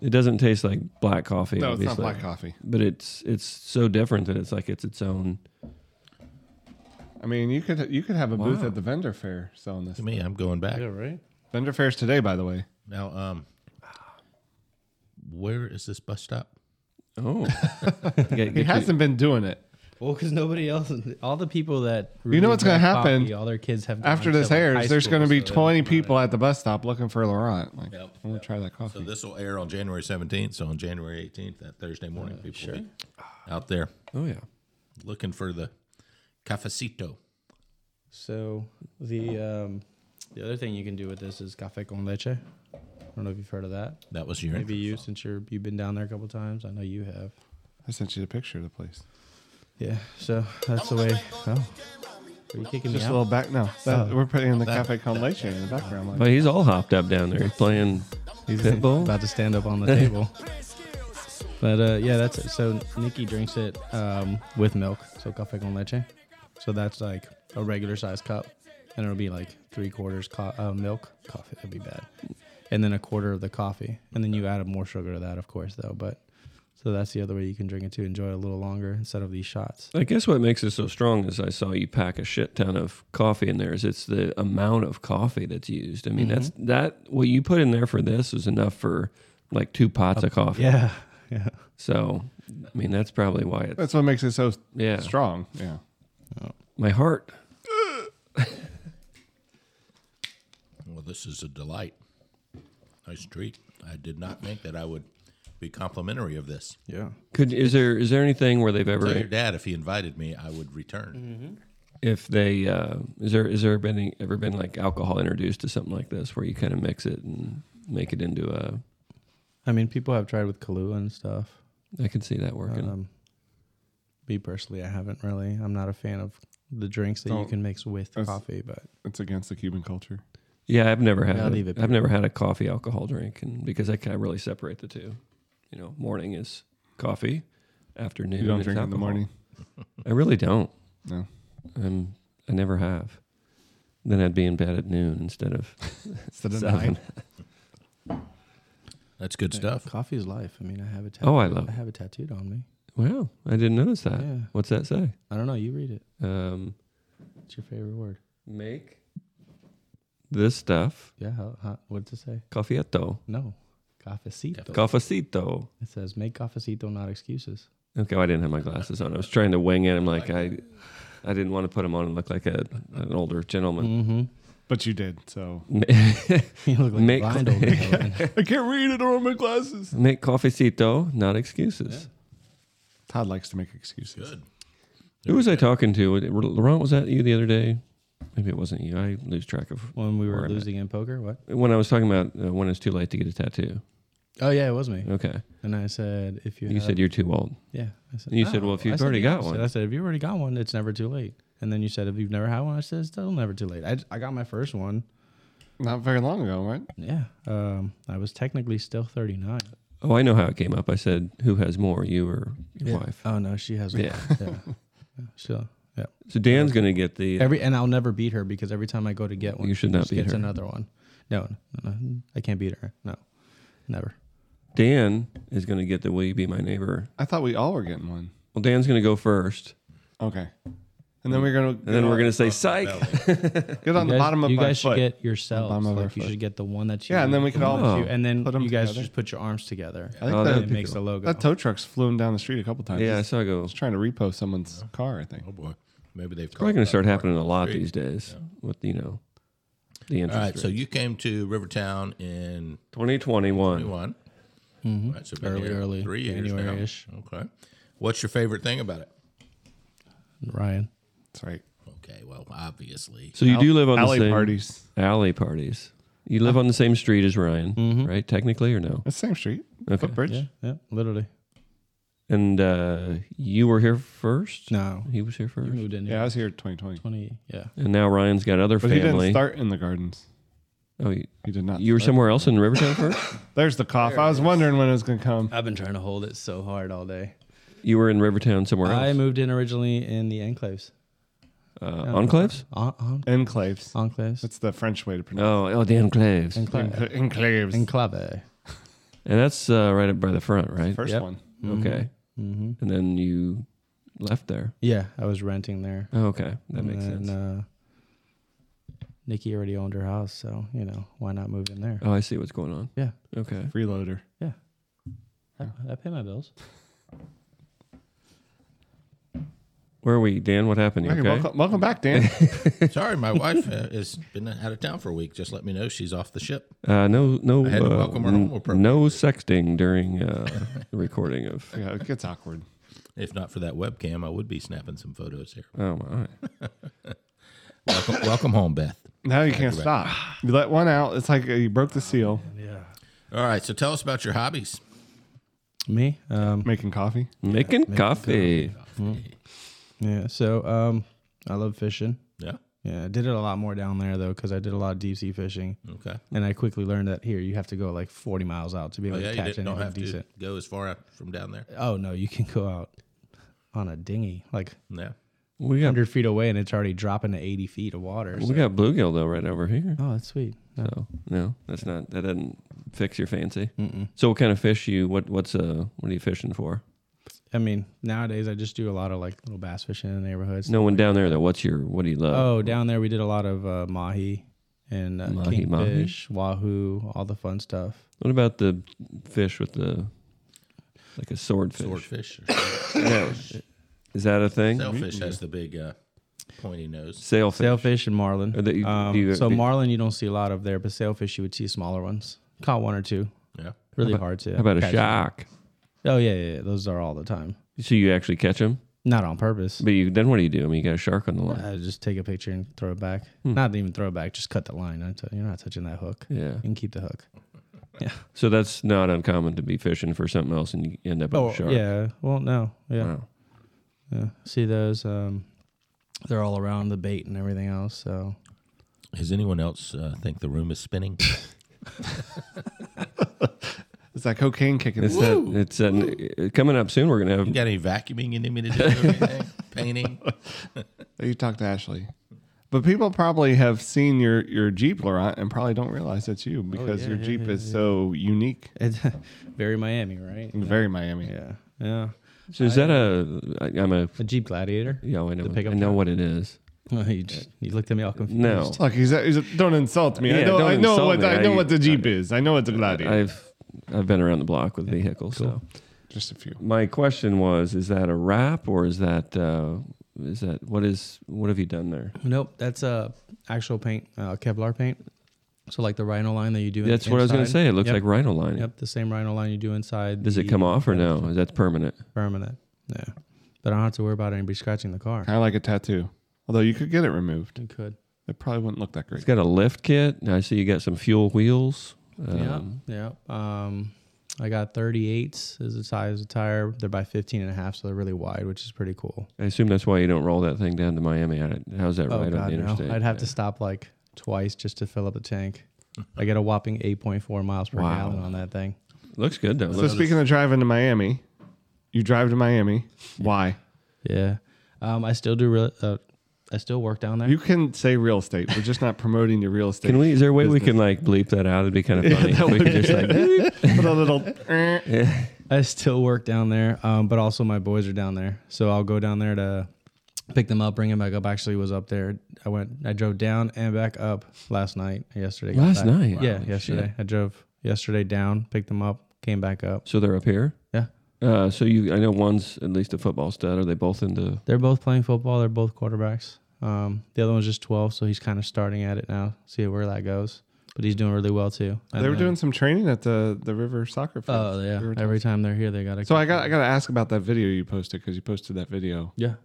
[SPEAKER 2] it doesn't taste like black coffee.
[SPEAKER 4] No, it's not
[SPEAKER 2] obviously.
[SPEAKER 4] black coffee.
[SPEAKER 2] But it's it's so different that it's like it's its own.
[SPEAKER 4] I mean, you could you could have a booth
[SPEAKER 2] Wow.
[SPEAKER 4] at the vendor fair selling this.
[SPEAKER 3] to me, I'm going back.
[SPEAKER 10] Yeah, right.
[SPEAKER 4] Vendor fairs today, by the way.
[SPEAKER 3] Now, um, where is this bus stop?
[SPEAKER 2] Oh,
[SPEAKER 4] He hasn't been doing it.
[SPEAKER 10] Well, because nobody else, all the people that
[SPEAKER 4] know what's gonna
[SPEAKER 10] to
[SPEAKER 4] happen
[SPEAKER 10] all their kids have gone
[SPEAKER 4] After
[SPEAKER 10] to,
[SPEAKER 4] this
[SPEAKER 10] like,
[SPEAKER 4] airs,
[SPEAKER 10] high
[SPEAKER 4] there's
[SPEAKER 10] school,
[SPEAKER 4] going to be
[SPEAKER 10] so they-
[SPEAKER 4] 20 people at the bus stop looking for Laurent. Like,
[SPEAKER 3] Yep.
[SPEAKER 4] I want to try that coffee.
[SPEAKER 3] So this will air on January 17th. So on January 18th, that Thursday morning,
[SPEAKER 10] Uh,
[SPEAKER 3] people will be out there
[SPEAKER 2] oh yeah.
[SPEAKER 3] looking for the cafecito.
[SPEAKER 10] So the um, the other thing you can do with this is café con leche. I don't know if you've heard of that.
[SPEAKER 3] That was your
[SPEAKER 10] Maybe you, since you're you've been down there a couple times, I know you have.
[SPEAKER 4] I sent you the picture of the place.
[SPEAKER 10] Yeah. So that's the way. Well, Are you kicking
[SPEAKER 4] Just
[SPEAKER 10] me
[SPEAKER 4] a
[SPEAKER 10] out?
[SPEAKER 4] little back now.
[SPEAKER 10] Oh.
[SPEAKER 4] We're putting in the
[SPEAKER 10] That-
[SPEAKER 4] Cafe Con Leche in the background. Like,
[SPEAKER 2] But he's all hopped up down there. He's playing
[SPEAKER 10] He's
[SPEAKER 2] Pitbull.
[SPEAKER 10] about to stand up on the table. But uh, yeah, that's it. So Nikki drinks it um, with milk, so café con leche. So that's like a regular size cup, and it'll be like three quarters co- uh, milk. Coffee, that'd be bad. And then a quarter of the coffee, and then you add more sugar to that, of course, though. But so that's the other way you can drink it to enjoy it a little longer instead of these shots.
[SPEAKER 2] I guess what makes it so strong is I saw you pack a shit ton of coffee in there. Is it's the amount of coffee that's used. I mean, that's
[SPEAKER 4] Mm-hmm.
[SPEAKER 2] that what you put in there for this is enough for like two pots of coffee.
[SPEAKER 10] yeah, yeah.
[SPEAKER 2] So, I mean, that's probably why it's
[SPEAKER 4] That's what makes it so
[SPEAKER 2] yeah
[SPEAKER 4] strong. Yeah.
[SPEAKER 2] My heart.
[SPEAKER 3] Well, this is a delight. Nice treat. I did not think that I would be complimentary of this.
[SPEAKER 10] Yeah.
[SPEAKER 2] Could is there is there anything where they've
[SPEAKER 3] Tell your
[SPEAKER 2] ever
[SPEAKER 3] dad if he invited me, I would
[SPEAKER 10] Mm-hmm.
[SPEAKER 3] return.
[SPEAKER 2] if they uh, is there is there been ever been like alcohol introduced to something like this where you kind of mix it and make it into a
[SPEAKER 10] I mean, people have tried with Kahlua and stuff.
[SPEAKER 2] I can see that working.
[SPEAKER 10] Um, me personally, I haven't really. I'm not a fan of the drinks that you
[SPEAKER 4] Don't-
[SPEAKER 10] can mix with
[SPEAKER 4] That's-
[SPEAKER 10] coffee, but
[SPEAKER 4] It's against the Cuban culture.
[SPEAKER 2] Yeah, I've never had.
[SPEAKER 10] Yeah,
[SPEAKER 2] a-
[SPEAKER 10] leave it
[SPEAKER 2] I've never had a coffee alcohol drink, and because I kind of really separate the two. You know, morning is coffee, afternoon.
[SPEAKER 4] You don't
[SPEAKER 2] is
[SPEAKER 4] drink in the
[SPEAKER 2] alcohol.
[SPEAKER 4] morning.
[SPEAKER 2] I really don't.
[SPEAKER 4] No.
[SPEAKER 2] Um, I never have. Then I'd be in bed at noon instead of
[SPEAKER 4] Instead of
[SPEAKER 2] seven.
[SPEAKER 3] That's good stuff.
[SPEAKER 10] coffee is life. I mean, I have a tattoo.
[SPEAKER 2] Oh, I love
[SPEAKER 10] I have a tattooed on me.
[SPEAKER 2] Wow, I didn't notice that.
[SPEAKER 10] Yeah.
[SPEAKER 2] What's that say?
[SPEAKER 10] I don't know. You read it.
[SPEAKER 2] Um,
[SPEAKER 10] It's your favorite word.
[SPEAKER 2] make this stuff
[SPEAKER 10] Yeah. How, how, what does it say?
[SPEAKER 2] cafecito,
[SPEAKER 10] No. Cafecito.
[SPEAKER 2] cafecito.
[SPEAKER 10] it says make cafecito, not excuses.
[SPEAKER 2] Okay, well, I didn't have my glasses on. I was trying to wing it. I'm like, I, I didn't want to put them on and look like a, an older gentleman.
[SPEAKER 10] Mm-hmm.
[SPEAKER 4] But you did. So
[SPEAKER 10] You look like
[SPEAKER 2] Make-
[SPEAKER 10] a blind old man.
[SPEAKER 4] I can't read it or my glasses.
[SPEAKER 2] Make cafecito, not excuses.
[SPEAKER 4] Todd likes to make excuses.
[SPEAKER 3] Good.
[SPEAKER 2] Who was I talking to? Was it- Laurent, was that you the other day? Maybe it wasn't you. I lose track of
[SPEAKER 10] when we
[SPEAKER 2] Where
[SPEAKER 10] were
[SPEAKER 2] am I?
[SPEAKER 10] losing in poker. What?
[SPEAKER 2] when I was talking about uh, when it's too late to get a tattoo.
[SPEAKER 10] Oh yeah, it was me.
[SPEAKER 2] Okay,
[SPEAKER 10] And I said, if you
[SPEAKER 2] you
[SPEAKER 10] have,
[SPEAKER 2] said you're too old.
[SPEAKER 10] yeah. I said, "Oh."
[SPEAKER 2] you said, well, if
[SPEAKER 10] I
[SPEAKER 2] you've
[SPEAKER 10] said
[SPEAKER 2] already
[SPEAKER 10] the
[SPEAKER 2] got
[SPEAKER 10] opposite.
[SPEAKER 2] one.
[SPEAKER 10] I said, if you've already got one, it's never too late. And then you said, if you've never had one, I said, it's still never too late. I, I got my first one.
[SPEAKER 4] Not very long ago, right?
[SPEAKER 10] Yeah. Um, I was technically still 39.
[SPEAKER 2] Oh, I know how it came up. I said, who has more, you or your wife?
[SPEAKER 10] Oh, no, she has one.
[SPEAKER 2] Yeah.
[SPEAKER 10] yeah. Yeah, She'll, yeah.
[SPEAKER 2] So Dan's gonna get the.
[SPEAKER 10] Every and I'll never beat her because every time I go to get one,
[SPEAKER 2] You should not
[SPEAKER 10] she
[SPEAKER 2] beat
[SPEAKER 10] gets
[SPEAKER 2] her.
[SPEAKER 10] another one. No, no, no, I can't beat her. No, never.
[SPEAKER 2] Dan is gonna get the "Will you be my neighbor?"
[SPEAKER 4] I thought we all were getting one.
[SPEAKER 2] Well, Dan's gonna go first,
[SPEAKER 4] Okay. And then we're gonna.
[SPEAKER 2] and then we're gonna
[SPEAKER 3] Oh,
[SPEAKER 2] say, "Psych."
[SPEAKER 4] get on
[SPEAKER 10] You
[SPEAKER 4] the
[SPEAKER 10] guys-
[SPEAKER 4] bottom of
[SPEAKER 10] you
[SPEAKER 4] my
[SPEAKER 10] guys should
[SPEAKER 4] foot.
[SPEAKER 10] get yourselves.
[SPEAKER 4] bottom of our
[SPEAKER 10] Like you
[SPEAKER 4] foot.
[SPEAKER 10] should get the one that you.
[SPEAKER 4] Yeah, and then we could all-
[SPEAKER 10] want to, and then
[SPEAKER 4] Put 'em
[SPEAKER 10] you guys
[SPEAKER 4] together.
[SPEAKER 10] just put your arms together.
[SPEAKER 4] I think
[SPEAKER 2] Oh,
[SPEAKER 4] that,
[SPEAKER 2] that'd
[SPEAKER 10] it makes a logo.
[SPEAKER 4] that tow truck's flown down the street a couple times.
[SPEAKER 2] yeah, I
[SPEAKER 4] It's-
[SPEAKER 2] saw it go.
[SPEAKER 4] It's trying to repo someone's car, I think.
[SPEAKER 3] Oh boy, maybe they've
[SPEAKER 2] Probably going to start happening a lot
[SPEAKER 3] Street.
[SPEAKER 2] these days with you know the
[SPEAKER 3] All
[SPEAKER 2] interest
[SPEAKER 3] right, so
[SPEAKER 2] rates.
[SPEAKER 3] you came to Rivertown in
[SPEAKER 2] 2021.
[SPEAKER 3] 21. Right, so been
[SPEAKER 10] Mm-hmm. Early,
[SPEAKER 3] here
[SPEAKER 10] early,
[SPEAKER 3] three years now.
[SPEAKER 10] January-ish.
[SPEAKER 3] Okay. What's your favorite thing about it?
[SPEAKER 10] Ryan,
[SPEAKER 4] That's right.
[SPEAKER 3] Okay, well, obviously,
[SPEAKER 2] So you do live on
[SPEAKER 4] alley
[SPEAKER 2] the same Uh,
[SPEAKER 4] parties.
[SPEAKER 2] alley parties. You live on the same street as Ryan, right? Technically, or no?
[SPEAKER 4] It's the same street.
[SPEAKER 2] Okay.
[SPEAKER 4] Footbridge.
[SPEAKER 10] yeah, yeah, literally.
[SPEAKER 2] And uh, you were here first.
[SPEAKER 10] No,
[SPEAKER 2] he was here first.
[SPEAKER 10] you moved in. here
[SPEAKER 4] Yeah, I was here in 2020.
[SPEAKER 10] Twenty. Yeah.
[SPEAKER 2] And now Ryan's got other
[SPEAKER 4] But he
[SPEAKER 2] family.
[SPEAKER 4] didn't start in the gardens.
[SPEAKER 2] oh, you,
[SPEAKER 4] He did not.
[SPEAKER 2] you were
[SPEAKER 4] start.
[SPEAKER 2] somewhere else in Rivertown first.
[SPEAKER 4] There's the cough. I was wondering when it was going to come.
[SPEAKER 10] I've been trying to hold it so hard all day.
[SPEAKER 2] You were in Rivertown somewhere
[SPEAKER 10] I
[SPEAKER 2] else.
[SPEAKER 10] moved in originally in the enclaves.
[SPEAKER 2] uh, Enclaves.
[SPEAKER 10] En- en-
[SPEAKER 4] Enclaves.
[SPEAKER 10] enclaves.
[SPEAKER 4] That's the French way to pronounce
[SPEAKER 2] Oh, oh, the Enclaves.
[SPEAKER 10] Enclave.
[SPEAKER 4] it. Enclaves.
[SPEAKER 10] Enclave.
[SPEAKER 2] and that's uh, right up by the front, right?
[SPEAKER 4] First
[SPEAKER 10] Yep.
[SPEAKER 4] one.
[SPEAKER 2] Okay.
[SPEAKER 10] Mm-hmm.
[SPEAKER 2] And then you left there.
[SPEAKER 10] Yeah, I was renting there.
[SPEAKER 2] Oh, okay, that makes
[SPEAKER 10] and,
[SPEAKER 2] sense.
[SPEAKER 10] Uh, Nikki already owned her house, so you know why not move in there?
[SPEAKER 2] Oh, I see what's going on.
[SPEAKER 10] Yeah.
[SPEAKER 2] Okay.
[SPEAKER 4] Freeloader.
[SPEAKER 10] I, I pay my bills.
[SPEAKER 2] Where are we, Dan? What happened? You
[SPEAKER 4] Hey,
[SPEAKER 2] okay.
[SPEAKER 4] welcome, welcome back, Dan.
[SPEAKER 3] sorry, my wife uh, has been out of town for a week. Just let me know she's off the ship.
[SPEAKER 2] Uh, no, no,
[SPEAKER 3] I had to
[SPEAKER 2] uh,
[SPEAKER 3] welcome her
[SPEAKER 2] n-
[SPEAKER 3] home appropriately.
[SPEAKER 2] no sexting during uh, the recording of.
[SPEAKER 4] yeah, it gets awkward.
[SPEAKER 3] If not for that webcam, I would be snapping some photos here.
[SPEAKER 2] Oh, all right.
[SPEAKER 3] Welcome, welcome home, Beth.
[SPEAKER 4] Now you can't stop. You let one out. It's like uh, you broke the seal.
[SPEAKER 3] All right, so tell us about your hobbies.
[SPEAKER 10] Me? Um,
[SPEAKER 4] Making coffee.
[SPEAKER 2] Making coffee.
[SPEAKER 10] yeah. So um, I love fishing.
[SPEAKER 3] Yeah.
[SPEAKER 10] Yeah, I did it a lot more down there though, because I did a lot of deep sea fishing.
[SPEAKER 3] Okay.
[SPEAKER 10] And I quickly learned that here you have to go like 40 miles out to be
[SPEAKER 3] Oh,
[SPEAKER 10] able
[SPEAKER 3] yeah,
[SPEAKER 10] to
[SPEAKER 3] you
[SPEAKER 10] catch
[SPEAKER 3] didn't, don't
[SPEAKER 10] anything
[SPEAKER 3] have
[SPEAKER 10] decent.
[SPEAKER 3] to go as far out from down there.
[SPEAKER 10] Oh no, you can go out on a dinghy, like
[SPEAKER 3] Yeah.
[SPEAKER 2] We got-
[SPEAKER 10] 100 feet away, and it's already dropping to 80 feet of water.
[SPEAKER 2] We
[SPEAKER 10] so-
[SPEAKER 2] got bluegill though right over here.
[SPEAKER 10] Oh, that's sweet. Yeah.
[SPEAKER 2] So no, that's not that doesn't fix your fancy.
[SPEAKER 10] Mm-mm.
[SPEAKER 2] So what kind of fish you what what's uh what are you fishing for?
[SPEAKER 10] I mean, nowadays I just do a lot of like little bass fishing in the neighborhoods.
[SPEAKER 2] No one down there though. What's your what do you love?
[SPEAKER 10] Oh, down there we did a lot of uh, mahi and uh,
[SPEAKER 2] Mahi, mahi?
[SPEAKER 10] kingfish, wahoo, all the fun stuff.
[SPEAKER 2] What about the fish with the like a swordfish?
[SPEAKER 3] Swordfish or
[SPEAKER 2] yeah. Is that a thing?
[SPEAKER 3] Sailfish has the big uh, pointy nose.
[SPEAKER 2] Sailfish.
[SPEAKER 10] Sailfish and marlin.
[SPEAKER 2] Are they-
[SPEAKER 10] Um,
[SPEAKER 2] do you-
[SPEAKER 10] so
[SPEAKER 2] do-
[SPEAKER 10] marlin you don't see a lot of there, but sailfish you would see smaller ones. Caught one or two.
[SPEAKER 3] Yeah.
[SPEAKER 10] Really
[SPEAKER 2] How about-
[SPEAKER 10] hard to.
[SPEAKER 2] how about a
[SPEAKER 10] catch.
[SPEAKER 2] shark?
[SPEAKER 10] Oh yeah, yeah, yeah, those are all the time.
[SPEAKER 2] So you actually catch them?
[SPEAKER 10] Not on purpose.
[SPEAKER 2] But you then what do you do? I mean, you got a shark on the line.
[SPEAKER 10] I Uh, just take a picture and throw it back.
[SPEAKER 2] Uh, Hmm.
[SPEAKER 10] Not even throw it back. Just cut the line. I t- You're not touching that hook.
[SPEAKER 2] Yeah.
[SPEAKER 10] You can keep the hook. Yeah.
[SPEAKER 2] So that's not uncommon to be fishing for something else and you end up with
[SPEAKER 10] Oh,
[SPEAKER 2] a shark.
[SPEAKER 10] yeah. Well, no. Yeah.
[SPEAKER 2] Wow.
[SPEAKER 10] Yeah. See those? Um, they're all around the bait and everything else. So
[SPEAKER 3] Does anyone else uh, think the room is spinning?
[SPEAKER 4] It's like cocaine kicking.
[SPEAKER 2] It's
[SPEAKER 4] in.
[SPEAKER 2] that, it's that, coming up soon. We're gonna have
[SPEAKER 3] you got any vacuuming you need me to do? Anything? Painting?
[SPEAKER 4] You talk to Ashley. But people probably have seen your your Jeep, Laurent, and probably don't realize it's
[SPEAKER 2] Oh,
[SPEAKER 4] you because
[SPEAKER 10] yeah,
[SPEAKER 4] your
[SPEAKER 10] yeah,
[SPEAKER 4] Jeep
[SPEAKER 10] yeah,
[SPEAKER 4] is
[SPEAKER 10] yeah.
[SPEAKER 4] so unique.
[SPEAKER 10] it's very Miami, right?
[SPEAKER 2] Mm.
[SPEAKER 4] Very Miami.
[SPEAKER 10] Yeah. Yeah.
[SPEAKER 2] So is that a? I, I'm a.
[SPEAKER 10] A Jeep Gladiator.
[SPEAKER 2] Yeah, I know.
[SPEAKER 10] The pickup
[SPEAKER 2] I know
[SPEAKER 10] truck?
[SPEAKER 2] what it is.
[SPEAKER 10] you, just, you looked at me all confused.
[SPEAKER 2] No,
[SPEAKER 4] Look, he's, he's don't insult me.
[SPEAKER 2] Yeah,
[SPEAKER 4] I know,
[SPEAKER 2] don't
[SPEAKER 4] I know
[SPEAKER 2] insult
[SPEAKER 4] what
[SPEAKER 2] me.
[SPEAKER 4] I know
[SPEAKER 2] I-
[SPEAKER 4] what the Jeep is. I know it's a Gladiator.
[SPEAKER 2] I've I've been around the block with vehicles. So
[SPEAKER 4] Just a few.
[SPEAKER 2] my question was: Is that a wrap or is that uh, is that what is what have you done there?
[SPEAKER 10] Nope. That's uh, actual paint, uh, Kevlar paint. So like the Rhino line that you do. in-
[SPEAKER 2] That's what I was gonna
[SPEAKER 10] inside.
[SPEAKER 2] say. It looks
[SPEAKER 10] Yep.
[SPEAKER 2] like rhino lining.
[SPEAKER 10] Yep, the same Rhino line you do inside.
[SPEAKER 2] Does
[SPEAKER 10] the
[SPEAKER 2] it come off or no? Is that permanent?
[SPEAKER 10] Permanent. Yeah. But I don't have to worry about anybody scratching the car.
[SPEAKER 4] Kind of like a tattoo, although you could get it removed.
[SPEAKER 10] You could.
[SPEAKER 4] It probably wouldn't look that great.
[SPEAKER 2] It's got a lift kit. Now I see you got some fuel wheels. Um,
[SPEAKER 10] yeah. Yeah. Um, I got 38s as a size of tire. They're by 15 and a half, so they're really wide, which is pretty cool.
[SPEAKER 2] I assume that's why you don't roll that thing down to Miami. I- How's that
[SPEAKER 10] oh,
[SPEAKER 2] right on
[SPEAKER 10] God,
[SPEAKER 2] the
[SPEAKER 10] no.
[SPEAKER 2] interstate?
[SPEAKER 10] I'd have to
[SPEAKER 2] Yeah.
[SPEAKER 10] stop like twice just to fill up the tank. I get a whopping 8.4 miles per
[SPEAKER 2] Wow.
[SPEAKER 10] gallon on that thing.
[SPEAKER 2] Looks good though.
[SPEAKER 4] So
[SPEAKER 2] Looks-
[SPEAKER 4] speaking of driving to Miami, you drive to Miami. Why?
[SPEAKER 10] Yeah. Um, I still do real, uh, I still work down there.
[SPEAKER 4] You can say real estate. We're just not promoting your real estate.
[SPEAKER 2] Can we? Is there a way we can like bleep that out? It'd be kind of funny. we could just like
[SPEAKER 4] Put a little. eh.
[SPEAKER 10] I still work down there, um, but also my boys are down there, so I'll go down there to pick them up, bring them back up. Actually, was up there. I went, I drove down and back up last night, yesterday. got
[SPEAKER 2] Last
[SPEAKER 10] back.
[SPEAKER 2] night?
[SPEAKER 10] yeah,
[SPEAKER 2] Wow,
[SPEAKER 10] yesterday.
[SPEAKER 2] shit.
[SPEAKER 10] I drove yesterday down, picked them up, came back up.
[SPEAKER 2] So they're up here.
[SPEAKER 10] Yeah,
[SPEAKER 2] Uh, so you, I know one's at least a football stud. Are they both into?
[SPEAKER 10] they're both playing football. They're both quarterbacks. Um, the other one's just twelve, so he's kind of starting at it now. See where that goes, but he's doing really well too. And
[SPEAKER 4] They were
[SPEAKER 10] then-
[SPEAKER 4] doing some training at the the River Soccer Field.
[SPEAKER 10] Oh yeah,
[SPEAKER 4] We were
[SPEAKER 10] every time they're here, they got to.
[SPEAKER 4] So I got I got to ask about that video you posted because you posted that video.
[SPEAKER 10] yeah,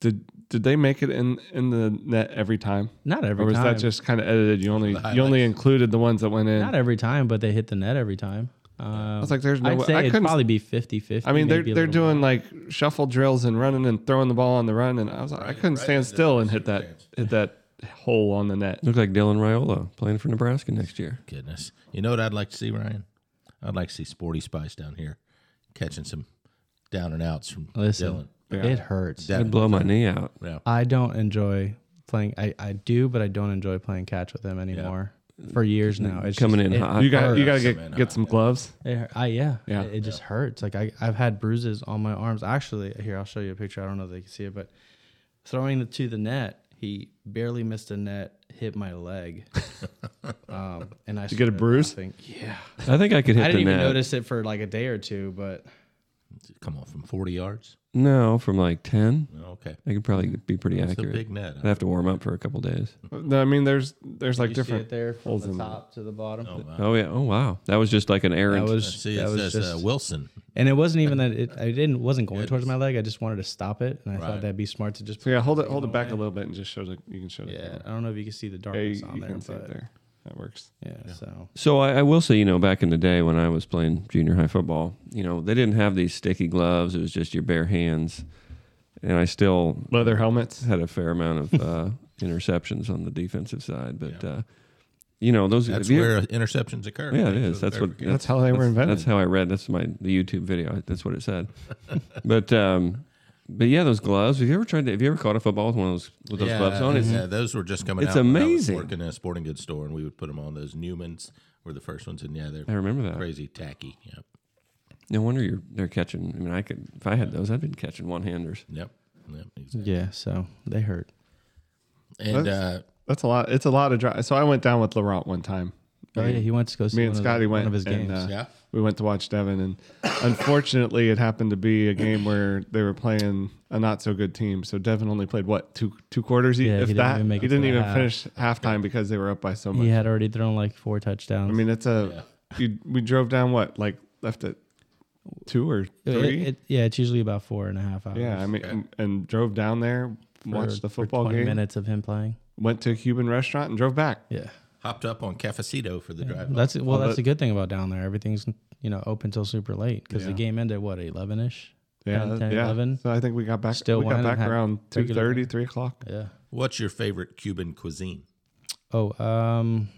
[SPEAKER 4] Did did they make it in in the net every time,
[SPEAKER 10] not every
[SPEAKER 4] or was
[SPEAKER 10] time.
[SPEAKER 4] that just kind of edited? You only you only included the ones that went in.
[SPEAKER 10] Not every time, but they hit the net every time. Um, I
[SPEAKER 4] was like, there's no
[SPEAKER 10] I'd
[SPEAKER 4] way-
[SPEAKER 10] say
[SPEAKER 4] I
[SPEAKER 10] it'd
[SPEAKER 4] couldn't-
[SPEAKER 10] probably be 50 50.
[SPEAKER 4] I mean, they're they're doing like shuffle drills and running and throwing the ball on the run, and I was like, I couldn't stand still and hit that hit that hole on the net.
[SPEAKER 2] Look like Dylan Raiola playing for Nebraska next year.
[SPEAKER 3] Goodness. You know what I'd like to see, Ryan? I'd like to see Sporty Spice down here catching some down and outs from
[SPEAKER 10] Listen,
[SPEAKER 3] Dylan.
[SPEAKER 10] it hurts.
[SPEAKER 3] Devin.
[SPEAKER 2] I'd blow my knee out.
[SPEAKER 3] Yeah.
[SPEAKER 10] I don't enjoy playing. I, I do, but I don't enjoy playing catch with them anymore for years now. It's
[SPEAKER 2] Coming
[SPEAKER 10] just-
[SPEAKER 2] in
[SPEAKER 10] it,
[SPEAKER 2] hot.
[SPEAKER 4] You got you got to
[SPEAKER 3] Hurts, man,
[SPEAKER 4] get get some gloves.
[SPEAKER 10] It, hurt- I, yeah.
[SPEAKER 4] Yeah.
[SPEAKER 10] It, it just hurts. Like, I, I've had bruises on my arms. Actually, here, I'll show you a picture. I don't know if they can see it, but throwing it to the net, he barely missed the net, hit my leg. um, and I
[SPEAKER 4] you get a
[SPEAKER 10] started
[SPEAKER 4] bruise?
[SPEAKER 10] laughing. Yeah.
[SPEAKER 2] I think I could hit
[SPEAKER 10] I didn't
[SPEAKER 2] the
[SPEAKER 10] even
[SPEAKER 2] net.
[SPEAKER 10] notice it for like a day or two, but
[SPEAKER 3] Come on, from 40 yards?
[SPEAKER 2] No, from like ten,
[SPEAKER 3] Okay.
[SPEAKER 2] I could probably be pretty
[SPEAKER 3] It's a
[SPEAKER 2] accurate.
[SPEAKER 3] big net.
[SPEAKER 2] I'd have to warm up for a couple days.
[SPEAKER 4] No, I mean, there's there's like
[SPEAKER 10] you see
[SPEAKER 4] different
[SPEAKER 10] it there from
[SPEAKER 4] holes
[SPEAKER 10] the
[SPEAKER 4] in there.
[SPEAKER 10] top to the bottom.
[SPEAKER 2] Oh yeah. Oh wow. That was just like an
[SPEAKER 10] that
[SPEAKER 2] errant.
[SPEAKER 10] was
[SPEAKER 3] See, it
[SPEAKER 10] that was
[SPEAKER 3] says uh,
[SPEAKER 10] just,
[SPEAKER 3] Wilson.
[SPEAKER 10] and it wasn't even that it, I didn't wasn't going towards my leg. I just wanted to stop it, and I
[SPEAKER 3] Right.
[SPEAKER 10] thought that'd be smart to just.
[SPEAKER 4] So yeah, hold it hold it back a little bit and just show the you can show the
[SPEAKER 10] Yeah,
[SPEAKER 4] camera.
[SPEAKER 10] I don't know if you can see the
[SPEAKER 4] Yeah, you,
[SPEAKER 10] darkness on
[SPEAKER 4] you
[SPEAKER 10] there,
[SPEAKER 4] can see it
[SPEAKER 10] but
[SPEAKER 4] there. That works.
[SPEAKER 10] yeah, so
[SPEAKER 2] So I, I will say, you know, back in the day when I was playing junior high football, you know, they didn't have these sticky gloves. It was just your bare hands, and I still
[SPEAKER 4] Leather helmets.
[SPEAKER 2] had a fair amount of uh, interceptions on the defensive side, but. Uh, you know those.
[SPEAKER 3] That's
[SPEAKER 2] have you-
[SPEAKER 3] where interceptions occur.
[SPEAKER 2] Yeah, it
[SPEAKER 3] Thanks
[SPEAKER 2] is.
[SPEAKER 3] for the
[SPEAKER 2] That's what.
[SPEAKER 3] clarification.
[SPEAKER 4] That's how they were invented.
[SPEAKER 2] That's how I read. That's my the YouTube video. That's what it said. but um, but yeah, those gloves. Have you ever tried to? Have you ever caught a football with one of those with those
[SPEAKER 3] yeah,
[SPEAKER 2] gloves on? It's-
[SPEAKER 3] yeah, those were just coming
[SPEAKER 2] It's
[SPEAKER 3] out. when I was
[SPEAKER 2] amazing.
[SPEAKER 3] working in a sporting goods store, and we would put them on. Those Newmans were the first ones, and yeah, they're
[SPEAKER 2] I remember that.
[SPEAKER 3] crazy tacky. Yep.
[SPEAKER 2] No wonder you're they're catching. I mean, I could if I had those, I'd been catching one handers.
[SPEAKER 3] Yep. Yep.
[SPEAKER 10] Yeah, so they hurt.
[SPEAKER 3] And
[SPEAKER 4] that's,
[SPEAKER 3] uh,
[SPEAKER 4] that's a lot. It's a lot of drive. So I went down with Laurent one time.
[SPEAKER 10] Oh, yeah, he went to go see
[SPEAKER 4] me
[SPEAKER 10] one
[SPEAKER 4] and
[SPEAKER 10] of the-
[SPEAKER 4] Scotty went
[SPEAKER 10] one of his
[SPEAKER 4] and,
[SPEAKER 10] games.
[SPEAKER 4] uh,
[SPEAKER 3] Yeah.
[SPEAKER 4] we went to watch Devin, and unfortunately, it happened to be a game where they were playing a not so good team. So Devin only played what two two quarters,
[SPEAKER 10] Yeah,
[SPEAKER 4] if
[SPEAKER 10] he didn't
[SPEAKER 4] that.
[SPEAKER 10] even make
[SPEAKER 4] he
[SPEAKER 10] it to
[SPEAKER 4] didn't
[SPEAKER 10] the
[SPEAKER 4] even
[SPEAKER 10] half.
[SPEAKER 4] finish halftime because they were up by so much.
[SPEAKER 10] He had already thrown like four touchdowns.
[SPEAKER 4] I mean, it's a you, we drove down what like left at two or
[SPEAKER 10] It- it-
[SPEAKER 4] three.
[SPEAKER 10] it- yeah, it's usually about four and a half hours.
[SPEAKER 4] yeah, I mean, and, and drove down there, watched the football
[SPEAKER 10] for 20
[SPEAKER 4] game,
[SPEAKER 10] minutes of him playing.
[SPEAKER 4] went to a Cuban restaurant, and drove back.
[SPEAKER 10] Yeah,
[SPEAKER 3] hopped up on Cafecito for the drive. home.
[SPEAKER 10] that's well,
[SPEAKER 4] Well,
[SPEAKER 10] that's
[SPEAKER 4] that-
[SPEAKER 10] the good thing about down there. Everything's you know open till super late because the
[SPEAKER 4] Yeah.
[SPEAKER 10] game ended what eleven ish.
[SPEAKER 4] Yeah,
[SPEAKER 10] 10,
[SPEAKER 4] that- yeah.
[SPEAKER 10] 11.
[SPEAKER 4] So I think we got back.
[SPEAKER 10] Still
[SPEAKER 4] we got
[SPEAKER 10] went and
[SPEAKER 4] back
[SPEAKER 10] had
[SPEAKER 4] around two
[SPEAKER 10] regular
[SPEAKER 4] thirty, three o'clock.
[SPEAKER 10] Yeah.
[SPEAKER 3] What's your favorite Cuban cuisine?
[SPEAKER 10] Oh, um,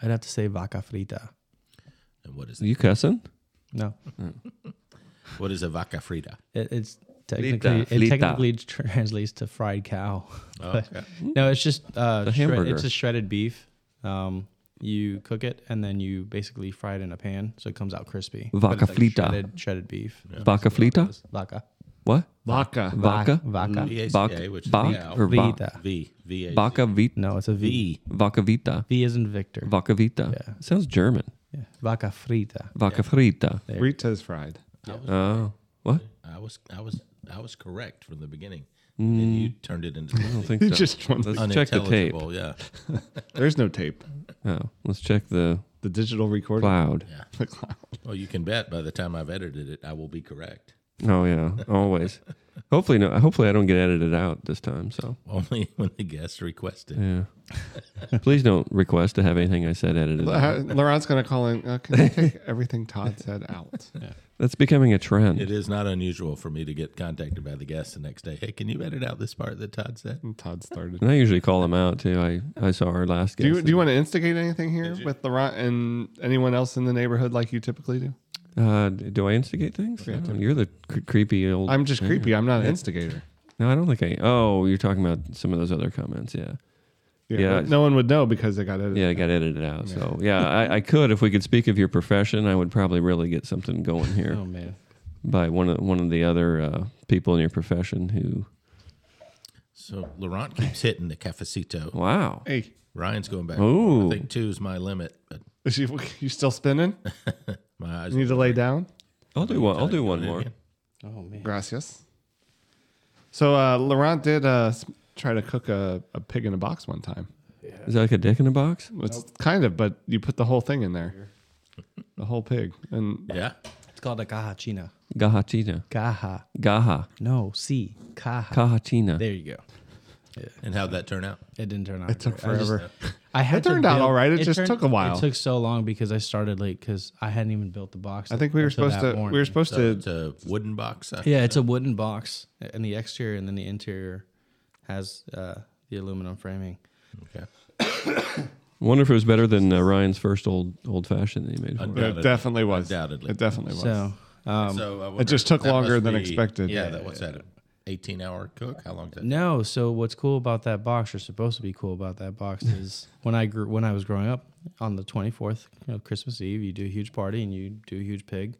[SPEAKER 10] I'd have to say vaca frita.
[SPEAKER 3] And what is
[SPEAKER 2] You cussing?
[SPEAKER 10] No,
[SPEAKER 3] what is a vaca frita?
[SPEAKER 10] it, it's technically it
[SPEAKER 2] Frita.
[SPEAKER 10] technically translates to fried cow.
[SPEAKER 3] Oh, okay.
[SPEAKER 10] No, it's just uh,
[SPEAKER 2] a
[SPEAKER 10] shred,
[SPEAKER 2] hamburger.
[SPEAKER 10] it's a shredded beef. Um, you cook it and then you basically fry it in a pan, so it comes out crispy. But
[SPEAKER 2] Vaca
[SPEAKER 10] it's like
[SPEAKER 2] frita.
[SPEAKER 10] shredded, shredded beef.
[SPEAKER 2] Vaca flita?
[SPEAKER 10] Vaca,
[SPEAKER 2] What?
[SPEAKER 4] Vodka.
[SPEAKER 2] Vaca?
[SPEAKER 4] Mm,
[SPEAKER 10] vaca.
[SPEAKER 3] VACA,
[SPEAKER 2] Baca,
[SPEAKER 3] which is
[SPEAKER 2] baca,
[SPEAKER 3] now
[SPEAKER 2] or
[SPEAKER 10] Vita.
[SPEAKER 2] ba-
[SPEAKER 3] V V A C.
[SPEAKER 2] baca, vita,
[SPEAKER 10] No, it's a V.
[SPEAKER 3] V.
[SPEAKER 2] vaca vita,
[SPEAKER 10] V is in Victor.
[SPEAKER 2] vaca vita.
[SPEAKER 10] Yeah.
[SPEAKER 2] Sounds German.
[SPEAKER 10] yeah. Vaca frita.
[SPEAKER 2] Vaca frita.
[SPEAKER 4] Rita's fried.
[SPEAKER 2] Oh, what?
[SPEAKER 3] I was I was I was correct from the beginning. And then you turned it into
[SPEAKER 2] Hmm. I don't think
[SPEAKER 4] You
[SPEAKER 2] so.
[SPEAKER 4] just want
[SPEAKER 2] let's check the tape.
[SPEAKER 3] unintelligible. Yeah.
[SPEAKER 4] There's no tape.
[SPEAKER 2] Oh, let's check the
[SPEAKER 4] The digital recording.
[SPEAKER 2] cloud.
[SPEAKER 4] The cloud.
[SPEAKER 3] Well, you can bet by the time I've edited it, I will be correct.
[SPEAKER 2] Oh yeah, always. hopefully no. Hopefully I don't get edited out this time. So
[SPEAKER 3] Only when the guest requests it.
[SPEAKER 2] yeah, please don't request to have anything I said edited. out.
[SPEAKER 4] Uh, Laurent's gonna call in. Uh, can you take everything Todd said out?
[SPEAKER 2] That's becoming a trend.
[SPEAKER 3] It is not unusual for me to get contacted by the guest the next day. Hey, can you edit out this part that Todd said?
[SPEAKER 4] And Todd started.
[SPEAKER 2] And I usually call them out too. I, I saw our last
[SPEAKER 4] Do
[SPEAKER 2] guest.
[SPEAKER 4] you, do you want to instigate anything here with Laurent and anyone else in the neighborhood like you typically do?
[SPEAKER 2] uh, do I instigate things? No, you're the cre- creepy old.
[SPEAKER 4] I'm just creepy. I'm not an instigator.
[SPEAKER 2] no, I don't think I. Oh, you're talking about some of those other comments. Yeah, Yeah.
[SPEAKER 4] but No one would know because they got edited.
[SPEAKER 2] yeah, I got edited out. So yeah, I, I could if we could speak of your profession. I would probably really get something going here
[SPEAKER 10] Oh man.
[SPEAKER 2] by one of one of the other uh, people in your profession who.
[SPEAKER 3] So Laurent keeps hitting the cafecito.
[SPEAKER 2] Wow.
[SPEAKER 4] Hey,
[SPEAKER 3] Ryan's going back.
[SPEAKER 2] Ooh.
[SPEAKER 3] I think two is my limit, but
[SPEAKER 4] is you, you still spinning?
[SPEAKER 3] my eyes.
[SPEAKER 4] You need to lay down.
[SPEAKER 2] I'll do one. I'll do one more.
[SPEAKER 10] Oh man.
[SPEAKER 4] Gracias. So uh, Laurent did uh, s- try to cook a, a pig in a box one time.
[SPEAKER 2] Is that like a dick in a box?
[SPEAKER 4] It's kind of, but you put the whole thing in there, the whole pig, and
[SPEAKER 3] Yeah.
[SPEAKER 10] It's called a cajachina.
[SPEAKER 2] Gahachina.
[SPEAKER 10] Caja.
[SPEAKER 2] Gaha.
[SPEAKER 10] No, C. Caja.
[SPEAKER 2] Kahachina.
[SPEAKER 10] There you go.
[SPEAKER 3] And how'd that turn out?
[SPEAKER 10] It didn't turn out.
[SPEAKER 4] it took
[SPEAKER 10] great. I just- uh,
[SPEAKER 4] forever.
[SPEAKER 10] I had to
[SPEAKER 4] turned out all right. It just took a while.
[SPEAKER 10] It took so long because I started late because I hadn't even built the box.
[SPEAKER 4] I think we were
[SPEAKER 10] until
[SPEAKER 4] supposed
[SPEAKER 10] that
[SPEAKER 4] to. We
[SPEAKER 10] morning.
[SPEAKER 4] were supposed
[SPEAKER 3] So
[SPEAKER 4] to.
[SPEAKER 3] it's a wooden box. I-
[SPEAKER 10] Yeah, it's a wooden box, and the exterior and then the interior has uh, the aluminum framing.
[SPEAKER 3] Okay.
[SPEAKER 2] Wonder if it was better than uh, Ryan's first old old fashioned that he made. For us.
[SPEAKER 3] doubt
[SPEAKER 4] It definitely was.
[SPEAKER 3] Undoubtedly.
[SPEAKER 4] It definitely was.
[SPEAKER 10] So
[SPEAKER 3] so I
[SPEAKER 4] Um, it
[SPEAKER 3] wonder-
[SPEAKER 4] just took
[SPEAKER 3] that
[SPEAKER 4] longer
[SPEAKER 3] must
[SPEAKER 4] than expected.
[SPEAKER 3] Yeah,
[SPEAKER 4] Yeah, Mm-hmm.
[SPEAKER 3] that what's that? Eighteen hour cook? How long? Did that
[SPEAKER 10] no, so what's cool about that box, or supposed to be cool about that box, is when I grew when I was growing up on the twenty fourth, you know, Christmas Eve, you do a huge party and you do a huge pig.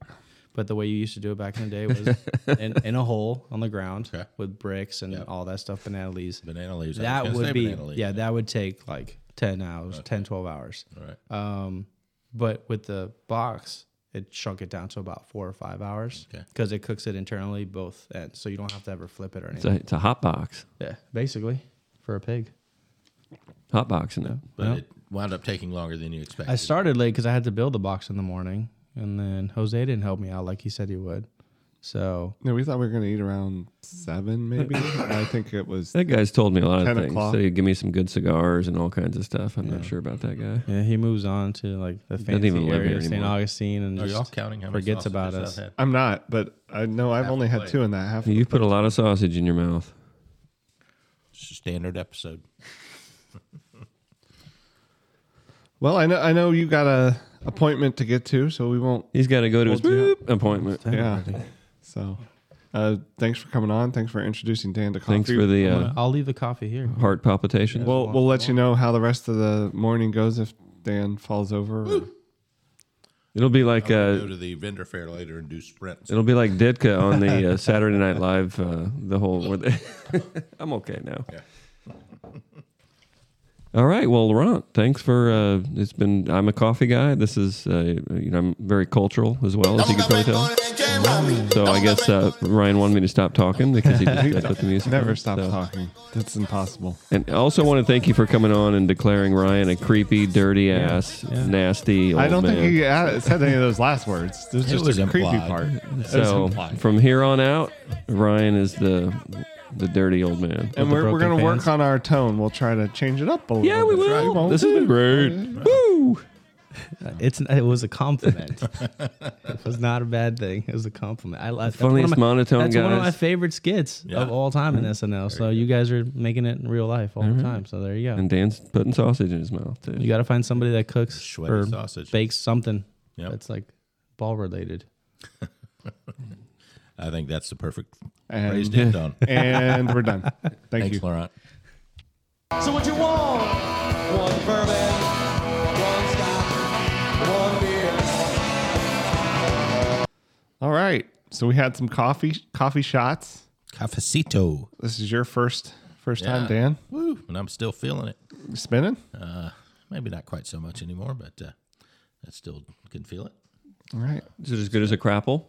[SPEAKER 10] But the way you used to do it back in the day was in, in a hole on the ground
[SPEAKER 3] Okay.
[SPEAKER 10] with bricks and all that stuff, banana leaves.
[SPEAKER 3] Banana leaves. I was
[SPEAKER 10] that
[SPEAKER 3] gonna say
[SPEAKER 10] would be
[SPEAKER 3] banana leaves.
[SPEAKER 10] yeah that would take like 10 hours 10 12 hours Um,
[SPEAKER 3] All right.
[SPEAKER 10] but with the box it shrunk it down to about four or five hours
[SPEAKER 3] Okay.
[SPEAKER 10] because it cooks it internally both ends so you don't have to ever flip it or
[SPEAKER 2] It's, a,
[SPEAKER 10] anything
[SPEAKER 2] it's a hot box.
[SPEAKER 10] yeah basically for a pig
[SPEAKER 2] Hot box in it.
[SPEAKER 3] but
[SPEAKER 10] no.
[SPEAKER 3] it wound up taking longer than you expected.
[SPEAKER 10] i started late because i had to build the box in the morning and then jose didn't help me out like he said he would so
[SPEAKER 4] No, we thought we were gonna eat around seven, maybe. I think it was.
[SPEAKER 2] That guy's told me a lot
[SPEAKER 4] 10
[SPEAKER 2] of things.
[SPEAKER 4] o'clock.
[SPEAKER 2] Said he'd give me some good cigars and all kinds of stuff. I'm not sure about that guy.
[SPEAKER 10] yeah he moves on to like the
[SPEAKER 2] Doesn't
[SPEAKER 10] fancy
[SPEAKER 2] even live
[SPEAKER 10] area
[SPEAKER 2] here
[SPEAKER 10] of st
[SPEAKER 2] anymore.
[SPEAKER 10] augustine and
[SPEAKER 3] Are y'all
[SPEAKER 10] just
[SPEAKER 3] counting how many
[SPEAKER 10] forgets
[SPEAKER 3] sausages
[SPEAKER 10] about
[SPEAKER 3] I've
[SPEAKER 10] us
[SPEAKER 3] had?
[SPEAKER 4] I'm not, but I know I've only had
[SPEAKER 3] plate.
[SPEAKER 4] two in that half.
[SPEAKER 2] You put a lot of sausage in your mouth.
[SPEAKER 3] standard episode.
[SPEAKER 4] Well, I know I know you got a appointment to get to, so we won't.
[SPEAKER 2] He's got to go to his
[SPEAKER 4] hold you up.
[SPEAKER 2] boop appointment.
[SPEAKER 4] Yeah. So, uh, thanks for coming on. Thanks for introducing Dan to coffee.
[SPEAKER 2] Thanks for the, uh,
[SPEAKER 10] I'll leave the coffee here.
[SPEAKER 2] heart palpitation.
[SPEAKER 4] We'll we'll let you know how the rest of the morning goes if Dan falls over. or-
[SPEAKER 2] It'll be like
[SPEAKER 3] I'll go
[SPEAKER 2] uh,
[SPEAKER 3] to the vendor fair later and do sprints.
[SPEAKER 2] it'll be like Ditka on the uh, Saturday Night Live. Uh, the whole. where they- I'm okay now.
[SPEAKER 3] Yeah.
[SPEAKER 2] All right. Well, Laurent, thanks for uh, it's been. I'm a coffee guy. This is uh, you know I'm very cultural as well as you can probably tell. So I guess uh, Ryan wanted me to stop talking because he just got to put the music.
[SPEAKER 4] Never
[SPEAKER 2] on.
[SPEAKER 4] stop
[SPEAKER 2] So-
[SPEAKER 4] talking. That's impossible.
[SPEAKER 2] And I also want to thank you for coming on and declaring Ryan a creepy, dirty ass, nasty old
[SPEAKER 4] I don't
[SPEAKER 2] Oh, man.
[SPEAKER 4] think he added, said any of those last words. There's
[SPEAKER 3] It
[SPEAKER 4] just
[SPEAKER 3] was
[SPEAKER 4] a creepy
[SPEAKER 3] implied.
[SPEAKER 4] part. It's
[SPEAKER 2] so
[SPEAKER 4] implied.
[SPEAKER 2] from here on out, Ryan is the the dirty old man.
[SPEAKER 4] and we're, we're
[SPEAKER 10] broken
[SPEAKER 4] going to work
[SPEAKER 10] fans.
[SPEAKER 4] on our tone. We'll try to change it up a little.
[SPEAKER 2] Yeah, we
[SPEAKER 4] bit.
[SPEAKER 2] will.
[SPEAKER 4] won't.
[SPEAKER 2] This has been great. Woo! Oh,
[SPEAKER 10] It's it was a compliment. it was not a bad thing. It was a compliment. I like
[SPEAKER 2] funniest
[SPEAKER 10] that's one of my-
[SPEAKER 2] monotone
[SPEAKER 10] That's one of
[SPEAKER 2] guys. Mm-hmm.
[SPEAKER 10] my favorite skits
[SPEAKER 3] Yeah.
[SPEAKER 10] of all time in SNL. So you guys are making it in real life all the time. So there you go.
[SPEAKER 2] And Dan's putting sausage in his mouth too.
[SPEAKER 10] you got to find somebody that cooks
[SPEAKER 3] Sweaty
[SPEAKER 10] or
[SPEAKER 3] sausage.
[SPEAKER 10] bakes something
[SPEAKER 3] Yep.
[SPEAKER 10] that's like ball related.
[SPEAKER 3] I think that's the perfect
[SPEAKER 4] And-
[SPEAKER 3] phrase to end on.
[SPEAKER 4] And we're done. Thank
[SPEAKER 3] Thanks,
[SPEAKER 4] you.
[SPEAKER 3] Laurent.
[SPEAKER 12] So what you want? One bourbon, one scotch, one beer.
[SPEAKER 4] All right. So we had some coffee coffee shots.
[SPEAKER 3] Cafecito.
[SPEAKER 4] This is your first first time, Dan.
[SPEAKER 3] Woo. And I'm still feeling it.
[SPEAKER 4] You Spinning.
[SPEAKER 3] Maybe not quite so much anymore, but uh, I still can feel it.
[SPEAKER 4] All right.
[SPEAKER 2] Is it as good as a crapple?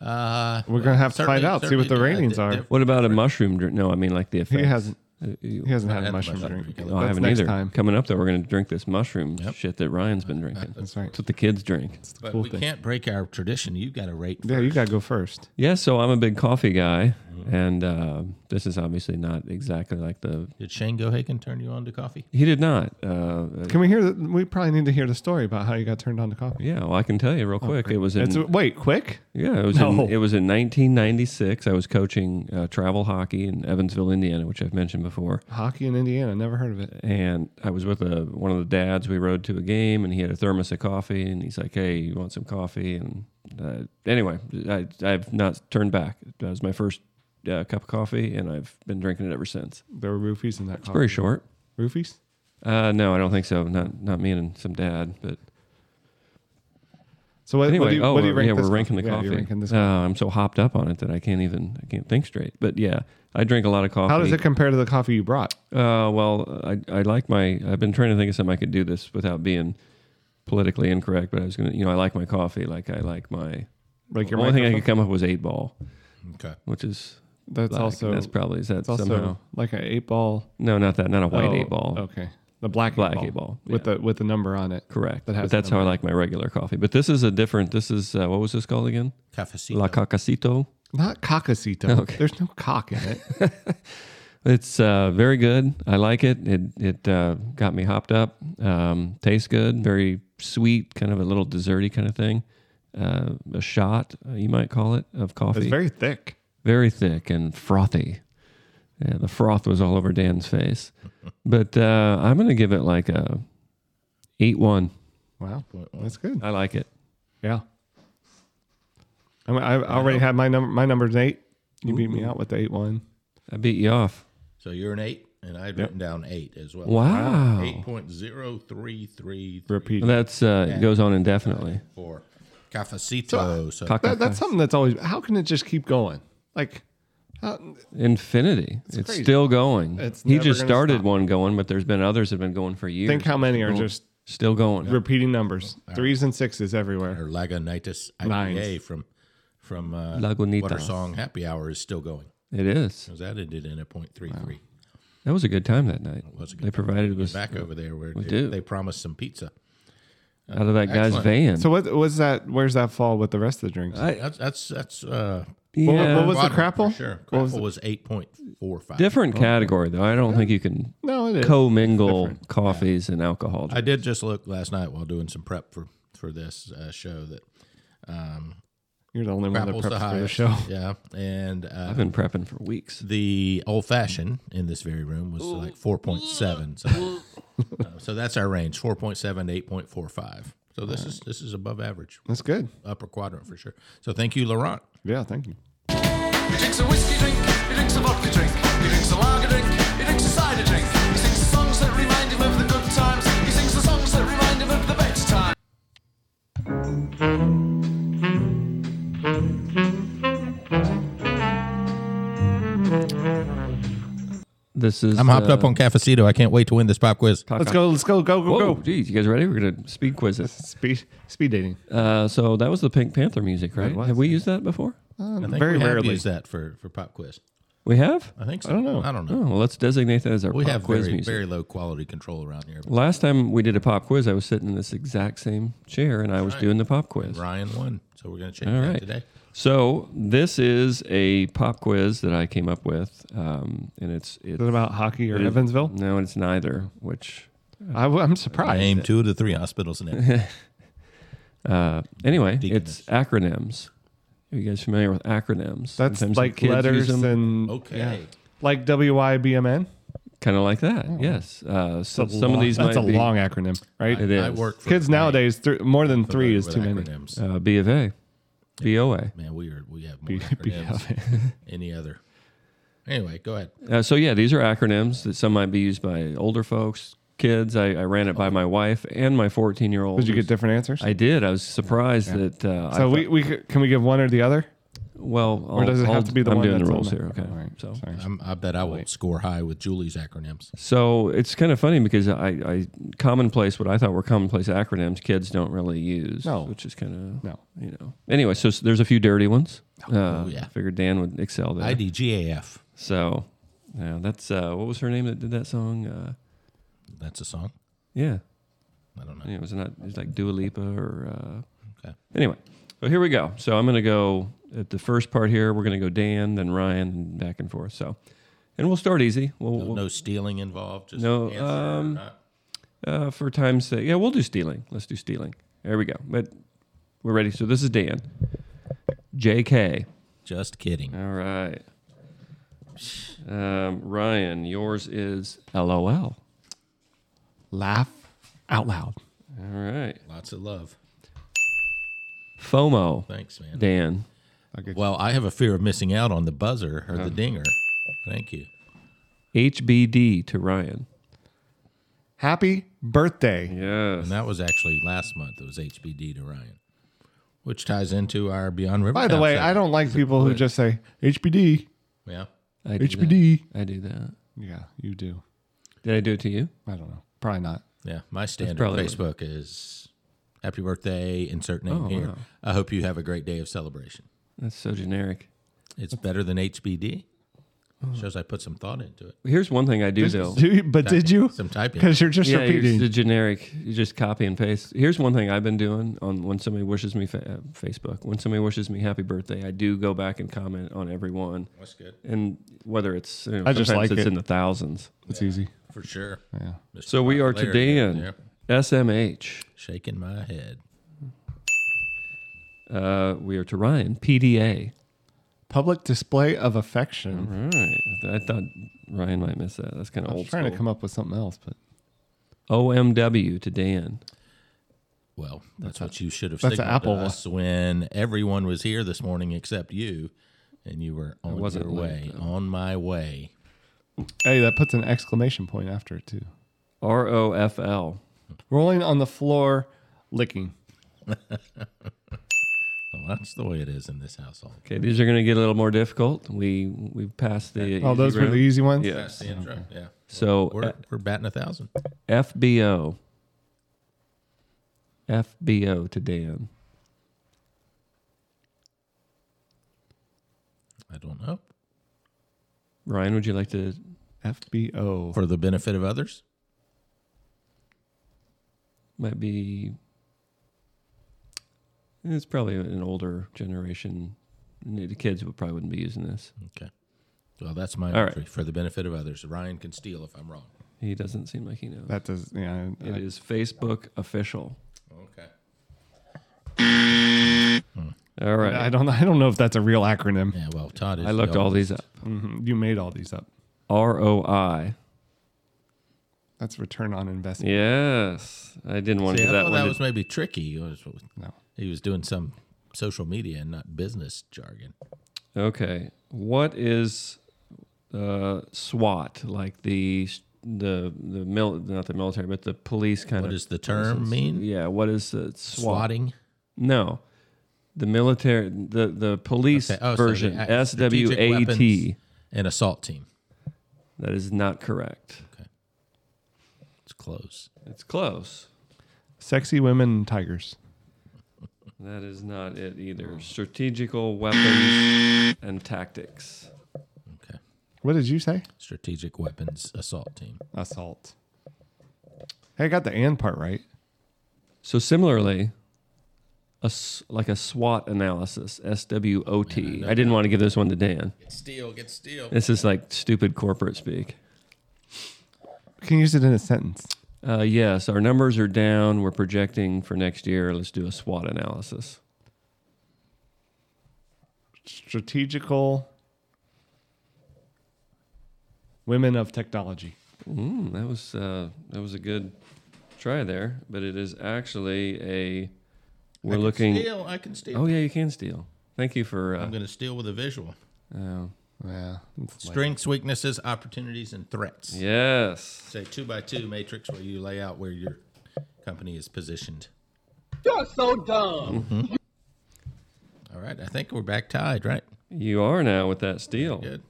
[SPEAKER 3] Uh,
[SPEAKER 4] We're gonna have to
[SPEAKER 3] certainly-
[SPEAKER 4] find out, see what the
[SPEAKER 3] certainly, uh,
[SPEAKER 4] ratings
[SPEAKER 3] di-
[SPEAKER 4] are.
[SPEAKER 3] di-
[SPEAKER 2] What about a mushroom drink? No, I mean like the
[SPEAKER 4] He
[SPEAKER 2] effect.
[SPEAKER 4] hasn't. He hasn't had a
[SPEAKER 3] had
[SPEAKER 4] mushroom
[SPEAKER 3] mushroom
[SPEAKER 4] drink.
[SPEAKER 3] drink.
[SPEAKER 2] No, I
[SPEAKER 4] That's
[SPEAKER 2] haven't
[SPEAKER 4] next
[SPEAKER 2] either.
[SPEAKER 4] time. Uh,
[SPEAKER 2] Coming up, though, we're going to drink this mushroom shit that Ryan's been drinking.
[SPEAKER 4] That's right.
[SPEAKER 2] That's what the kids drink.
[SPEAKER 3] But
[SPEAKER 4] Cool
[SPEAKER 3] we
[SPEAKER 4] thing.
[SPEAKER 3] can't break our tradition. You got to rate.
[SPEAKER 4] Yeah, you gotta go first.
[SPEAKER 2] Yeah, so I'm a big coffee guy, and uh, this is obviously not exactly like the.
[SPEAKER 3] Did Shane Gohagan turn you on to coffee?
[SPEAKER 2] He did not. Uh,
[SPEAKER 4] Can we hear? The, we probably need to hear the story about how you got turned on to coffee.
[SPEAKER 2] yeah, well, I can tell you
[SPEAKER 4] Oh,
[SPEAKER 2] real quick. it was in.
[SPEAKER 4] It's wait, quick.
[SPEAKER 2] Yeah, it was
[SPEAKER 4] No.
[SPEAKER 2] in, it was in 1996. I was coaching uh, travel hockey in Evansville, Indiana, which I've mentioned before.
[SPEAKER 4] Hockey in Indiana. Never heard of it.
[SPEAKER 2] And I was with a, one of the dads. We rode to a game, and he had a thermos of coffee. And he's like, "Hey, you want some coffee?" And uh, anyway, I, I've not turned back. That was my first uh, cup of coffee, and I've been drinking it ever since.
[SPEAKER 4] There were roofies in that.
[SPEAKER 2] It's very short.
[SPEAKER 4] Roofies.
[SPEAKER 2] Uh, no, I don't think so. Not not me and some dad, but
[SPEAKER 4] So what,
[SPEAKER 2] anyway.
[SPEAKER 4] what do you,
[SPEAKER 2] oh,
[SPEAKER 4] what do you
[SPEAKER 2] we're-
[SPEAKER 4] rank
[SPEAKER 2] yeah,
[SPEAKER 4] this
[SPEAKER 2] we're ranking the
[SPEAKER 4] Yeah, you're
[SPEAKER 2] coffee.
[SPEAKER 4] ranking this
[SPEAKER 2] Oh, I'm so hopped up on it that I can't even I can't think straight. But yeah, I drink a lot of coffee.
[SPEAKER 4] How does it compare to the coffee you brought?
[SPEAKER 2] Uh, well, I, I like my. I've been trying to think of something I could do this without being politically incorrect, but I was gonna. You know, I like my coffee. Like I like my.
[SPEAKER 4] Like
[SPEAKER 2] The
[SPEAKER 4] your
[SPEAKER 2] only thing I
[SPEAKER 4] microphone?
[SPEAKER 2] could come up with was eight ball,
[SPEAKER 3] Okay.
[SPEAKER 2] which is
[SPEAKER 4] That's
[SPEAKER 2] black, and
[SPEAKER 4] also
[SPEAKER 2] that's probably is that
[SPEAKER 4] it's also
[SPEAKER 2] somehow.
[SPEAKER 4] like an eight ball.
[SPEAKER 2] no, not that. Not a white
[SPEAKER 4] Oh,
[SPEAKER 2] eight ball.
[SPEAKER 4] Okay. The black
[SPEAKER 2] Black
[SPEAKER 4] eight ball,
[SPEAKER 2] eight ball,
[SPEAKER 4] with
[SPEAKER 2] yeah.
[SPEAKER 4] the with the number on it.
[SPEAKER 2] Correct. but
[SPEAKER 4] That has
[SPEAKER 2] that's
[SPEAKER 4] the
[SPEAKER 2] how I
[SPEAKER 4] number.
[SPEAKER 2] like my regular coffee. But this is a different. This is uh, what was this called again?
[SPEAKER 3] Cafecito.
[SPEAKER 2] La Cacacito.
[SPEAKER 4] Not cockacito.
[SPEAKER 2] Okay.
[SPEAKER 4] There's no cock in it.
[SPEAKER 2] It's uh, very good. I like it. It it uh, got me hopped up. Um, tastes good. Very sweet, kind of a little desserty kind of thing. Uh, a shot, uh, you might call it, of coffee.
[SPEAKER 4] It's very thick.
[SPEAKER 2] Very thick and frothy. Yeah, the froth was all over Dan's face. but uh, I'm going to give it like a eight one.
[SPEAKER 4] Wow, that's good.
[SPEAKER 2] I like it.
[SPEAKER 4] Yeah. I, mean, I already had my number. My number's eight. You beat me out with the eight one.
[SPEAKER 2] I beat you off.
[SPEAKER 3] So you're an eight, and I'd written down eight as well.
[SPEAKER 2] Wow.
[SPEAKER 3] Eight point zero three three
[SPEAKER 4] Repeat.
[SPEAKER 2] That's uh, it goes on indefinitely.
[SPEAKER 3] four. Cafecito. So,
[SPEAKER 2] Cock-
[SPEAKER 4] That- that's something that's always. How can it just keep going? Like, how,
[SPEAKER 2] Infinity. It's,
[SPEAKER 4] crazy.
[SPEAKER 2] still going.
[SPEAKER 4] It's
[SPEAKER 2] he
[SPEAKER 4] never
[SPEAKER 2] just
[SPEAKER 4] gonna
[SPEAKER 2] started
[SPEAKER 4] stop.
[SPEAKER 2] one going, but there's been others that have been going for years.
[SPEAKER 4] think how many are
[SPEAKER 2] Well,
[SPEAKER 4] just
[SPEAKER 2] still going.
[SPEAKER 4] repeating numbers? Threes and sixes everywhere.
[SPEAKER 3] or Lagunitas IPA
[SPEAKER 4] Nines.
[SPEAKER 3] from from uh,
[SPEAKER 2] Lagunitas.
[SPEAKER 3] Water Song Happy Hour is still going.
[SPEAKER 2] It is.
[SPEAKER 3] Because that ended in a point three three.
[SPEAKER 2] That was a good time that night.
[SPEAKER 3] was a good
[SPEAKER 2] they provided us
[SPEAKER 3] Back over there where they,
[SPEAKER 2] do.
[SPEAKER 3] they promised some pizza.
[SPEAKER 2] out of that guy's
[SPEAKER 3] Excellent.
[SPEAKER 2] van.
[SPEAKER 4] So what was that? Where's that fall with the rest of the drinks?
[SPEAKER 3] That's that's that's uh,
[SPEAKER 2] yeah,
[SPEAKER 4] what- what was the
[SPEAKER 3] bottom for
[SPEAKER 4] crapple?
[SPEAKER 3] Sure,
[SPEAKER 4] What was
[SPEAKER 3] crapple was eight point four five.
[SPEAKER 2] different category though. I don't think you can
[SPEAKER 4] no, it is.
[SPEAKER 2] commingle coffees and alcohol.
[SPEAKER 3] I did just look last night while doing some prep for for this uh, show that
[SPEAKER 4] You You're the only one that
[SPEAKER 3] Crapple's the
[SPEAKER 4] preps for the
[SPEAKER 3] highest.
[SPEAKER 4] show.
[SPEAKER 3] Yeah, and uh,
[SPEAKER 2] I've been prepping for weeks.
[SPEAKER 3] The old fashioned in this very room was like four point seven. So, uh, so that's our range: four point seven to eight point four five. So this is this is above average.
[SPEAKER 4] That's good.
[SPEAKER 3] Upper quadrant for sure. So thank you, Laurent.
[SPEAKER 4] Yeah, thank you.
[SPEAKER 13] He drinks a whiskey drink, he drinks a vodka drink, he drinks a lager drink, he drinks a cider drink. He sings the songs that remind him of the good times, he sings the songs that remind him of the best times.
[SPEAKER 2] This is.
[SPEAKER 3] I'm hopped
[SPEAKER 2] uh,
[SPEAKER 3] up on cafecito. I can't wait to win this pop quiz.
[SPEAKER 2] Let's go,
[SPEAKER 4] Let's go. Go. Go.
[SPEAKER 2] Whoa,
[SPEAKER 4] Go.
[SPEAKER 2] geez, you guys ready? We're gonna speed quiz it.
[SPEAKER 4] Speed speed dating.
[SPEAKER 2] Uh, so that was the Pink Panther music, right?
[SPEAKER 4] was,
[SPEAKER 2] Have we used that before?
[SPEAKER 3] I think
[SPEAKER 4] very
[SPEAKER 3] we have
[SPEAKER 4] rarely.
[SPEAKER 3] used that for for pop quiz.
[SPEAKER 2] We have.
[SPEAKER 3] I think so.
[SPEAKER 4] I don't know.
[SPEAKER 3] I don't
[SPEAKER 2] Oh,
[SPEAKER 3] know.
[SPEAKER 2] well, let's designate that as our
[SPEAKER 3] we
[SPEAKER 2] pop
[SPEAKER 3] have
[SPEAKER 2] quiz
[SPEAKER 3] very
[SPEAKER 2] music.
[SPEAKER 3] very low quality control around here.
[SPEAKER 2] Last time we did a pop quiz, I was sitting in this exact same chair and I was
[SPEAKER 3] Right.
[SPEAKER 2] doing the pop quiz.
[SPEAKER 3] Ryan won, so we're gonna change
[SPEAKER 2] All
[SPEAKER 3] that
[SPEAKER 2] right.
[SPEAKER 3] today.
[SPEAKER 2] So this is a pop quiz that I came up with, um, and it's it's
[SPEAKER 4] it about hockey or
[SPEAKER 2] it is-
[SPEAKER 4] Evansville?
[SPEAKER 2] No, it's neither. Which
[SPEAKER 4] I, am surprised.
[SPEAKER 3] Name two of the three hospitals in it.
[SPEAKER 2] uh, anyway, it's acronyms. Are you guys familiar with acronyms?
[SPEAKER 4] That's like letters and
[SPEAKER 3] Okay.
[SPEAKER 4] yeah. like WIBMN.
[SPEAKER 2] kind of like that. Yes. Uh, so
[SPEAKER 4] Oh. That's a
[SPEAKER 2] some
[SPEAKER 4] long-
[SPEAKER 2] of these
[SPEAKER 4] That's
[SPEAKER 2] might
[SPEAKER 4] a
[SPEAKER 2] be-
[SPEAKER 4] long acronym, right?
[SPEAKER 2] It
[SPEAKER 3] I
[SPEAKER 2] is.
[SPEAKER 3] work for
[SPEAKER 4] Kids nowadays, th- more than three is
[SPEAKER 3] with
[SPEAKER 4] too many.
[SPEAKER 3] acronyms.
[SPEAKER 2] Uh, B of A, BOA.
[SPEAKER 3] Man, we are we have more
[SPEAKER 4] B- B-
[SPEAKER 3] acronyms than any other. Anyway, go ahead.
[SPEAKER 2] Uh, so yeah, these are acronyms that some might be used by older folks, kids. I, I ran it by my wife and my 14 year old.
[SPEAKER 4] Did Oh. you get different answers?
[SPEAKER 2] I did. I was surprised that. Uh, I
[SPEAKER 4] so we, we c- can we give one or the other?
[SPEAKER 2] Well,
[SPEAKER 4] Or does it have to be the
[SPEAKER 2] I'm
[SPEAKER 4] one
[SPEAKER 2] doing the
[SPEAKER 4] that's on
[SPEAKER 2] rules
[SPEAKER 4] there?
[SPEAKER 2] here. Okay.
[SPEAKER 4] All right.
[SPEAKER 2] So,
[SPEAKER 4] Sorry.
[SPEAKER 3] I'm, I bet I will score high with Julie's acronyms.
[SPEAKER 2] so it's kind of funny because I, I commonplace what I thought were commonplace acronyms kids don't really use.
[SPEAKER 4] No.
[SPEAKER 2] Which is kind of
[SPEAKER 4] No. Oh,
[SPEAKER 2] you know. Anyway, so s- there's a few dirty ones. Uh,
[SPEAKER 3] yeah.
[SPEAKER 2] I figured Dan would excel there.
[SPEAKER 3] IDGAF.
[SPEAKER 2] So, yeah, that's uh, what was her name that did that song? Uh,
[SPEAKER 3] That's a song.
[SPEAKER 2] yeah.
[SPEAKER 3] I don't know.
[SPEAKER 2] Yeah, it was not. It was like Dua Lipa or. Uh,
[SPEAKER 3] Okay.
[SPEAKER 2] Anyway, so here we go. So I'm going to go at the first part here. We're going to go Dan, then Ryan, and back and forth. So, and we'll start easy. We'll,
[SPEAKER 3] No,
[SPEAKER 2] we'll-
[SPEAKER 3] no stealing involved. Just
[SPEAKER 2] No,
[SPEAKER 3] answer or
[SPEAKER 2] um,
[SPEAKER 3] not.
[SPEAKER 2] uh, for time's sake. Yeah, we'll do stealing. Let's do stealing. There we go. But we're ready. So this is Dan. J.K.
[SPEAKER 3] just kidding.
[SPEAKER 2] All right. Um, Ryan, yours is LOL.
[SPEAKER 4] Laugh out loud.
[SPEAKER 2] All right.
[SPEAKER 3] Lots of love.
[SPEAKER 2] FOMO.
[SPEAKER 3] Thanks, man.
[SPEAKER 2] Dan.
[SPEAKER 3] Well, I have a fear of missing out on the buzzer or the dinger. Thank you.
[SPEAKER 2] HBD to Ryan.
[SPEAKER 4] Happy birthday.
[SPEAKER 2] Yes.
[SPEAKER 3] And that was actually last month. It was HBD to Ryan, which ties into our Beyond River.
[SPEAKER 4] By the way, I don't like people who just say HBD.
[SPEAKER 3] Yeah.
[SPEAKER 2] I do
[SPEAKER 4] HBD.
[SPEAKER 2] that. I do that.
[SPEAKER 4] Yeah, you do.
[SPEAKER 2] Did I do it to you?
[SPEAKER 4] I don't know. Probably not.
[SPEAKER 3] Yeah. My standard
[SPEAKER 2] probably-
[SPEAKER 3] Facebook is happy birthday, insert name
[SPEAKER 4] Oh,
[SPEAKER 3] here. I hope you have a great day of celebration.
[SPEAKER 2] That's so generic.
[SPEAKER 3] It's better than HBD.
[SPEAKER 4] Oh.
[SPEAKER 3] Shows I put some thought into it.
[SPEAKER 2] Here's one thing I do though.
[SPEAKER 4] Do you, but did you?
[SPEAKER 3] Some typing.
[SPEAKER 4] Because you're just
[SPEAKER 2] yeah, you're
[SPEAKER 4] repeating.
[SPEAKER 2] just a generic. You just copy and paste. Here's one thing I've been doing on when somebody wishes me fa- uh, Facebook. When somebody wishes me happy birthday, I do go back and comment on everyone.
[SPEAKER 3] That's good.
[SPEAKER 2] And whether it's you know,
[SPEAKER 4] I just
[SPEAKER 2] sometimes
[SPEAKER 4] like
[SPEAKER 2] it's
[SPEAKER 4] it.
[SPEAKER 2] in the thousands.
[SPEAKER 4] it's easy.
[SPEAKER 3] For sure.
[SPEAKER 4] Yeah.
[SPEAKER 3] Mr.
[SPEAKER 2] So we are to
[SPEAKER 3] Popularity over
[SPEAKER 2] Dan
[SPEAKER 3] there.
[SPEAKER 2] SMH.
[SPEAKER 3] Shaking my head.
[SPEAKER 2] Uh, we are to Ryan PDA.
[SPEAKER 4] Public display of affection.
[SPEAKER 2] All right. I thought Ryan might miss that. That's kind of
[SPEAKER 4] I was
[SPEAKER 2] old.
[SPEAKER 4] trying to
[SPEAKER 2] school.
[SPEAKER 4] come up with something else, but
[SPEAKER 2] OMW to Dan.
[SPEAKER 3] Well, that's, what you should have
[SPEAKER 4] that's a
[SPEAKER 3] signaled to
[SPEAKER 4] Apple one.
[SPEAKER 3] us when everyone was here this morning except you, and you were on
[SPEAKER 2] wasn't
[SPEAKER 3] your way,
[SPEAKER 2] late,
[SPEAKER 3] on my way.
[SPEAKER 4] hey, that puts an exclamation point after it too.
[SPEAKER 2] R O F L.
[SPEAKER 4] Rolling on the floor, licking.
[SPEAKER 3] Well, that's the way it is in this household.
[SPEAKER 2] Okay, these are going to get a little more difficult. We we've passed the.
[SPEAKER 4] Oh, those
[SPEAKER 2] easy
[SPEAKER 4] were the
[SPEAKER 2] round.
[SPEAKER 4] easy ones.
[SPEAKER 2] Yes.
[SPEAKER 3] The intro, yeah.
[SPEAKER 2] So
[SPEAKER 3] We're, we're batting a thousand.
[SPEAKER 2] F- FBO. FBO to Dan.
[SPEAKER 3] I don't know.
[SPEAKER 2] Ryan, would you like to?
[SPEAKER 4] FBO.
[SPEAKER 3] For the benefit of others,
[SPEAKER 2] Might be. It's probably an older generation. The kids would probably wouldn't be using this.
[SPEAKER 3] okay. Well, that's my
[SPEAKER 2] All right.
[SPEAKER 3] entry. For the benefit of others, Ryan can steal if I'm wrong.
[SPEAKER 2] He doesn't seem like he knows.
[SPEAKER 4] That does. Yeah.
[SPEAKER 2] it is Facebook official.
[SPEAKER 3] Okay.
[SPEAKER 2] All right.
[SPEAKER 4] I don't. I don't know if that's a real acronym.
[SPEAKER 3] Yeah. Well, Todd. Is
[SPEAKER 2] I looked all these up.
[SPEAKER 4] Mhm. You made all these up.
[SPEAKER 2] ROI.
[SPEAKER 4] That's return on investment.
[SPEAKER 2] Yes. I didn't want
[SPEAKER 3] See,
[SPEAKER 2] to do
[SPEAKER 3] I
[SPEAKER 2] that
[SPEAKER 3] thought
[SPEAKER 2] one.
[SPEAKER 3] that
[SPEAKER 2] to-
[SPEAKER 3] was maybe tricky. It was-
[SPEAKER 4] No.
[SPEAKER 3] He was doing some social media and not business jargon.
[SPEAKER 2] Okay. What is uh, SWAT like the the the mil- not the military but the police kind
[SPEAKER 3] What
[SPEAKER 2] of
[SPEAKER 3] does the term
[SPEAKER 2] is-
[SPEAKER 3] mean?
[SPEAKER 2] Yeah, what is uh, SWAT?
[SPEAKER 3] Swatting?
[SPEAKER 2] No. The military the the police
[SPEAKER 3] Okay. Oh, so the
[SPEAKER 2] version
[SPEAKER 3] act- strategic
[SPEAKER 2] SWAT.
[SPEAKER 3] weapons and assault team.
[SPEAKER 2] That is not correct.
[SPEAKER 3] It's close.
[SPEAKER 2] It's close.
[SPEAKER 4] Sexy women and tigers.
[SPEAKER 2] That is not it either. Strategical weapons and tactics.
[SPEAKER 4] What did you say?
[SPEAKER 3] Strategic weapons assault team.
[SPEAKER 4] Assault. Hey, I got the and part right.
[SPEAKER 2] So similarly, a s- like a SWOT analysis, S W O T. I didn't want to give this one to Dan.
[SPEAKER 3] Get steel. Get steel.
[SPEAKER 2] This is like stupid corporate speak.
[SPEAKER 4] Can you use it in a sentence?
[SPEAKER 2] Uh, yes, our numbers are down. We're projecting for next year. Let's do a SWOT analysis.
[SPEAKER 4] Strategical women of technology.
[SPEAKER 2] Mm, that was uh, that was a good try there, but it is actually a we're
[SPEAKER 3] can
[SPEAKER 2] looking.
[SPEAKER 3] steal, I can steal.
[SPEAKER 2] Oh yeah, you can steal. Thank you for. Uh,
[SPEAKER 3] I'm going to steal with a visual.
[SPEAKER 2] oh,
[SPEAKER 4] Yeah.
[SPEAKER 3] Strengths, weaknesses, opportunities, and threats.
[SPEAKER 2] yes.
[SPEAKER 3] Say two by two matrix where you lay out where your company is positioned.
[SPEAKER 6] You're so dumb.
[SPEAKER 3] All right. I think we're back tied, right?
[SPEAKER 2] You are now with that steal.
[SPEAKER 3] Good.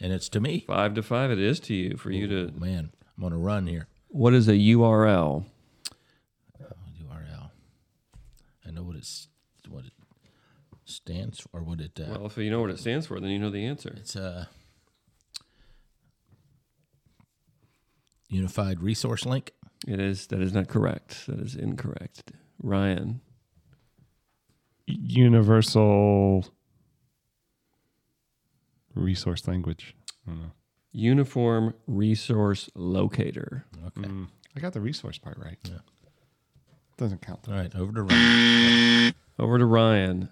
[SPEAKER 3] And it's to me.
[SPEAKER 2] Five to five. It is to you for you to.
[SPEAKER 3] Man, I'm on a run here.
[SPEAKER 2] What is a URL?
[SPEAKER 3] URL. I know what it's what it stands for, or what it uh,
[SPEAKER 2] Well, if you know what it stands for, then you know the answer.
[SPEAKER 3] it's uh, a unified resource link.
[SPEAKER 2] It is. That is not correct. That is incorrect. Ryan.
[SPEAKER 4] Universal resource language. I don't know.
[SPEAKER 2] Uniform Resource Locator.
[SPEAKER 3] Okay.
[SPEAKER 4] I got the resource part right.
[SPEAKER 3] Yeah.
[SPEAKER 4] Doesn't count.
[SPEAKER 3] All right, over to Ryan.
[SPEAKER 2] Over to Ryan.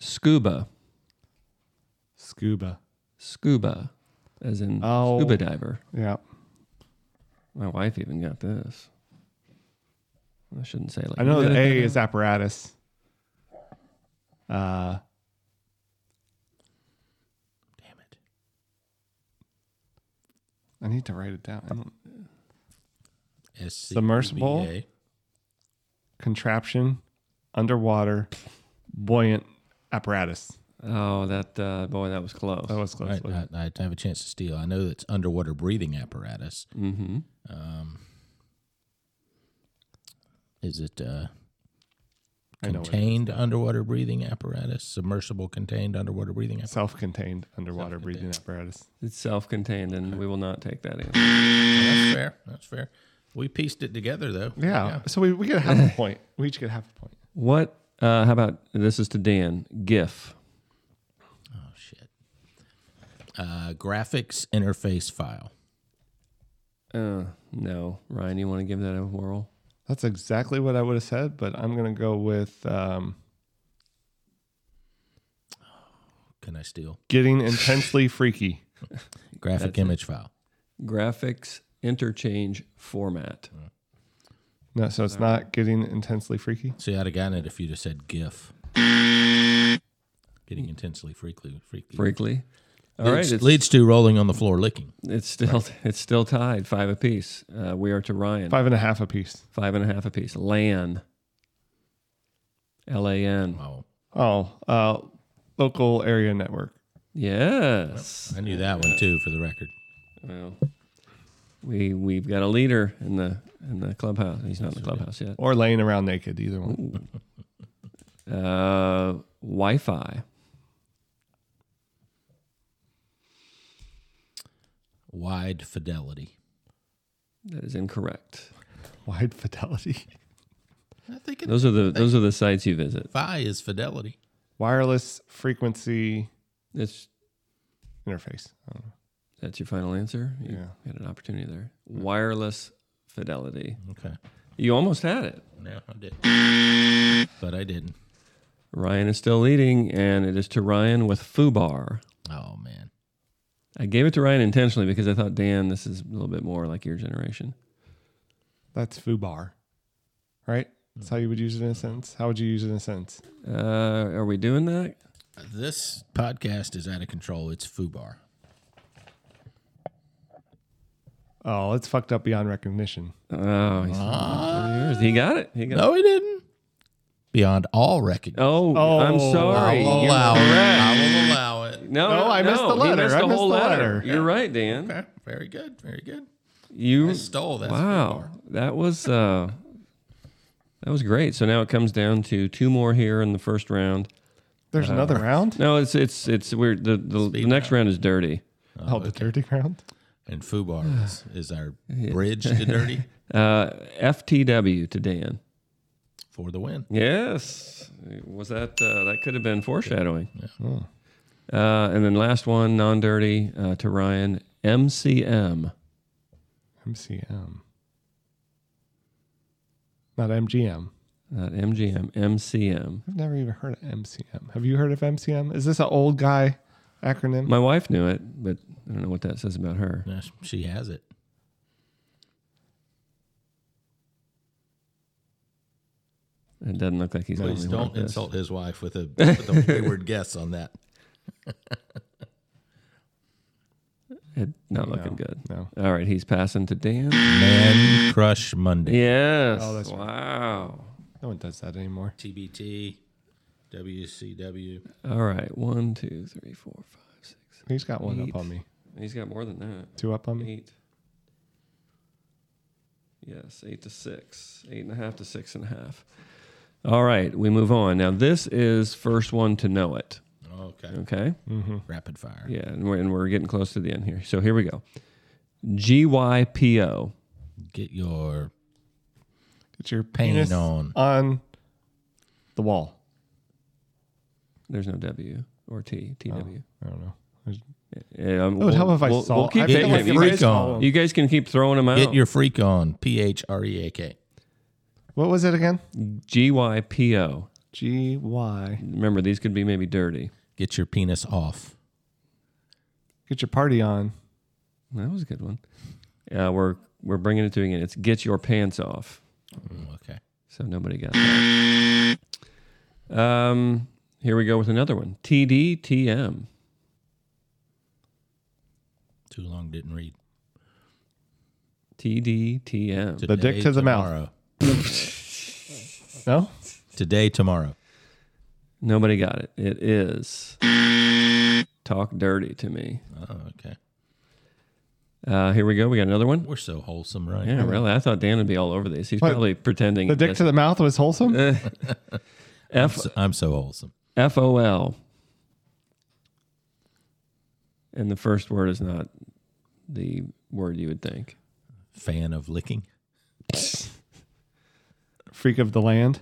[SPEAKER 2] Scuba.
[SPEAKER 4] Scuba.
[SPEAKER 2] Scuba, as in
[SPEAKER 4] Oh.
[SPEAKER 2] scuba diver.
[SPEAKER 4] Yeah.
[SPEAKER 2] My wife even got this. I shouldn't say like.
[SPEAKER 4] I know the A is apparatus. Uh,
[SPEAKER 3] Damn it.
[SPEAKER 4] I need to write it down. I don't,
[SPEAKER 3] SCBA.
[SPEAKER 4] Submersible? contraption, underwater, buoyant apparatus.
[SPEAKER 2] Oh, that uh, boy, that was close.
[SPEAKER 4] That was
[SPEAKER 3] All
[SPEAKER 4] close.
[SPEAKER 3] right,
[SPEAKER 4] wasn't it?
[SPEAKER 3] I, I have a chance to steal. I know it's underwater breathing apparatus.
[SPEAKER 2] Mm-hmm.
[SPEAKER 3] Um, is it uh,
[SPEAKER 4] I know what it is
[SPEAKER 3] contained underwater breathing apparatus? Submersible contained underwater breathing apparatus?
[SPEAKER 4] Self-contained underwater breathing apparatus.
[SPEAKER 2] It's self-contained, and we will not take that in.
[SPEAKER 3] That's fair. That's fair. We pieced it together though.
[SPEAKER 4] Yeah. So we, we get half a point. We each get half a point.
[SPEAKER 2] What? Uh, how about this? Is to Dan GIF.
[SPEAKER 3] Oh shit. Uh, graphics interface file.
[SPEAKER 2] Uh, no, Ryan, you want to give that a whirl?
[SPEAKER 4] That's exactly what I would have said, but I'm gonna go with um,
[SPEAKER 3] Can I steal?
[SPEAKER 4] getting intensely freaky.
[SPEAKER 3] Graphic image file.
[SPEAKER 2] Graphics interchange format.
[SPEAKER 4] No, so it's not getting intensely freaky.
[SPEAKER 3] See, I'd have gotten it if you'd have said GIF. Getting intensely freakly. freakly.
[SPEAKER 2] Freakly. All right,
[SPEAKER 3] leads,
[SPEAKER 2] it's-
[SPEAKER 3] leads to rolling on the floor licking.
[SPEAKER 2] It's still it's still tied five apiece. Uh, we are to Ryan
[SPEAKER 4] Five and a half apiece.
[SPEAKER 2] Five and a half apiece. Lan. L A N.
[SPEAKER 3] Oh,
[SPEAKER 4] Oh, uh, local area network.
[SPEAKER 2] Yes.
[SPEAKER 3] I knew that one too for the record.
[SPEAKER 2] Well, we we've got a leader in the in the clubhouse. He's not in the clubhouse yet.
[SPEAKER 4] or laying around naked, either one.
[SPEAKER 2] Uh, wi Fi.
[SPEAKER 3] Wide fidelity.
[SPEAKER 2] That is incorrect.
[SPEAKER 4] Wide fidelity.
[SPEAKER 3] I think it,
[SPEAKER 2] Those are the those are the sites you visit.
[SPEAKER 3] Fi is fidelity.
[SPEAKER 4] Wireless frequency
[SPEAKER 2] That's
[SPEAKER 4] interface. I don't know.
[SPEAKER 2] that's your final answer. You
[SPEAKER 4] Yeah.
[SPEAKER 2] had an opportunity there. Wireless fidelity.
[SPEAKER 3] Okay.
[SPEAKER 2] You almost had it.
[SPEAKER 3] No, I did. But I didn't.
[SPEAKER 2] Ryan is still leading, and it is to Ryan with Fubar.
[SPEAKER 3] Oh man,
[SPEAKER 2] I gave it to Ryan intentionally because I thought, Dan, this is a little bit more like your generation.
[SPEAKER 4] That's Fubar, right? That's how you would use it in a sentence. How would you use it in a sentence?
[SPEAKER 2] Uh, are we doing that?
[SPEAKER 3] This podcast is out of control. It's Fubar.
[SPEAKER 4] Oh, it's fucked up beyond recognition.
[SPEAKER 2] Oh, he's ah. he got it. He got
[SPEAKER 3] no,
[SPEAKER 2] it.
[SPEAKER 3] he didn't. Beyond all recognition.
[SPEAKER 2] Oh, oh I'm sorry.
[SPEAKER 3] I'll allow
[SPEAKER 2] You're
[SPEAKER 3] it.
[SPEAKER 2] correct.
[SPEAKER 3] I will allow it.
[SPEAKER 2] No,
[SPEAKER 4] No, I missed the
[SPEAKER 2] he
[SPEAKER 4] letter. I missed
[SPEAKER 2] whole
[SPEAKER 4] the
[SPEAKER 2] letter.
[SPEAKER 4] letter.
[SPEAKER 2] You're right, Dan.
[SPEAKER 3] Okay, very good, very good.
[SPEAKER 2] You
[SPEAKER 3] I stole that.
[SPEAKER 2] Wow, that was uh, that was great. So now it comes down to two more here in the first round.
[SPEAKER 4] There's
[SPEAKER 2] Uh,
[SPEAKER 4] another round.
[SPEAKER 2] No, it's it's it's weird. The the, the next round is dirty.
[SPEAKER 4] Oh, the dirty round.
[SPEAKER 3] And Fubar is, is our bridge to dirty
[SPEAKER 2] Uh, FTW to Dan.
[SPEAKER 3] for the win.
[SPEAKER 2] Yes, was that uh, that could have been foreshadowing.
[SPEAKER 4] Oh.
[SPEAKER 2] Uh, and then last one, non-dirty uh, to Ryan MCM.
[SPEAKER 4] MCM. Not MGM.
[SPEAKER 2] Not MGM, MCM.
[SPEAKER 4] I've never even heard of MCM. Have you heard of MCM? Is this an old guy acronym?
[SPEAKER 2] My wife knew it, but I don't know what that says about her.
[SPEAKER 3] Yeah, She has it.
[SPEAKER 2] It doesn't look like he's. the
[SPEAKER 3] Please
[SPEAKER 2] only one
[SPEAKER 3] don't
[SPEAKER 2] with this.
[SPEAKER 3] insult his wife with a, with a wayward guess on that.
[SPEAKER 2] It not looking good.
[SPEAKER 4] no.
[SPEAKER 2] All right, he's passing to Dan.
[SPEAKER 3] Man Crush Monday.
[SPEAKER 2] Yes.
[SPEAKER 4] Oh, that's right.
[SPEAKER 2] wow.
[SPEAKER 4] No one does that anymore.
[SPEAKER 3] TBT, WCW.
[SPEAKER 2] All right, one, two, three, four, five, six.
[SPEAKER 4] He's got one
[SPEAKER 2] Eight.
[SPEAKER 4] up on me.
[SPEAKER 2] He's got more than that.
[SPEAKER 4] Two up on me.
[SPEAKER 2] Eight. Yes, eight to six, eight and a half to six and a half. All right, we move on. Now this is first one to know it.
[SPEAKER 3] Okay.
[SPEAKER 4] Mm.
[SPEAKER 2] Okay.
[SPEAKER 4] Mm-hmm.
[SPEAKER 3] Rapid fire.
[SPEAKER 2] Yeah, and we're, and we're getting close to the end here. So here we go. GYPO.
[SPEAKER 3] Get your
[SPEAKER 4] Get your
[SPEAKER 3] Pain
[SPEAKER 4] penis
[SPEAKER 3] on.
[SPEAKER 4] on the wall.
[SPEAKER 2] There's no W or T. TW.
[SPEAKER 4] Oh. I don't know. There's-
[SPEAKER 2] Yeah, um,
[SPEAKER 4] It would help if Oh, I
[SPEAKER 2] we'll-
[SPEAKER 4] saw.
[SPEAKER 2] we'll keep
[SPEAKER 4] I feel
[SPEAKER 2] hitting
[SPEAKER 4] like
[SPEAKER 2] him.
[SPEAKER 4] if
[SPEAKER 2] You
[SPEAKER 4] I
[SPEAKER 2] guys-
[SPEAKER 4] saw him-
[SPEAKER 2] You guys can keep throwing
[SPEAKER 4] Oh.
[SPEAKER 2] them out.
[SPEAKER 3] Get your freak on. P H R E A K.
[SPEAKER 4] What was it again?
[SPEAKER 2] GYPO.
[SPEAKER 4] G Y.
[SPEAKER 2] Remember, these could be maybe dirty.
[SPEAKER 3] Get your penis off.
[SPEAKER 4] Get your party on.
[SPEAKER 2] That was a good one. Uh, we're we're bringing it to you again. It's get your pants off.
[SPEAKER 3] Mm, Okay.
[SPEAKER 2] So nobody got that. Um, here we go with another one. TDTM.
[SPEAKER 3] Too long didn't read.
[SPEAKER 2] TDTM.
[SPEAKER 4] The dick
[SPEAKER 3] Today,
[SPEAKER 4] to the mouth.
[SPEAKER 3] tomorrow.
[SPEAKER 4] No.
[SPEAKER 3] Today, tomorrow.
[SPEAKER 2] Nobody got it. It is talk dirty to me.
[SPEAKER 3] Oh, okay.
[SPEAKER 2] Uh, here we go. We got another one.
[SPEAKER 3] We're so wholesome, right?
[SPEAKER 2] Yeah, really. I thought Dan would be all over these. He's
[SPEAKER 4] What?
[SPEAKER 2] probably pretending.
[SPEAKER 4] The dick to the mouth was wholesome.
[SPEAKER 2] Eh. F
[SPEAKER 3] So- I'm so wholesome.
[SPEAKER 2] F O L. And the first word is not the word you would think.
[SPEAKER 3] Fan of licking.
[SPEAKER 4] Freak of the land.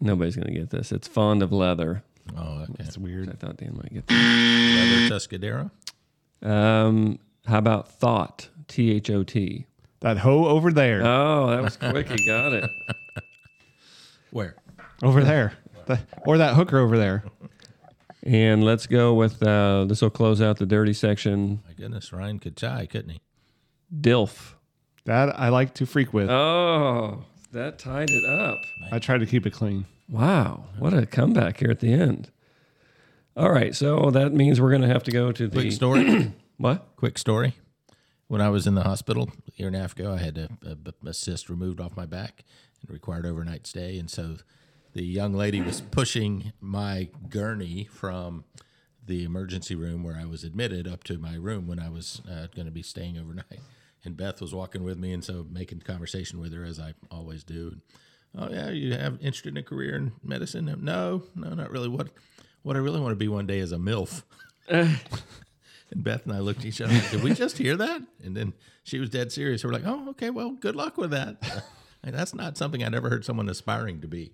[SPEAKER 2] Nobody's going to get this. It's fond of leather.
[SPEAKER 3] Oh, okay.
[SPEAKER 4] That's weird.
[SPEAKER 2] I thought Dan might get that.
[SPEAKER 3] Leather Tuscadero.
[SPEAKER 2] Um, how about thought? T H O T.
[SPEAKER 4] That hoe over there.
[SPEAKER 2] Oh, that was quick. He got it.
[SPEAKER 3] Where?
[SPEAKER 4] over there. The- or that hooker over there.
[SPEAKER 2] And let's go with uh, this will close out the dirty section.
[SPEAKER 3] My goodness, Ryan could tie, couldn't he?
[SPEAKER 2] DILF.
[SPEAKER 4] That I like to freak with.
[SPEAKER 2] Oh, that tied it up.
[SPEAKER 4] I try to keep it clean.
[SPEAKER 2] Wow. What a comeback here at the end. All right. So that means we're going to have to go to the.
[SPEAKER 3] Quick story.
[SPEAKER 2] What?
[SPEAKER 3] Quick story. When I was in the hospital a year and a half ago, I had a, a, a cyst removed off my back and required overnight stay. And so the young lady was pushing my gurney from the emergency room where I was admitted up to my room when I was uh, going to be staying overnight. And Beth was walking with me, and so making conversation with her as I always do. oh yeah, you have interested in a career in medicine? No, no, not really. What what I really want to be one day is a milf. And Beth and I looked at each other. Like, Did we just hear that? And then she was dead serious. So we're like, "Oh, okay. Well, good luck with that." And that's not something I'd ever heard someone aspiring to be.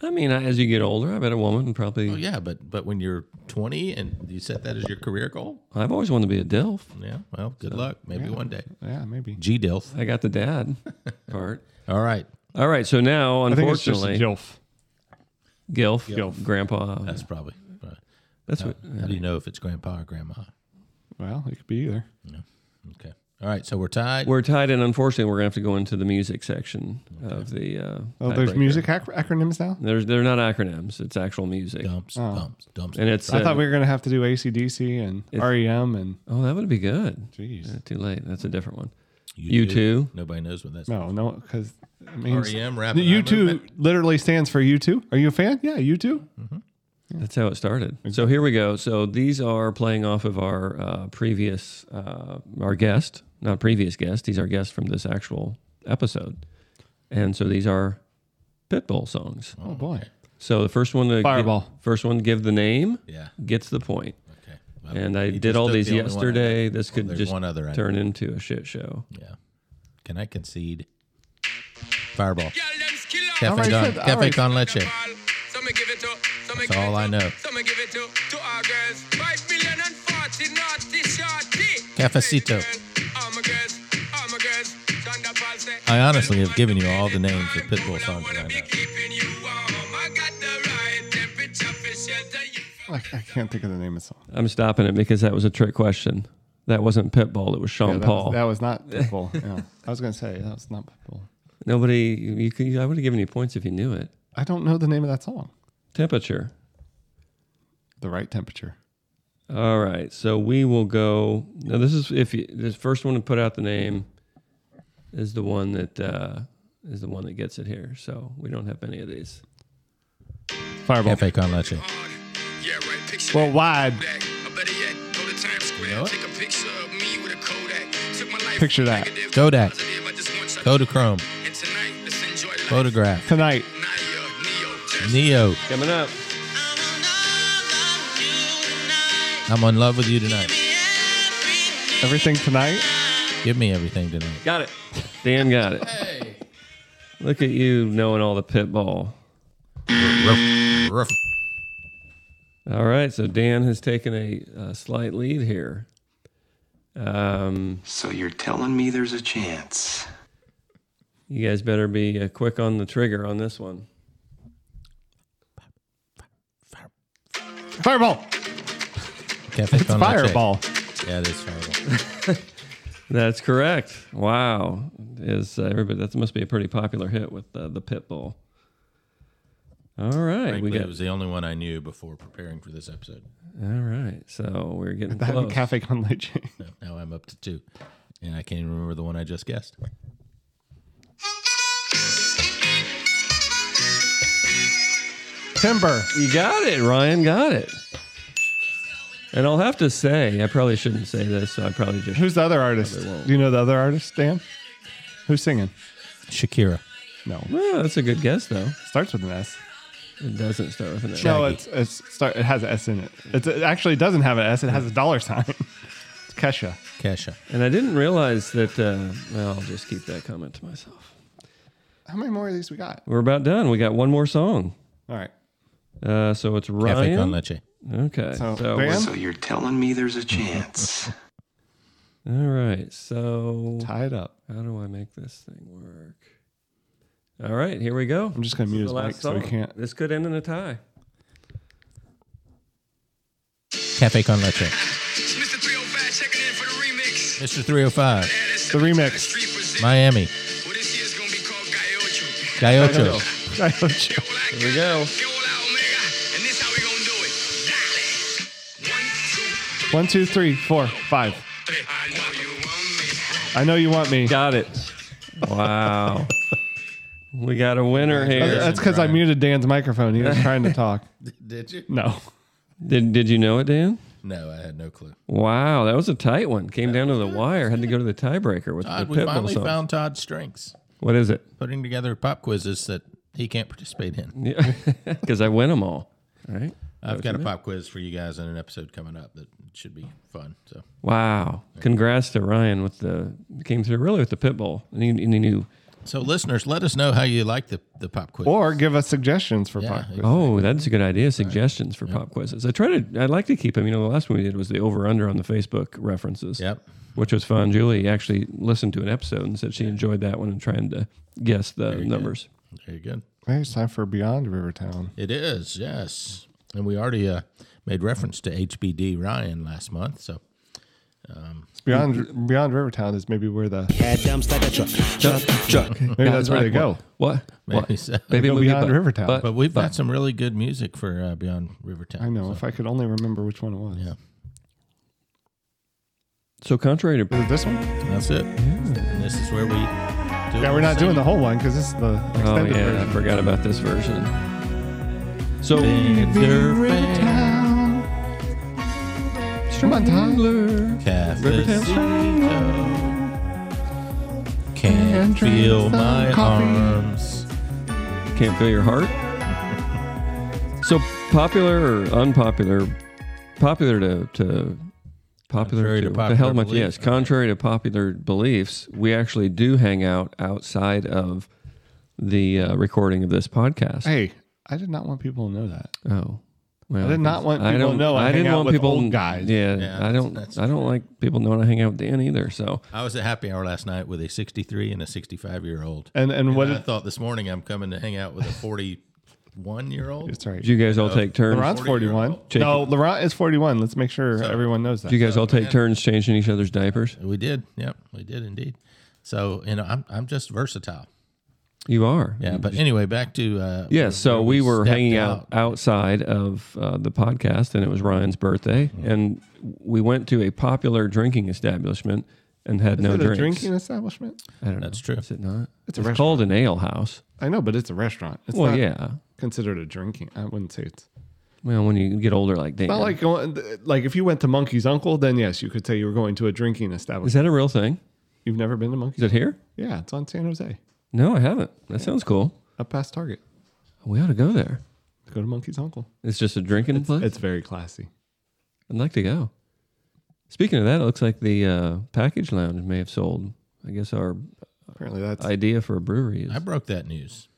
[SPEAKER 2] I mean, I- as you get older, I bet a woman probably.
[SPEAKER 3] Well, Oh, yeah, but but when you're 20 and you set that as your career goal,
[SPEAKER 2] I've always wanted to be a DILF.
[SPEAKER 3] yeah. Well, good luck. Maybe one day.
[SPEAKER 4] Yeah, maybe.
[SPEAKER 3] G Dilf.
[SPEAKER 2] I got the dad part.
[SPEAKER 3] All right.
[SPEAKER 2] All right. So now,
[SPEAKER 4] I think it's just a
[SPEAKER 2] unfortunately,
[SPEAKER 4] jilf.
[SPEAKER 2] Gilf, Gilf. Grandpa.
[SPEAKER 3] That's probably. probably.
[SPEAKER 2] That's
[SPEAKER 3] how,
[SPEAKER 2] what-
[SPEAKER 3] How do you know if it's grandpa or grandma?
[SPEAKER 4] Well, it could be either.
[SPEAKER 3] Yeah. Okay. All right. So we're tied.
[SPEAKER 2] We're tied, and unfortunately, we're gonna have to go into the music section of the. Uh,
[SPEAKER 4] Oh, there's
[SPEAKER 2] tiebreaker.
[SPEAKER 4] music ac- acronyms now.
[SPEAKER 2] There's they're not acronyms. It's actual music.
[SPEAKER 3] Dumps,
[SPEAKER 4] Oh.
[SPEAKER 3] dumps, dumps.
[SPEAKER 2] And it's.
[SPEAKER 4] I
[SPEAKER 2] uh,
[SPEAKER 4] thought we were gonna have to do ACDC and
[SPEAKER 2] It's-
[SPEAKER 4] REM and
[SPEAKER 2] Oh, that would be good.
[SPEAKER 4] Jeez.
[SPEAKER 2] Uh, too late. That's a different one.
[SPEAKER 3] You
[SPEAKER 2] You,
[SPEAKER 3] do.
[SPEAKER 2] too.
[SPEAKER 3] Nobody knows what that's. E
[SPEAKER 4] no, no, because it means
[SPEAKER 2] E
[SPEAKER 3] REM, rapid eye
[SPEAKER 4] U two literally stands for U two. Are you a fan? Yeah, U two.
[SPEAKER 2] That's how it started. So here we go. So these are playing off of our uh, previous, uh, our guest, not previous guest. These are guests from this actual episode, and so these are Pitbull songs.
[SPEAKER 4] Oh boy.
[SPEAKER 2] So the first one to gi-
[SPEAKER 4] Fireball.
[SPEAKER 2] first one to give the name,
[SPEAKER 3] Yeah.
[SPEAKER 2] gets the point.
[SPEAKER 3] Okay.
[SPEAKER 2] and I
[SPEAKER 3] you
[SPEAKER 2] did
[SPEAKER 3] just
[SPEAKER 2] all
[SPEAKER 3] took
[SPEAKER 2] these
[SPEAKER 3] the only one I
[SPEAKER 2] yesterday.
[SPEAKER 3] had.
[SPEAKER 2] This
[SPEAKER 3] Well,
[SPEAKER 2] could
[SPEAKER 3] there's
[SPEAKER 2] just
[SPEAKER 3] one other I
[SPEAKER 2] turn into a shit show.
[SPEAKER 3] Yeah. Can I concede? Fireball.
[SPEAKER 12] I
[SPEAKER 3] Cafe
[SPEAKER 12] already
[SPEAKER 3] Con,
[SPEAKER 12] said- I
[SPEAKER 3] Cafe
[SPEAKER 12] already-
[SPEAKER 3] Con Leche. That's all I know. Cafecito. I honestly have given you all the names of Pitbull songs that I know.
[SPEAKER 4] I, I can't think of the name of the song.
[SPEAKER 2] I'm stopping it because that was a trick question. That wasn't Pitbull. It was
[SPEAKER 4] Yeah,
[SPEAKER 2] Sean
[SPEAKER 4] that was-
[SPEAKER 2] Paul.
[SPEAKER 4] that was not Pitbull. yeah. I was gonna say that was not Pitbull.
[SPEAKER 2] Nobody. You could, I would have given you points if you knew it.
[SPEAKER 4] I don't know the name of that song.
[SPEAKER 2] Temperature.
[SPEAKER 4] The right temperature.
[SPEAKER 2] All right, so we will go. Now, this is if you, this first one to put out the name is the one that uh, is the one that gets it here. So we don't have any of these.
[SPEAKER 4] Fireball.
[SPEAKER 3] Cafe Con Leche.
[SPEAKER 4] Well, wide.
[SPEAKER 3] You know it?
[SPEAKER 4] Picture that.
[SPEAKER 3] Kodak. Kodachrome. Photograph.
[SPEAKER 4] Tonight.
[SPEAKER 3] Neo.
[SPEAKER 2] Coming up.
[SPEAKER 3] I'm in love with you tonight.
[SPEAKER 4] Everything tonight.
[SPEAKER 3] Give me everything tonight.
[SPEAKER 2] Got it. Dan got it. Look at you knowing all the pitball.
[SPEAKER 3] Ruff.
[SPEAKER 2] All right, so Dan has taken a, uh slight lead here. Um,
[SPEAKER 8] So you're telling me there's a chance.
[SPEAKER 2] you guys better be uh, quick on the trigger on this one.
[SPEAKER 4] Fireball.
[SPEAKER 3] Cafe
[SPEAKER 4] It's
[SPEAKER 3] Con Leche.
[SPEAKER 4] Fireball.
[SPEAKER 3] Yeah, it is Fireball.
[SPEAKER 2] That's correct. Wow, is uh, everybody? That must be a pretty popular hit with uh, the Pitbull. All right,
[SPEAKER 3] Frankly,
[SPEAKER 2] we got.
[SPEAKER 3] it was the only one I knew before preparing for this episode.
[SPEAKER 2] all right, so we're getting
[SPEAKER 4] That and
[SPEAKER 2] close.
[SPEAKER 4] Cafe Con Leche.
[SPEAKER 3] So now I'm up to two. And I can't even remember the one I just guessed.
[SPEAKER 4] Timber.
[SPEAKER 2] you got it, Ryan. Got it. And I'll have to say, I probably shouldn't say this, so I probably just.
[SPEAKER 4] Who's the other artist? Do you know the other artist, Dan? Who's singing?
[SPEAKER 3] Shakira.
[SPEAKER 4] No.
[SPEAKER 2] Well, that's a good guess, though.
[SPEAKER 4] Starts with an S.
[SPEAKER 2] It doesn't start with an S.
[SPEAKER 4] No, it's, it's start, it has an S in it. It's, it actually doesn't have an S. It has a dollar sign. It's Kesha.
[SPEAKER 3] Kesha.
[SPEAKER 2] And I didn't realize that. Uh, well, I'll just keep that comment to myself.
[SPEAKER 4] How many more of these we got?
[SPEAKER 2] We're about done. We got one more song.
[SPEAKER 4] All right.
[SPEAKER 2] Uh, so it's
[SPEAKER 3] Cafe
[SPEAKER 2] Ryan.
[SPEAKER 3] Con Leche.
[SPEAKER 2] Okay.
[SPEAKER 4] So,
[SPEAKER 2] so
[SPEAKER 4] Dan?
[SPEAKER 8] So you're telling me there's a chance.
[SPEAKER 2] All right. So
[SPEAKER 4] Tie it up.
[SPEAKER 2] how do I make this thing work? All right, here we go.
[SPEAKER 4] I'm just going to mute
[SPEAKER 2] This is the
[SPEAKER 4] his mic
[SPEAKER 2] last
[SPEAKER 4] so
[SPEAKER 2] song.
[SPEAKER 4] we can't.
[SPEAKER 2] This could end in a tie.
[SPEAKER 3] Cafe Con Leche.
[SPEAKER 6] oh
[SPEAKER 3] Mr. 305.
[SPEAKER 4] The remix.
[SPEAKER 3] Miami. Gaiocho.
[SPEAKER 2] Here we go.
[SPEAKER 4] One, two, three, four, five. I know you want me.
[SPEAKER 2] Got it. Wow. we got a winner here.
[SPEAKER 4] That's because I muted Dan's microphone. He was trying to talk.
[SPEAKER 3] Did you?
[SPEAKER 4] No.
[SPEAKER 2] Did Did you know it, Dan?
[SPEAKER 3] No, I had no clue.
[SPEAKER 2] Wow, that was a tight one. Came down to the wire. Had to go to the tiebreaker with
[SPEAKER 3] Todd,
[SPEAKER 2] the
[SPEAKER 3] we
[SPEAKER 2] Pitbull
[SPEAKER 3] finally
[SPEAKER 2] song.
[SPEAKER 3] found Todd's strengths.
[SPEAKER 2] what is it?
[SPEAKER 3] Putting together pop quizzes that he can't participate in.
[SPEAKER 2] Yeah, because I win them all. Right.
[SPEAKER 3] I've got a pop quiz for you guys in an episode coming up that should be fun. So
[SPEAKER 2] Wow. Congrats to Ryan with the came through really with the Pitbull, and he, and he knew.
[SPEAKER 3] So listeners, let us know how you like the, the pop quiz.
[SPEAKER 4] Or give us suggestions for
[SPEAKER 3] Yeah,
[SPEAKER 4] pop.
[SPEAKER 3] exactly.
[SPEAKER 2] Oh, that's a good idea. Suggestions for pop quizzes. I try to. I like to keep them. You know, the last one we did was the over under on the Facebook references.
[SPEAKER 3] Yep.
[SPEAKER 2] Which was fun. Julie actually listened to an episode and said she enjoyed that one and trying to guess the numbers.
[SPEAKER 3] Very good.
[SPEAKER 4] Hey, it's time for Beyond Rivertown.
[SPEAKER 3] It is, yes. And we already uh, made reference to HBD Ryan last month, so.
[SPEAKER 4] Um, Beyond Beyond Rivertown is maybe where the
[SPEAKER 3] Bad dumps like a truck, truck,
[SPEAKER 4] truck. Maybe that's where they go.
[SPEAKER 2] What?
[SPEAKER 3] Maybe
[SPEAKER 2] What?
[SPEAKER 3] so.
[SPEAKER 2] Maybe
[SPEAKER 4] Go
[SPEAKER 2] movie,
[SPEAKER 4] Beyond
[SPEAKER 2] but-
[SPEAKER 4] Rivertown.
[SPEAKER 2] but-
[SPEAKER 3] But we've
[SPEAKER 2] but-
[SPEAKER 3] got some really good music for uh, Beyond Rivertown.
[SPEAKER 4] I know. If I could only remember which one it was. Yeah.
[SPEAKER 2] So contrary to
[SPEAKER 4] this one,
[SPEAKER 3] that's it. And this is where we. Do
[SPEAKER 4] Yeah, we're not doing the whole one because this is the extended
[SPEAKER 2] Oh yeah,
[SPEAKER 4] version.
[SPEAKER 2] I forgot about this version. So
[SPEAKER 4] Come on, Tyler.
[SPEAKER 3] Can't feel my arms.
[SPEAKER 2] Can't feel your heart. So popular or unpopular? Popular to, to popular
[SPEAKER 3] Contrary
[SPEAKER 2] to,
[SPEAKER 3] to
[SPEAKER 2] what the hell
[SPEAKER 3] popular
[SPEAKER 2] am I-
[SPEAKER 3] belief.
[SPEAKER 2] Yes, contrary to popular beliefs, we actually do hang out outside of the uh, recording of this podcast.
[SPEAKER 4] Hey, I did not want people to know that.
[SPEAKER 2] Oh.
[SPEAKER 4] I did not want people to know I, hang out with old guys.
[SPEAKER 2] Yeah,
[SPEAKER 3] Yeah,
[SPEAKER 2] I don't.
[SPEAKER 3] that's-
[SPEAKER 2] I don't like people knowing I hang out with Dan either. So
[SPEAKER 3] I was at happy hour last night with a 63 and a 65 year old.
[SPEAKER 4] And- and what
[SPEAKER 3] I
[SPEAKER 4] did-
[SPEAKER 3] thought this morning I'm coming to hang out with a 41 year old.
[SPEAKER 4] That's right.
[SPEAKER 2] Do you guys all take turns?
[SPEAKER 4] Laurent's 41.
[SPEAKER 2] Take-
[SPEAKER 4] no, Laurent is 41. Let's make sure everyone knows that.
[SPEAKER 2] do you guys all take turns changing each other's diapers?
[SPEAKER 3] We did. Yep, we did indeed. So you know, I'm I'm just versatile.
[SPEAKER 2] You are.
[SPEAKER 3] Yeah, but anyway, back to uh,
[SPEAKER 2] Yeah, so we were
[SPEAKER 3] stepped
[SPEAKER 2] hanging out outside of uh, the podcast, and it was Ryan's birthday,
[SPEAKER 4] Mm-hmm.
[SPEAKER 2] and we went to a popular drinking establishment and had
[SPEAKER 4] Is
[SPEAKER 2] no
[SPEAKER 4] it
[SPEAKER 2] drinks.
[SPEAKER 4] a drinking establishment?
[SPEAKER 2] I don't That's know. true. Is it not?
[SPEAKER 4] It's
[SPEAKER 2] It's,
[SPEAKER 4] a
[SPEAKER 2] called an ale house.
[SPEAKER 4] I know, but it's a restaurant. It's
[SPEAKER 2] well,
[SPEAKER 4] not
[SPEAKER 2] yeah.
[SPEAKER 4] considered a drinking. I wouldn't say it's.
[SPEAKER 2] Well, when you get older, like Dan,
[SPEAKER 4] Not like going, like if you went to Monkey's Uncle, then yes, you could say you were going to a drinking establishment.
[SPEAKER 2] is that a real thing?
[SPEAKER 4] You've never been to Monkey's?
[SPEAKER 2] Is it here?
[SPEAKER 4] Yeah, it's on San Jose,
[SPEAKER 2] No, I haven't. That sounds cool.
[SPEAKER 4] up past Target.
[SPEAKER 2] We ought to go there.
[SPEAKER 4] Go to Monkey's Uncle.
[SPEAKER 2] It's just a drinking place.
[SPEAKER 4] It's very classy.
[SPEAKER 2] I'd like to go. Speaking of that, it looks like the uh, package lounge may have sold. I guess our
[SPEAKER 4] apparently that's
[SPEAKER 2] idea for a brewery is
[SPEAKER 3] I broke that news.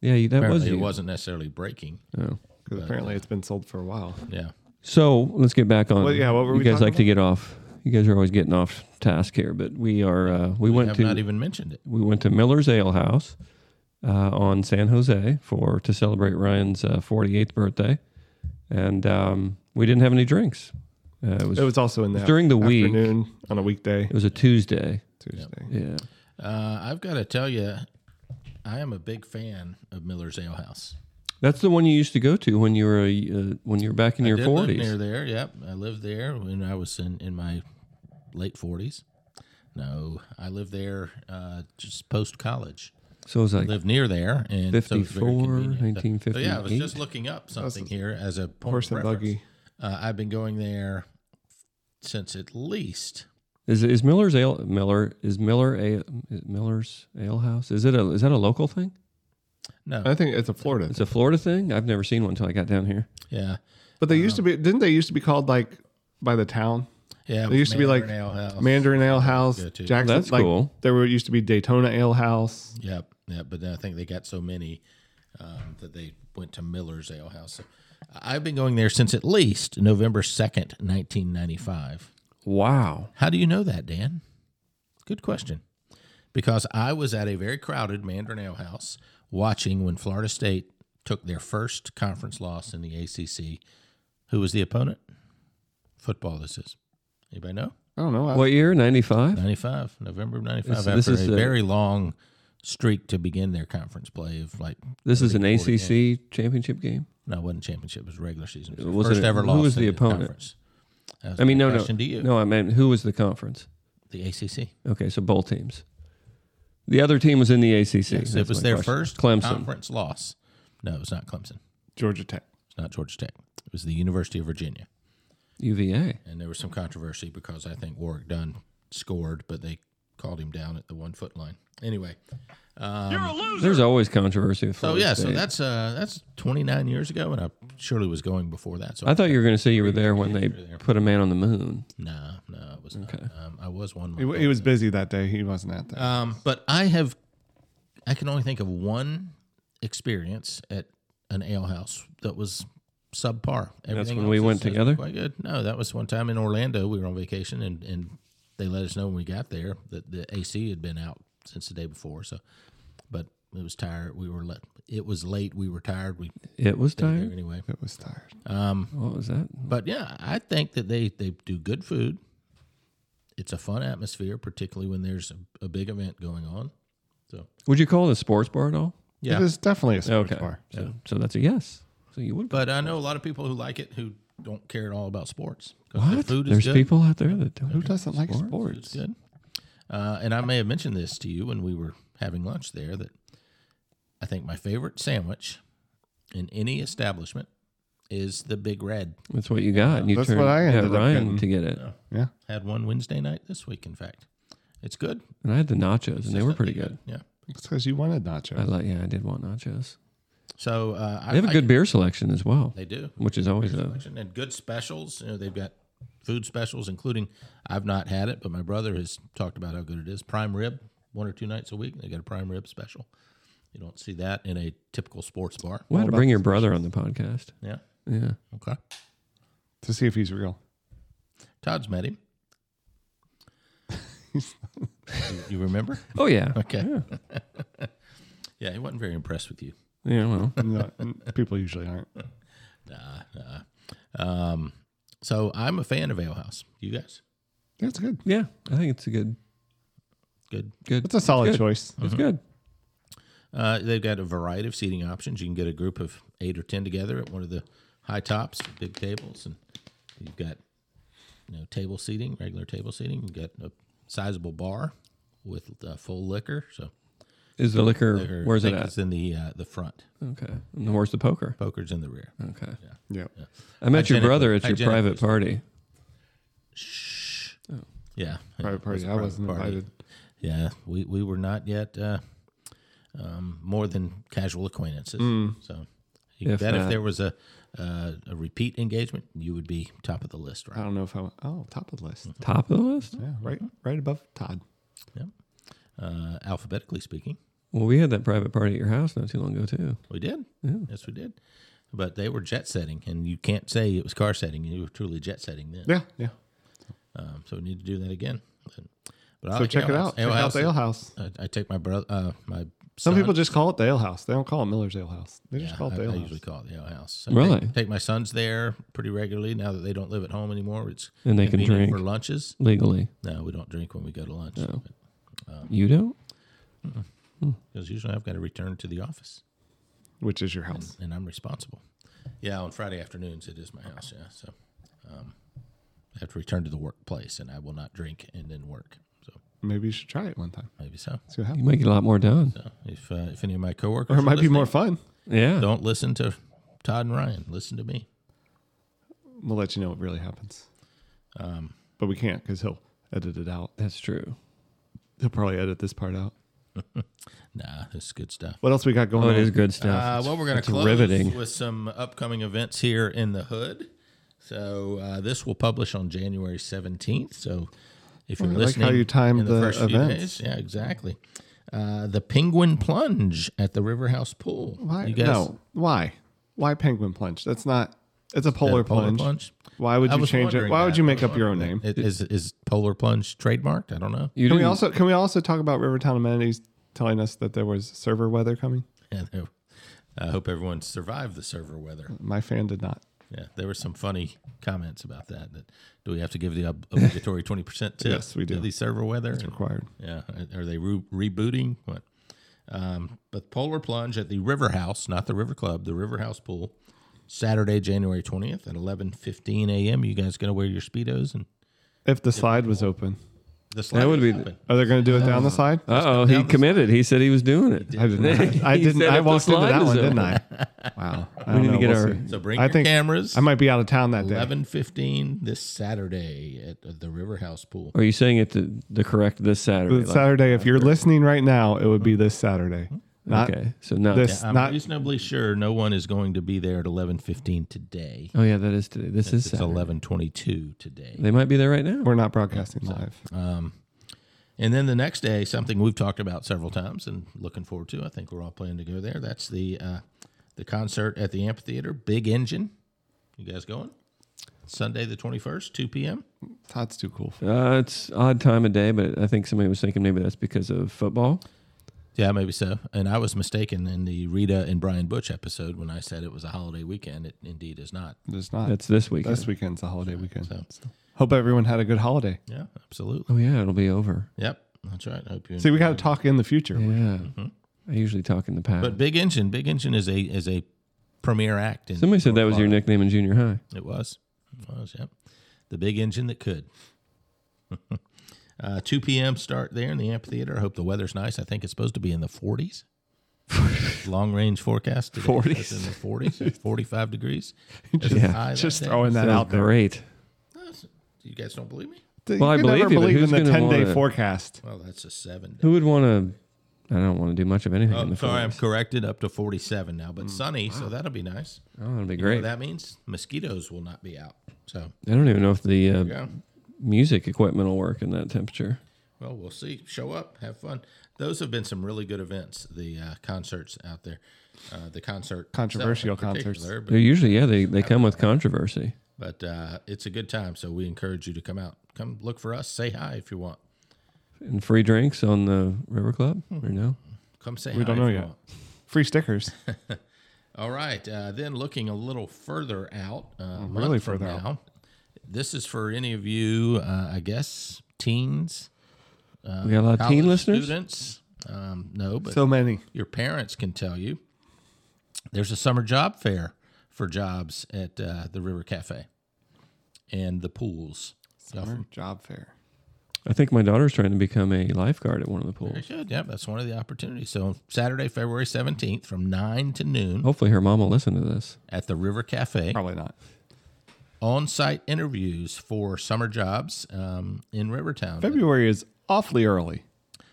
[SPEAKER 2] yeah, you, that
[SPEAKER 3] Apparently
[SPEAKER 2] was
[SPEAKER 3] it
[SPEAKER 2] you.
[SPEAKER 3] wasn't necessarily breaking.
[SPEAKER 2] Oh.
[SPEAKER 4] Because apparently it's been sold for a while.
[SPEAKER 3] Yeah.
[SPEAKER 2] So let's get back on.
[SPEAKER 4] Well, yeah, what were
[SPEAKER 2] you
[SPEAKER 4] we
[SPEAKER 2] guys
[SPEAKER 4] talking
[SPEAKER 2] like to get off? You guys are always getting off task here, but we are. Uh, we, went
[SPEAKER 3] have
[SPEAKER 2] to
[SPEAKER 3] not e- even mentioned it.
[SPEAKER 2] We went to Miller's Ale House uh, on San Jose for to celebrate Ryan's uh, 48th birthday, and um, we didn't have any drinks. Uh, it was
[SPEAKER 4] It was also in
[SPEAKER 2] it was
[SPEAKER 4] the
[SPEAKER 2] during the week.
[SPEAKER 4] afternoon on a weekday.
[SPEAKER 2] It was a Tuesday.
[SPEAKER 4] Tuesday.
[SPEAKER 2] Yeah.
[SPEAKER 3] Uh, I've got to tell you, I am a big fan of Miller's Ale House.
[SPEAKER 2] That's the one you used to go to when you were a, uh, when you were back in
[SPEAKER 3] I
[SPEAKER 2] your
[SPEAKER 3] did live
[SPEAKER 2] 40s.
[SPEAKER 3] Near there, yep. I lived there when I was in, in my late forties. No, I lived there uh, just post college.
[SPEAKER 2] So it was like
[SPEAKER 3] lived near there and so it was very
[SPEAKER 2] 54,
[SPEAKER 3] convenient. So-
[SPEAKER 2] 1958.
[SPEAKER 3] So yeah, I was just looking up something here as a point
[SPEAKER 4] Horse
[SPEAKER 3] of
[SPEAKER 4] and
[SPEAKER 3] reference.
[SPEAKER 4] buggy.
[SPEAKER 3] Uh, I've been going there since at least
[SPEAKER 2] Is is Miller's Ale Miller is Miller a Miller's Ale House? Is it a is that a local thing?
[SPEAKER 3] no.
[SPEAKER 4] I think it's a Florida.
[SPEAKER 2] It's a Florida thing. I've never seen one until I got down here.
[SPEAKER 3] Yeah,
[SPEAKER 4] But they used to be, didn't they used to be called like by the town?
[SPEAKER 3] Yeah,
[SPEAKER 4] They used to be like
[SPEAKER 3] Mandarin Ale House.
[SPEAKER 4] Mandarin Ale House,
[SPEAKER 3] Go to.
[SPEAKER 4] Jackson.
[SPEAKER 2] Oh. That's
[SPEAKER 4] like,
[SPEAKER 2] cool.
[SPEAKER 4] There were, used to be Daytona Ale House.
[SPEAKER 3] Yep, yep. But then I think they got so many um, that they went to Miller's Ale House. So I've been going there since at least November second, nineteen ninety five.
[SPEAKER 2] Wow.
[SPEAKER 3] How do you know that, Dan? Good question. Because I was at a very crowded Mandarin Ale House watching when Florida State took their first conference loss in the ACC. Who was the opponent? Football. This is. Anybody know?
[SPEAKER 4] I don't know. I-
[SPEAKER 2] What year? Ninety five.
[SPEAKER 3] 95, November of 95,
[SPEAKER 2] This-
[SPEAKER 3] after
[SPEAKER 2] this is
[SPEAKER 3] a
[SPEAKER 2] a-
[SPEAKER 3] very long streak to begin their conference play of like.
[SPEAKER 2] This is
[SPEAKER 3] 30,
[SPEAKER 2] an
[SPEAKER 3] 40
[SPEAKER 2] ACC
[SPEAKER 3] games.
[SPEAKER 2] championship game.
[SPEAKER 3] No, it wasn't championship. It was regular season. It
[SPEAKER 2] Was
[SPEAKER 3] First
[SPEAKER 2] it-
[SPEAKER 3] ever
[SPEAKER 2] who
[SPEAKER 3] loss.
[SPEAKER 2] was
[SPEAKER 3] in
[SPEAKER 2] the opponent?
[SPEAKER 3] conference. That was
[SPEAKER 2] I mean,
[SPEAKER 3] my
[SPEAKER 2] no, no,
[SPEAKER 3] question to you.
[SPEAKER 2] no. I mean, who was the conference?
[SPEAKER 3] The ACC.
[SPEAKER 2] Okay, so both teams. The other team was in the ACC.
[SPEAKER 3] Yes, it
[SPEAKER 2] That's
[SPEAKER 3] was
[SPEAKER 2] my
[SPEAKER 3] their
[SPEAKER 2] question.
[SPEAKER 3] first
[SPEAKER 2] Clemson.
[SPEAKER 3] conference loss. No, it was not Clemson.
[SPEAKER 4] Georgia Tech.
[SPEAKER 3] It's not Georgia Tech. It was the University of Virginia.
[SPEAKER 2] UVA.
[SPEAKER 3] And there was some controversy because I think Warwick Dunn scored, but they called him down at the one foot line. Anyway. Um,
[SPEAKER 2] There's always controversy. with
[SPEAKER 3] So
[SPEAKER 2] Florida
[SPEAKER 3] yeah, so
[SPEAKER 2] State.
[SPEAKER 3] that's uh that's 29 years ago, and I surely was going before that. So
[SPEAKER 2] I thought you were going to say you were there when they put a man on the moon.
[SPEAKER 3] no, no, it was not. Um, I was one.
[SPEAKER 4] He, he was busy that day. He wasn't at that.
[SPEAKER 3] Um, but I have, I can only think of one experience at an ale house that was subpar.
[SPEAKER 2] when
[SPEAKER 3] else
[SPEAKER 2] we
[SPEAKER 3] is-
[SPEAKER 2] went
[SPEAKER 3] is uh,
[SPEAKER 2] together?
[SPEAKER 3] Quite good. No, that was one time in Orlando. We were on vacation, and and they let us know when we got there that the AC had been out since the day before. So, but It was tired. We were let. It was late. We were tired. We
[SPEAKER 2] It was
[SPEAKER 3] stayed there
[SPEAKER 2] tired?
[SPEAKER 3] anyway.
[SPEAKER 4] It was tired.
[SPEAKER 3] Um,
[SPEAKER 2] what was that?
[SPEAKER 3] But yeah, I think that they they do good food. It's a fun atmosphere, particularly when there's a, a big event going on. So
[SPEAKER 2] Would you call it a sports bar at all?
[SPEAKER 3] Yeah. It is
[SPEAKER 4] definitely a sports
[SPEAKER 2] okay.
[SPEAKER 4] bar.
[SPEAKER 2] So, so that's a yes. So you would.
[SPEAKER 3] But I know a lot of people who like it who don't care at all about sports. 'cause their
[SPEAKER 2] What?
[SPEAKER 3] food is
[SPEAKER 2] There's
[SPEAKER 3] good.
[SPEAKER 2] people out there that don't.
[SPEAKER 4] Who doesn't like sports?
[SPEAKER 3] Food's good. Uh, and I may have mentioned this to you when we were having lunch there that I think my favorite sandwich in any establishment is the Big Red.
[SPEAKER 2] That's what you got. and You turned, yeah, Ryan to get it. Yeah.
[SPEAKER 3] Had one Wednesday night this week, in fact. It's good.
[SPEAKER 2] And I had the nachos, and they were
[SPEAKER 3] Consistently
[SPEAKER 2] pretty good.
[SPEAKER 3] Yeah.
[SPEAKER 4] It's because you wanted nachos.
[SPEAKER 2] I like. Yeah, I did want nachos.
[SPEAKER 3] So uh, I
[SPEAKER 2] They have a
[SPEAKER 3] I
[SPEAKER 2] good
[SPEAKER 3] can-
[SPEAKER 2] beer selection as well.
[SPEAKER 3] They do,
[SPEAKER 2] which is always
[SPEAKER 3] Beer
[SPEAKER 2] a
[SPEAKER 3] selection and good specials. You know, they've got food specials, including I've not had it, but my brother has talked about how good it is. Prime rib, one or two nights a week, they got a prime rib special. You don't see that in a typical sports bar.
[SPEAKER 2] We'll have to bring your brother on the podcast.
[SPEAKER 3] Yeah.
[SPEAKER 2] Yeah.
[SPEAKER 3] Okay.
[SPEAKER 4] To see if he's real.
[SPEAKER 3] Todd's met him. you, you remember?
[SPEAKER 2] Oh, yeah.
[SPEAKER 3] Okay. Yeah. he wasn't very impressed with you.
[SPEAKER 2] Yeah, well.
[SPEAKER 4] No, people usually aren't.
[SPEAKER 3] Nah, nah. Um, so I'm a fan of Ale House. You guys?
[SPEAKER 4] That's good.
[SPEAKER 2] Yeah, I think it's a good,
[SPEAKER 3] Good.
[SPEAKER 2] good.
[SPEAKER 4] It's a solid
[SPEAKER 2] good.
[SPEAKER 4] choice.
[SPEAKER 2] It's
[SPEAKER 3] Mhm.
[SPEAKER 2] good.
[SPEAKER 3] Uh, they've got a variety of seating options. You can get a group of eight or ten together at one of the high tops, big tables, and you've got you know table seating, regular table seating. You've got a sizable bar with uh, full liquor. So
[SPEAKER 2] Is the liquor- where's
[SPEAKER 3] I
[SPEAKER 2] it
[SPEAKER 3] think
[SPEAKER 2] at?
[SPEAKER 3] It's in the uh, the front.
[SPEAKER 2] Okay. And where's the poker?
[SPEAKER 3] Poker's in the rear.
[SPEAKER 2] Okay.
[SPEAKER 3] Yeah.
[SPEAKER 4] Yep.
[SPEAKER 3] Yeah.
[SPEAKER 2] I met your
[SPEAKER 3] Hygienically-
[SPEAKER 2] brother at your
[SPEAKER 3] hygienically
[SPEAKER 2] private party.
[SPEAKER 3] Yeah.
[SPEAKER 4] Private
[SPEAKER 3] It
[SPEAKER 4] party.
[SPEAKER 3] was a
[SPEAKER 4] I wasn't invited.
[SPEAKER 3] Yeah. We, we were not yet uh, um, more than casual acquaintances.
[SPEAKER 2] Mm.
[SPEAKER 3] So you
[SPEAKER 2] If
[SPEAKER 3] bet
[SPEAKER 2] that.
[SPEAKER 3] if there was a, uh, a repeat engagement, you would be top of the list,
[SPEAKER 4] I
[SPEAKER 3] right?
[SPEAKER 4] don't know if I. Oh, top of the list.
[SPEAKER 2] Top of the list?
[SPEAKER 4] Yeah, right, right above Todd.
[SPEAKER 3] Yeah. Uh, alphabetically speaking,
[SPEAKER 2] Well, we had that private party at your house not too long ago, too.
[SPEAKER 3] we did.
[SPEAKER 2] Yeah.
[SPEAKER 3] Yes, we did. But they were jet setting, and you can't say it was car setting. You were truly jet setting then.
[SPEAKER 4] Yeah, yeah.
[SPEAKER 3] Um, so we need to do that again. But, but
[SPEAKER 4] So check it out. Check out the Ale House.
[SPEAKER 3] I, I take my brother, uh, my son-
[SPEAKER 4] Some people just call it the ale house. They don't call it Miller's Ale House. They just
[SPEAKER 3] Yeah,
[SPEAKER 4] call it
[SPEAKER 3] I,
[SPEAKER 4] the
[SPEAKER 3] I
[SPEAKER 4] ale house.
[SPEAKER 3] usually call it the ale house. So
[SPEAKER 2] Really?
[SPEAKER 3] Take, take my sons there pretty regularly now that they don't live at home anymore. It's
[SPEAKER 2] And they can
[SPEAKER 3] convenient
[SPEAKER 2] drink
[SPEAKER 3] for lunches
[SPEAKER 2] legally.
[SPEAKER 3] No, we don't drink when we go to lunch.
[SPEAKER 2] No. You don't?
[SPEAKER 3] Because usually I've got to return to the office,
[SPEAKER 4] Which is your
[SPEAKER 3] and,
[SPEAKER 4] house?
[SPEAKER 3] and I'm responsible. Yeah, on Friday afternoons it is my house. Yeah, so um, I have to return to the workplace, and I will not drink and then work. So
[SPEAKER 4] Maybe you should try it one time.
[SPEAKER 3] maybe so.
[SPEAKER 4] See what
[SPEAKER 2] You
[SPEAKER 4] happens.
[SPEAKER 2] might get a lot more done.
[SPEAKER 3] So if uh, if any of my coworkers
[SPEAKER 4] Or it
[SPEAKER 3] are
[SPEAKER 4] might be more
[SPEAKER 3] listening,
[SPEAKER 4] fun.
[SPEAKER 2] Yeah.
[SPEAKER 3] Don't listen to Todd and Ryan. Listen to me.
[SPEAKER 4] We'll let you know what really happens.
[SPEAKER 3] Um,
[SPEAKER 4] But we can't because he'll edit it out.
[SPEAKER 2] That's true.
[SPEAKER 4] He'll probably edit this part out.
[SPEAKER 3] nah, this is good stuff.
[SPEAKER 4] What else we got going
[SPEAKER 2] Oh,
[SPEAKER 4] on?
[SPEAKER 2] it is good stuff.
[SPEAKER 3] Uh, well, we're going
[SPEAKER 2] It's
[SPEAKER 3] to close
[SPEAKER 2] riveting.
[SPEAKER 3] with some upcoming events here in the hood. So uh, this will publish on January seventeenth. So if you're
[SPEAKER 4] Well, I like how
[SPEAKER 3] listening,
[SPEAKER 4] you timed
[SPEAKER 3] in
[SPEAKER 4] the
[SPEAKER 3] first
[SPEAKER 4] events.
[SPEAKER 3] few days, yeah, exactly. Uh, the Penguin Plunge at the Riverhouse Pool.
[SPEAKER 4] Why?
[SPEAKER 3] You guys,
[SPEAKER 4] no. Why? Why penguin plunge? That's not. It's a polar,
[SPEAKER 3] Polar
[SPEAKER 4] plunge.
[SPEAKER 3] Plunge?
[SPEAKER 4] Why would
[SPEAKER 3] I
[SPEAKER 4] you
[SPEAKER 3] was
[SPEAKER 4] change it?
[SPEAKER 3] wondering
[SPEAKER 4] Why
[SPEAKER 3] that.
[SPEAKER 4] would you
[SPEAKER 3] I
[SPEAKER 4] make
[SPEAKER 3] was
[SPEAKER 4] up your own name?
[SPEAKER 3] i- is is Polar Plunge trademarked? I don't know.
[SPEAKER 2] You
[SPEAKER 4] Can we
[SPEAKER 2] didn't-
[SPEAKER 4] also can we also talk about Rivertown amenities telling us that there was server weather coming?
[SPEAKER 3] Yeah, they- uh, I hope everyone survived the server weather.
[SPEAKER 4] My fan did not.
[SPEAKER 3] Yeah, there were some funny comments about that. That do we have to give the ob- obligatory twenty percent tip?
[SPEAKER 4] Yes, we do.
[SPEAKER 3] To the server weather
[SPEAKER 4] It's required.
[SPEAKER 3] Yeah, are they re- rebooting what? Um, but Polar Plunge at the River House, not the River Club, the River House pool, Saturday, January twentieth at eleven fifteen a.m. You guys gonna wear your speedos and
[SPEAKER 4] If the slide was open,
[SPEAKER 3] the slide?
[SPEAKER 2] would
[SPEAKER 3] is
[SPEAKER 2] be-
[SPEAKER 3] open.
[SPEAKER 4] are they going to do it down the slide?
[SPEAKER 2] Uh oh, he committed. He said he was doing it.
[SPEAKER 4] I didn't. I
[SPEAKER 2] He
[SPEAKER 4] didn't.
[SPEAKER 2] said
[SPEAKER 4] I
[SPEAKER 2] if the
[SPEAKER 4] walked into
[SPEAKER 2] slide
[SPEAKER 4] that
[SPEAKER 2] is
[SPEAKER 4] one,
[SPEAKER 2] open.
[SPEAKER 4] didn't I? Wow. I
[SPEAKER 2] We
[SPEAKER 4] don't
[SPEAKER 2] need to
[SPEAKER 4] know.
[SPEAKER 2] get
[SPEAKER 4] We'll
[SPEAKER 2] our-
[SPEAKER 4] see.
[SPEAKER 3] So bring
[SPEAKER 4] I
[SPEAKER 3] your
[SPEAKER 4] think
[SPEAKER 3] cameras.
[SPEAKER 4] I might be out of town that day.
[SPEAKER 3] Eleven fifteen this Saturday at the River House pool.
[SPEAKER 2] Are you saying it the, the correct this Saturday?
[SPEAKER 4] It's Saturday. If you're listening right now, it would be this Saturday. Not
[SPEAKER 2] Hmm? okay. So no.
[SPEAKER 4] this.
[SPEAKER 3] I'm
[SPEAKER 4] not
[SPEAKER 3] reasonably sure no one is going to be there at eleven fifteen today.
[SPEAKER 2] Oh yeah, that is today. This is
[SPEAKER 3] It's
[SPEAKER 2] Saturday.
[SPEAKER 3] eleven twenty two today. Um,
[SPEAKER 2] They might be there right now.
[SPEAKER 4] We're not broadcasting live.
[SPEAKER 3] And then the next day, something we've talked about several times and looking forward to. I think we're all planning to go there. That's the uh, the concert at the amphitheater, Big Engine. You guys going? Sunday the twenty first, two p.m.
[SPEAKER 4] Todd's too cool. For
[SPEAKER 2] Uh, it's odd time of day, but I think somebody was thinking maybe that's because of football.
[SPEAKER 3] Yeah, maybe so. And I was mistaken in the Rita and Brian Butch episode when I said it was a holiday weekend. It indeed is not.
[SPEAKER 4] It's not.
[SPEAKER 2] It's this weekend.
[SPEAKER 4] This weekend's a holiday weekend. So, hope everyone had a good holiday.
[SPEAKER 3] Yeah, absolutely.
[SPEAKER 2] Oh yeah, it'll be over.
[SPEAKER 3] Yep, that's right. I hope you
[SPEAKER 4] See, we got to talk in the future.
[SPEAKER 2] Yeah, I usually talk in the past.
[SPEAKER 3] Mm-hmm. But Big Engine, Big Engine is a is a premiere act. In
[SPEAKER 2] Somebody said that was your nickname in junior high.
[SPEAKER 3] It was. It was, yep. The big engine that could. uh, 2 p.m. start there in the amphitheater. I hope the weather's nice. I think it's supposed to be in the 40s. Long range forecast. Today.
[SPEAKER 2] 40s.
[SPEAKER 3] That's In the 40s, 45 degrees. That's
[SPEAKER 4] Just,
[SPEAKER 3] high that
[SPEAKER 4] just
[SPEAKER 3] day. Oh,
[SPEAKER 4] throwing that out there.
[SPEAKER 2] Great.
[SPEAKER 3] You guys don't believe me?
[SPEAKER 2] Well, I
[SPEAKER 4] can
[SPEAKER 2] believe
[SPEAKER 4] never
[SPEAKER 2] you, but
[SPEAKER 4] believe
[SPEAKER 2] who's
[SPEAKER 4] in the
[SPEAKER 2] gonna
[SPEAKER 4] 10 day
[SPEAKER 2] wanna-
[SPEAKER 4] forecast.
[SPEAKER 3] Well, that's a seven.
[SPEAKER 2] Who would want to? I don't want to do much of anything. in
[SPEAKER 3] Oh,
[SPEAKER 2] the
[SPEAKER 3] sorry, I'm
[SPEAKER 2] forest.
[SPEAKER 3] corrected up to 47 now, but sunny, so that'll be nice.
[SPEAKER 2] Oh, that'll be
[SPEAKER 3] You know what
[SPEAKER 2] great.
[SPEAKER 3] that means mosquitoes will not be out. So,
[SPEAKER 2] I don't even know if the
[SPEAKER 3] There you
[SPEAKER 2] uh,
[SPEAKER 3] go.
[SPEAKER 2] music equipment will work in that temperature.
[SPEAKER 3] well, we'll see. Show up, have fun. Those have been some really good events, the uh, concerts out there. Uh, the concert. itself in
[SPEAKER 4] Controversial concerts.
[SPEAKER 3] particular, but-
[SPEAKER 2] They're usually yeah, they they come with controversy.
[SPEAKER 3] But uh, it's a good time, so we encourage you to come out. Come look for us. Say hi if you want.
[SPEAKER 2] And free drinks on the river club
[SPEAKER 3] Hmm.
[SPEAKER 2] or no?
[SPEAKER 3] Come say
[SPEAKER 4] We
[SPEAKER 3] hi
[SPEAKER 4] don't know
[SPEAKER 3] if you
[SPEAKER 4] yet.
[SPEAKER 3] want.
[SPEAKER 4] Free stickers.
[SPEAKER 3] All right. Uh, then looking a little further out, uh,
[SPEAKER 4] Really
[SPEAKER 3] really from
[SPEAKER 4] further out.
[SPEAKER 3] now, this is for any of you, uh, I guess, teens. Uh,
[SPEAKER 2] We got a lot of teen
[SPEAKER 3] college
[SPEAKER 2] listeners?
[SPEAKER 3] Students. Um, no, but
[SPEAKER 4] So many.
[SPEAKER 3] Your parents can tell you. There's a summer job fair for jobs at uh, the River Cafe and the pools.
[SPEAKER 4] Summer job fair.
[SPEAKER 2] I think my daughter's trying to become a lifeguard at one of the pools.
[SPEAKER 3] Very good. Yeah, that's one of the opportunities. So Saturday, February 17th from 9 to noon
[SPEAKER 4] Oh.
[SPEAKER 2] Hopefully, her mom will listen to this.
[SPEAKER 3] at the River Cafe.
[SPEAKER 4] Probably not.
[SPEAKER 3] on site interviews for summer jobs um, in Rivertown.
[SPEAKER 4] February is awfully early.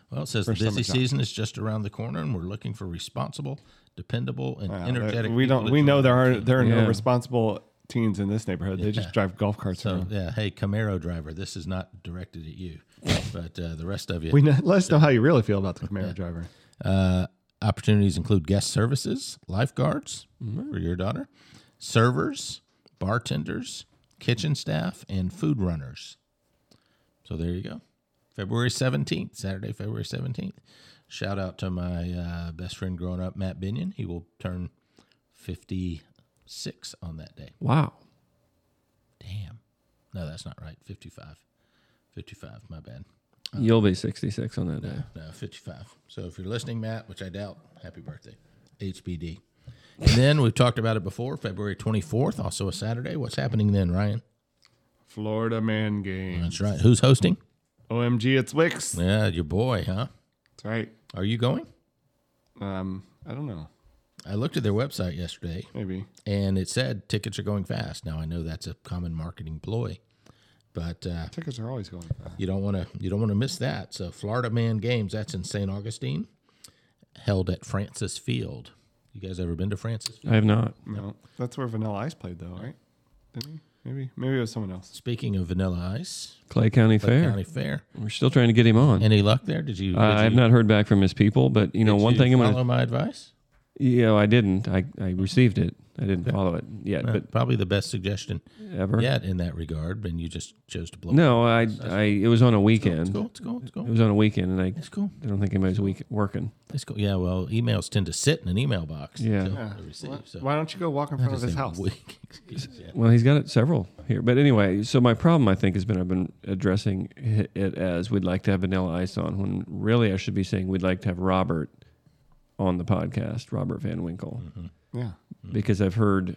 [SPEAKER 3] well, it says
[SPEAKER 4] for
[SPEAKER 3] the
[SPEAKER 4] summer
[SPEAKER 3] busy
[SPEAKER 4] jobs.
[SPEAKER 3] season is just around the corner, and we're looking for responsible, dependable, and
[SPEAKER 4] Uh,
[SPEAKER 3] energetic.
[SPEAKER 4] we
[SPEAKER 3] people
[SPEAKER 4] don't.
[SPEAKER 3] to
[SPEAKER 4] We
[SPEAKER 3] join
[SPEAKER 4] know
[SPEAKER 3] our
[SPEAKER 4] there are
[SPEAKER 3] team.
[SPEAKER 4] there are
[SPEAKER 2] Yeah.
[SPEAKER 4] no responsible teens in this neighborhood. They
[SPEAKER 3] Yeah.
[SPEAKER 4] just drive golf carts
[SPEAKER 3] So
[SPEAKER 4] around.
[SPEAKER 3] yeah, hey Camaro driver, this is not directed at you, but uh, the rest of you.
[SPEAKER 4] We know, let us know how you really feel about the Camaro driver.
[SPEAKER 3] Uh, opportunities include guest services, lifeguards for your daughter, servers, bartenders, kitchen staff, and food runners. So there you go. February 17th, Saturday, February 17th. Shout out to my uh, best friend growing up, Matt Binion. He will turn 56 on that day.
[SPEAKER 2] Wow.
[SPEAKER 3] Damn. No, that's not right. 55. 55, my bad. Uh-huh.
[SPEAKER 2] You'll be 66 on that day.
[SPEAKER 3] No, 55. Uh, So if you're listening, Matt, which I doubt, happy birthday. HBD. And then we've talked about it before, February 24th, also a Saturday. What's happening then, Ryan?
[SPEAKER 4] Florida man game.
[SPEAKER 3] That's right. Who's hosting?
[SPEAKER 4] OMG, it's Wicks.
[SPEAKER 3] Yeah, your boy, huh?
[SPEAKER 4] That's right.
[SPEAKER 3] Are you going?
[SPEAKER 4] Um, I don't know.
[SPEAKER 3] I looked at their website yesterday
[SPEAKER 4] Maybe.
[SPEAKER 3] and it said tickets are going fast. Now I know that's a common marketing ploy, but uh,
[SPEAKER 4] Tickets are always going. fast.
[SPEAKER 3] you don't want to you don't want to miss that. So Florida Man Games, that's in St. Augustine, held at Francis Field. You guys ever been to Francis? Field?
[SPEAKER 2] I have not.
[SPEAKER 4] No, that's where Vanilla Ice played though, right? Didn't he? Maybe. Maybe it was someone else.
[SPEAKER 3] Speaking of Vanilla Ice,
[SPEAKER 2] Clay County
[SPEAKER 3] Clay
[SPEAKER 2] Fair.
[SPEAKER 3] County Fair.
[SPEAKER 2] We're still trying to get him on.
[SPEAKER 3] Any luck there? Did you?
[SPEAKER 2] Uh, I have not heard back from his people, but you know, one thing I'm
[SPEAKER 3] follow Uh-huh.
[SPEAKER 2] gonna
[SPEAKER 3] follow my advice.
[SPEAKER 2] Yeah, I didn't. I, I received it. I didn't follow it yet.
[SPEAKER 3] Uh,
[SPEAKER 2] But
[SPEAKER 3] probably the best suggestion
[SPEAKER 2] Ever?
[SPEAKER 3] yet in that regard, and you just chose to blow.
[SPEAKER 2] no, I I it was on a
[SPEAKER 3] Let's
[SPEAKER 2] weekend.
[SPEAKER 3] go. Let's go. Let's go.
[SPEAKER 2] It was on a weekend, and I
[SPEAKER 3] It's cool.
[SPEAKER 2] I don't think anybody's week working.
[SPEAKER 3] Let's go. Yeah. Well, emails tend to sit in an email box.
[SPEAKER 2] Yeah.
[SPEAKER 3] until
[SPEAKER 4] Yeah.
[SPEAKER 3] they're
[SPEAKER 4] Why-
[SPEAKER 3] received, so
[SPEAKER 4] Why don't you go walk in front of
[SPEAKER 3] that is
[SPEAKER 4] his
[SPEAKER 3] a
[SPEAKER 4] house?
[SPEAKER 3] weak excuse, yeah.
[SPEAKER 2] Well, he's got it several here. But anyway, so my problem I think has been I've been addressing hi- it as we'd like to have Vanilla Ice on when really I should be saying we'd like to have Robert on the podcast, Robert Van Winkle,
[SPEAKER 4] Yeah.
[SPEAKER 2] because I've heard.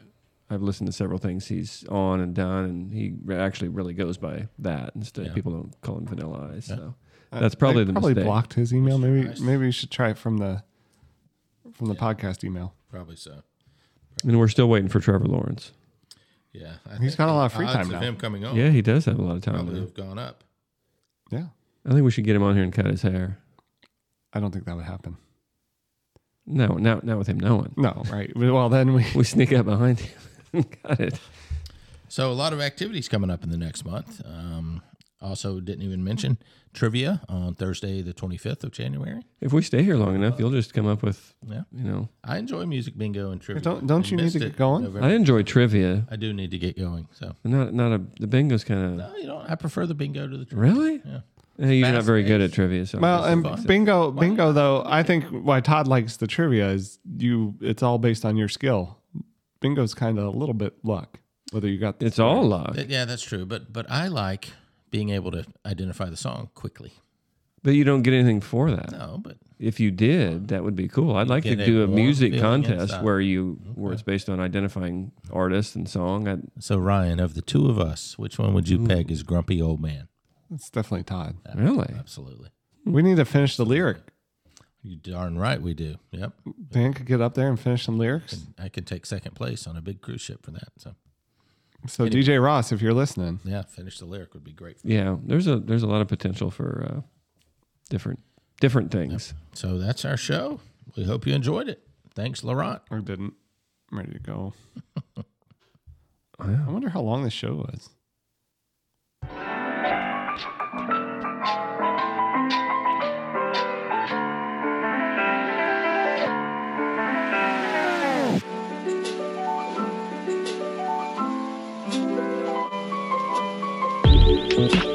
[SPEAKER 2] I've listened to several things he's on and done, and he re- actually really goes by that instead. People don't call him Vanilla Ice, so that's
[SPEAKER 4] Uh,
[SPEAKER 2] probably
[SPEAKER 4] they
[SPEAKER 2] the
[SPEAKER 4] probably
[SPEAKER 2] mistake.
[SPEAKER 4] blocked his email. Maybe maybe you should try it from the from the podcast email.
[SPEAKER 3] Probably so.
[SPEAKER 2] And we're still waiting for Trevor Lawrence.
[SPEAKER 3] Yeah. I
[SPEAKER 4] He's
[SPEAKER 3] think
[SPEAKER 4] got a
[SPEAKER 3] the
[SPEAKER 4] lot of free
[SPEAKER 3] odds
[SPEAKER 4] time
[SPEAKER 3] of
[SPEAKER 4] now.
[SPEAKER 3] Him coming on.
[SPEAKER 2] Yeah, he does have a lot of time.
[SPEAKER 3] Oh. Probably
[SPEAKER 2] though.
[SPEAKER 3] have gone up.
[SPEAKER 4] Yeah.
[SPEAKER 2] I think we should get him on here and cut his hair.
[SPEAKER 4] I don't think that would happen.
[SPEAKER 2] No, not not with him knowing.
[SPEAKER 4] No, right. Well, then we
[SPEAKER 2] We sneak up behind him and cut it.
[SPEAKER 3] So a lot of activities coming up in the next month. Um, also, didn't even mention trivia on Thursday, the twenty fifth of January.
[SPEAKER 2] If we stay here long enough, you'll just come up with
[SPEAKER 3] Yeah.
[SPEAKER 2] you know.
[SPEAKER 3] I enjoy music bingo and trivia.
[SPEAKER 4] don't- don't
[SPEAKER 3] I
[SPEAKER 4] you need
[SPEAKER 3] missed
[SPEAKER 4] to get
[SPEAKER 3] it
[SPEAKER 4] going?
[SPEAKER 3] November.
[SPEAKER 2] I enjoy trivia.
[SPEAKER 3] I do need to get going. So
[SPEAKER 2] Not not a the bingo's kind of
[SPEAKER 3] no, you don't. I prefer the bingo to the trivia.
[SPEAKER 2] really. Eh,
[SPEAKER 3] Yeah.
[SPEAKER 2] You're not very good at trivia. So
[SPEAKER 4] well, and bingo, bingo though. I think why Todd likes the trivia is you. It's all based on your skill. Bingo's kind of a little bit luck. Whether you got the
[SPEAKER 2] It's all luck.
[SPEAKER 3] Th- Yeah, that's true. But but I like being able to identify the song quickly.
[SPEAKER 2] But you don't get anything for that.
[SPEAKER 3] No, but-
[SPEAKER 2] if you did, that would be cool. I'd like to
[SPEAKER 3] Get it
[SPEAKER 2] do a
[SPEAKER 3] warm
[SPEAKER 2] music
[SPEAKER 3] feeling
[SPEAKER 2] contest
[SPEAKER 3] inside.
[SPEAKER 2] where you where it's based on identifying artist and song. I'd,
[SPEAKER 3] So Ryan, of the two of us, which one would you
[SPEAKER 2] Ooh.
[SPEAKER 3] peg as grumpy old man?
[SPEAKER 4] It's definitely Todd.
[SPEAKER 2] Really?
[SPEAKER 3] Absolutely.
[SPEAKER 4] We need to finish the lyric.
[SPEAKER 3] You darn right we do. Yep.
[SPEAKER 4] Dan could get up there and finish some lyrics.
[SPEAKER 3] I could take second place on a big cruise ship for that. So
[SPEAKER 4] So DJ Ross, if you're listening,
[SPEAKER 3] yeah, finish the lyric would be great.
[SPEAKER 2] yeah, there's a there's a lot of potential for uh, different different things.
[SPEAKER 3] So that's our show. We hope you enjoyed it. Thanks, Laurent.
[SPEAKER 4] or didn't, I'm ready to go. I wonder how long this show was.
[SPEAKER 14] Thank you.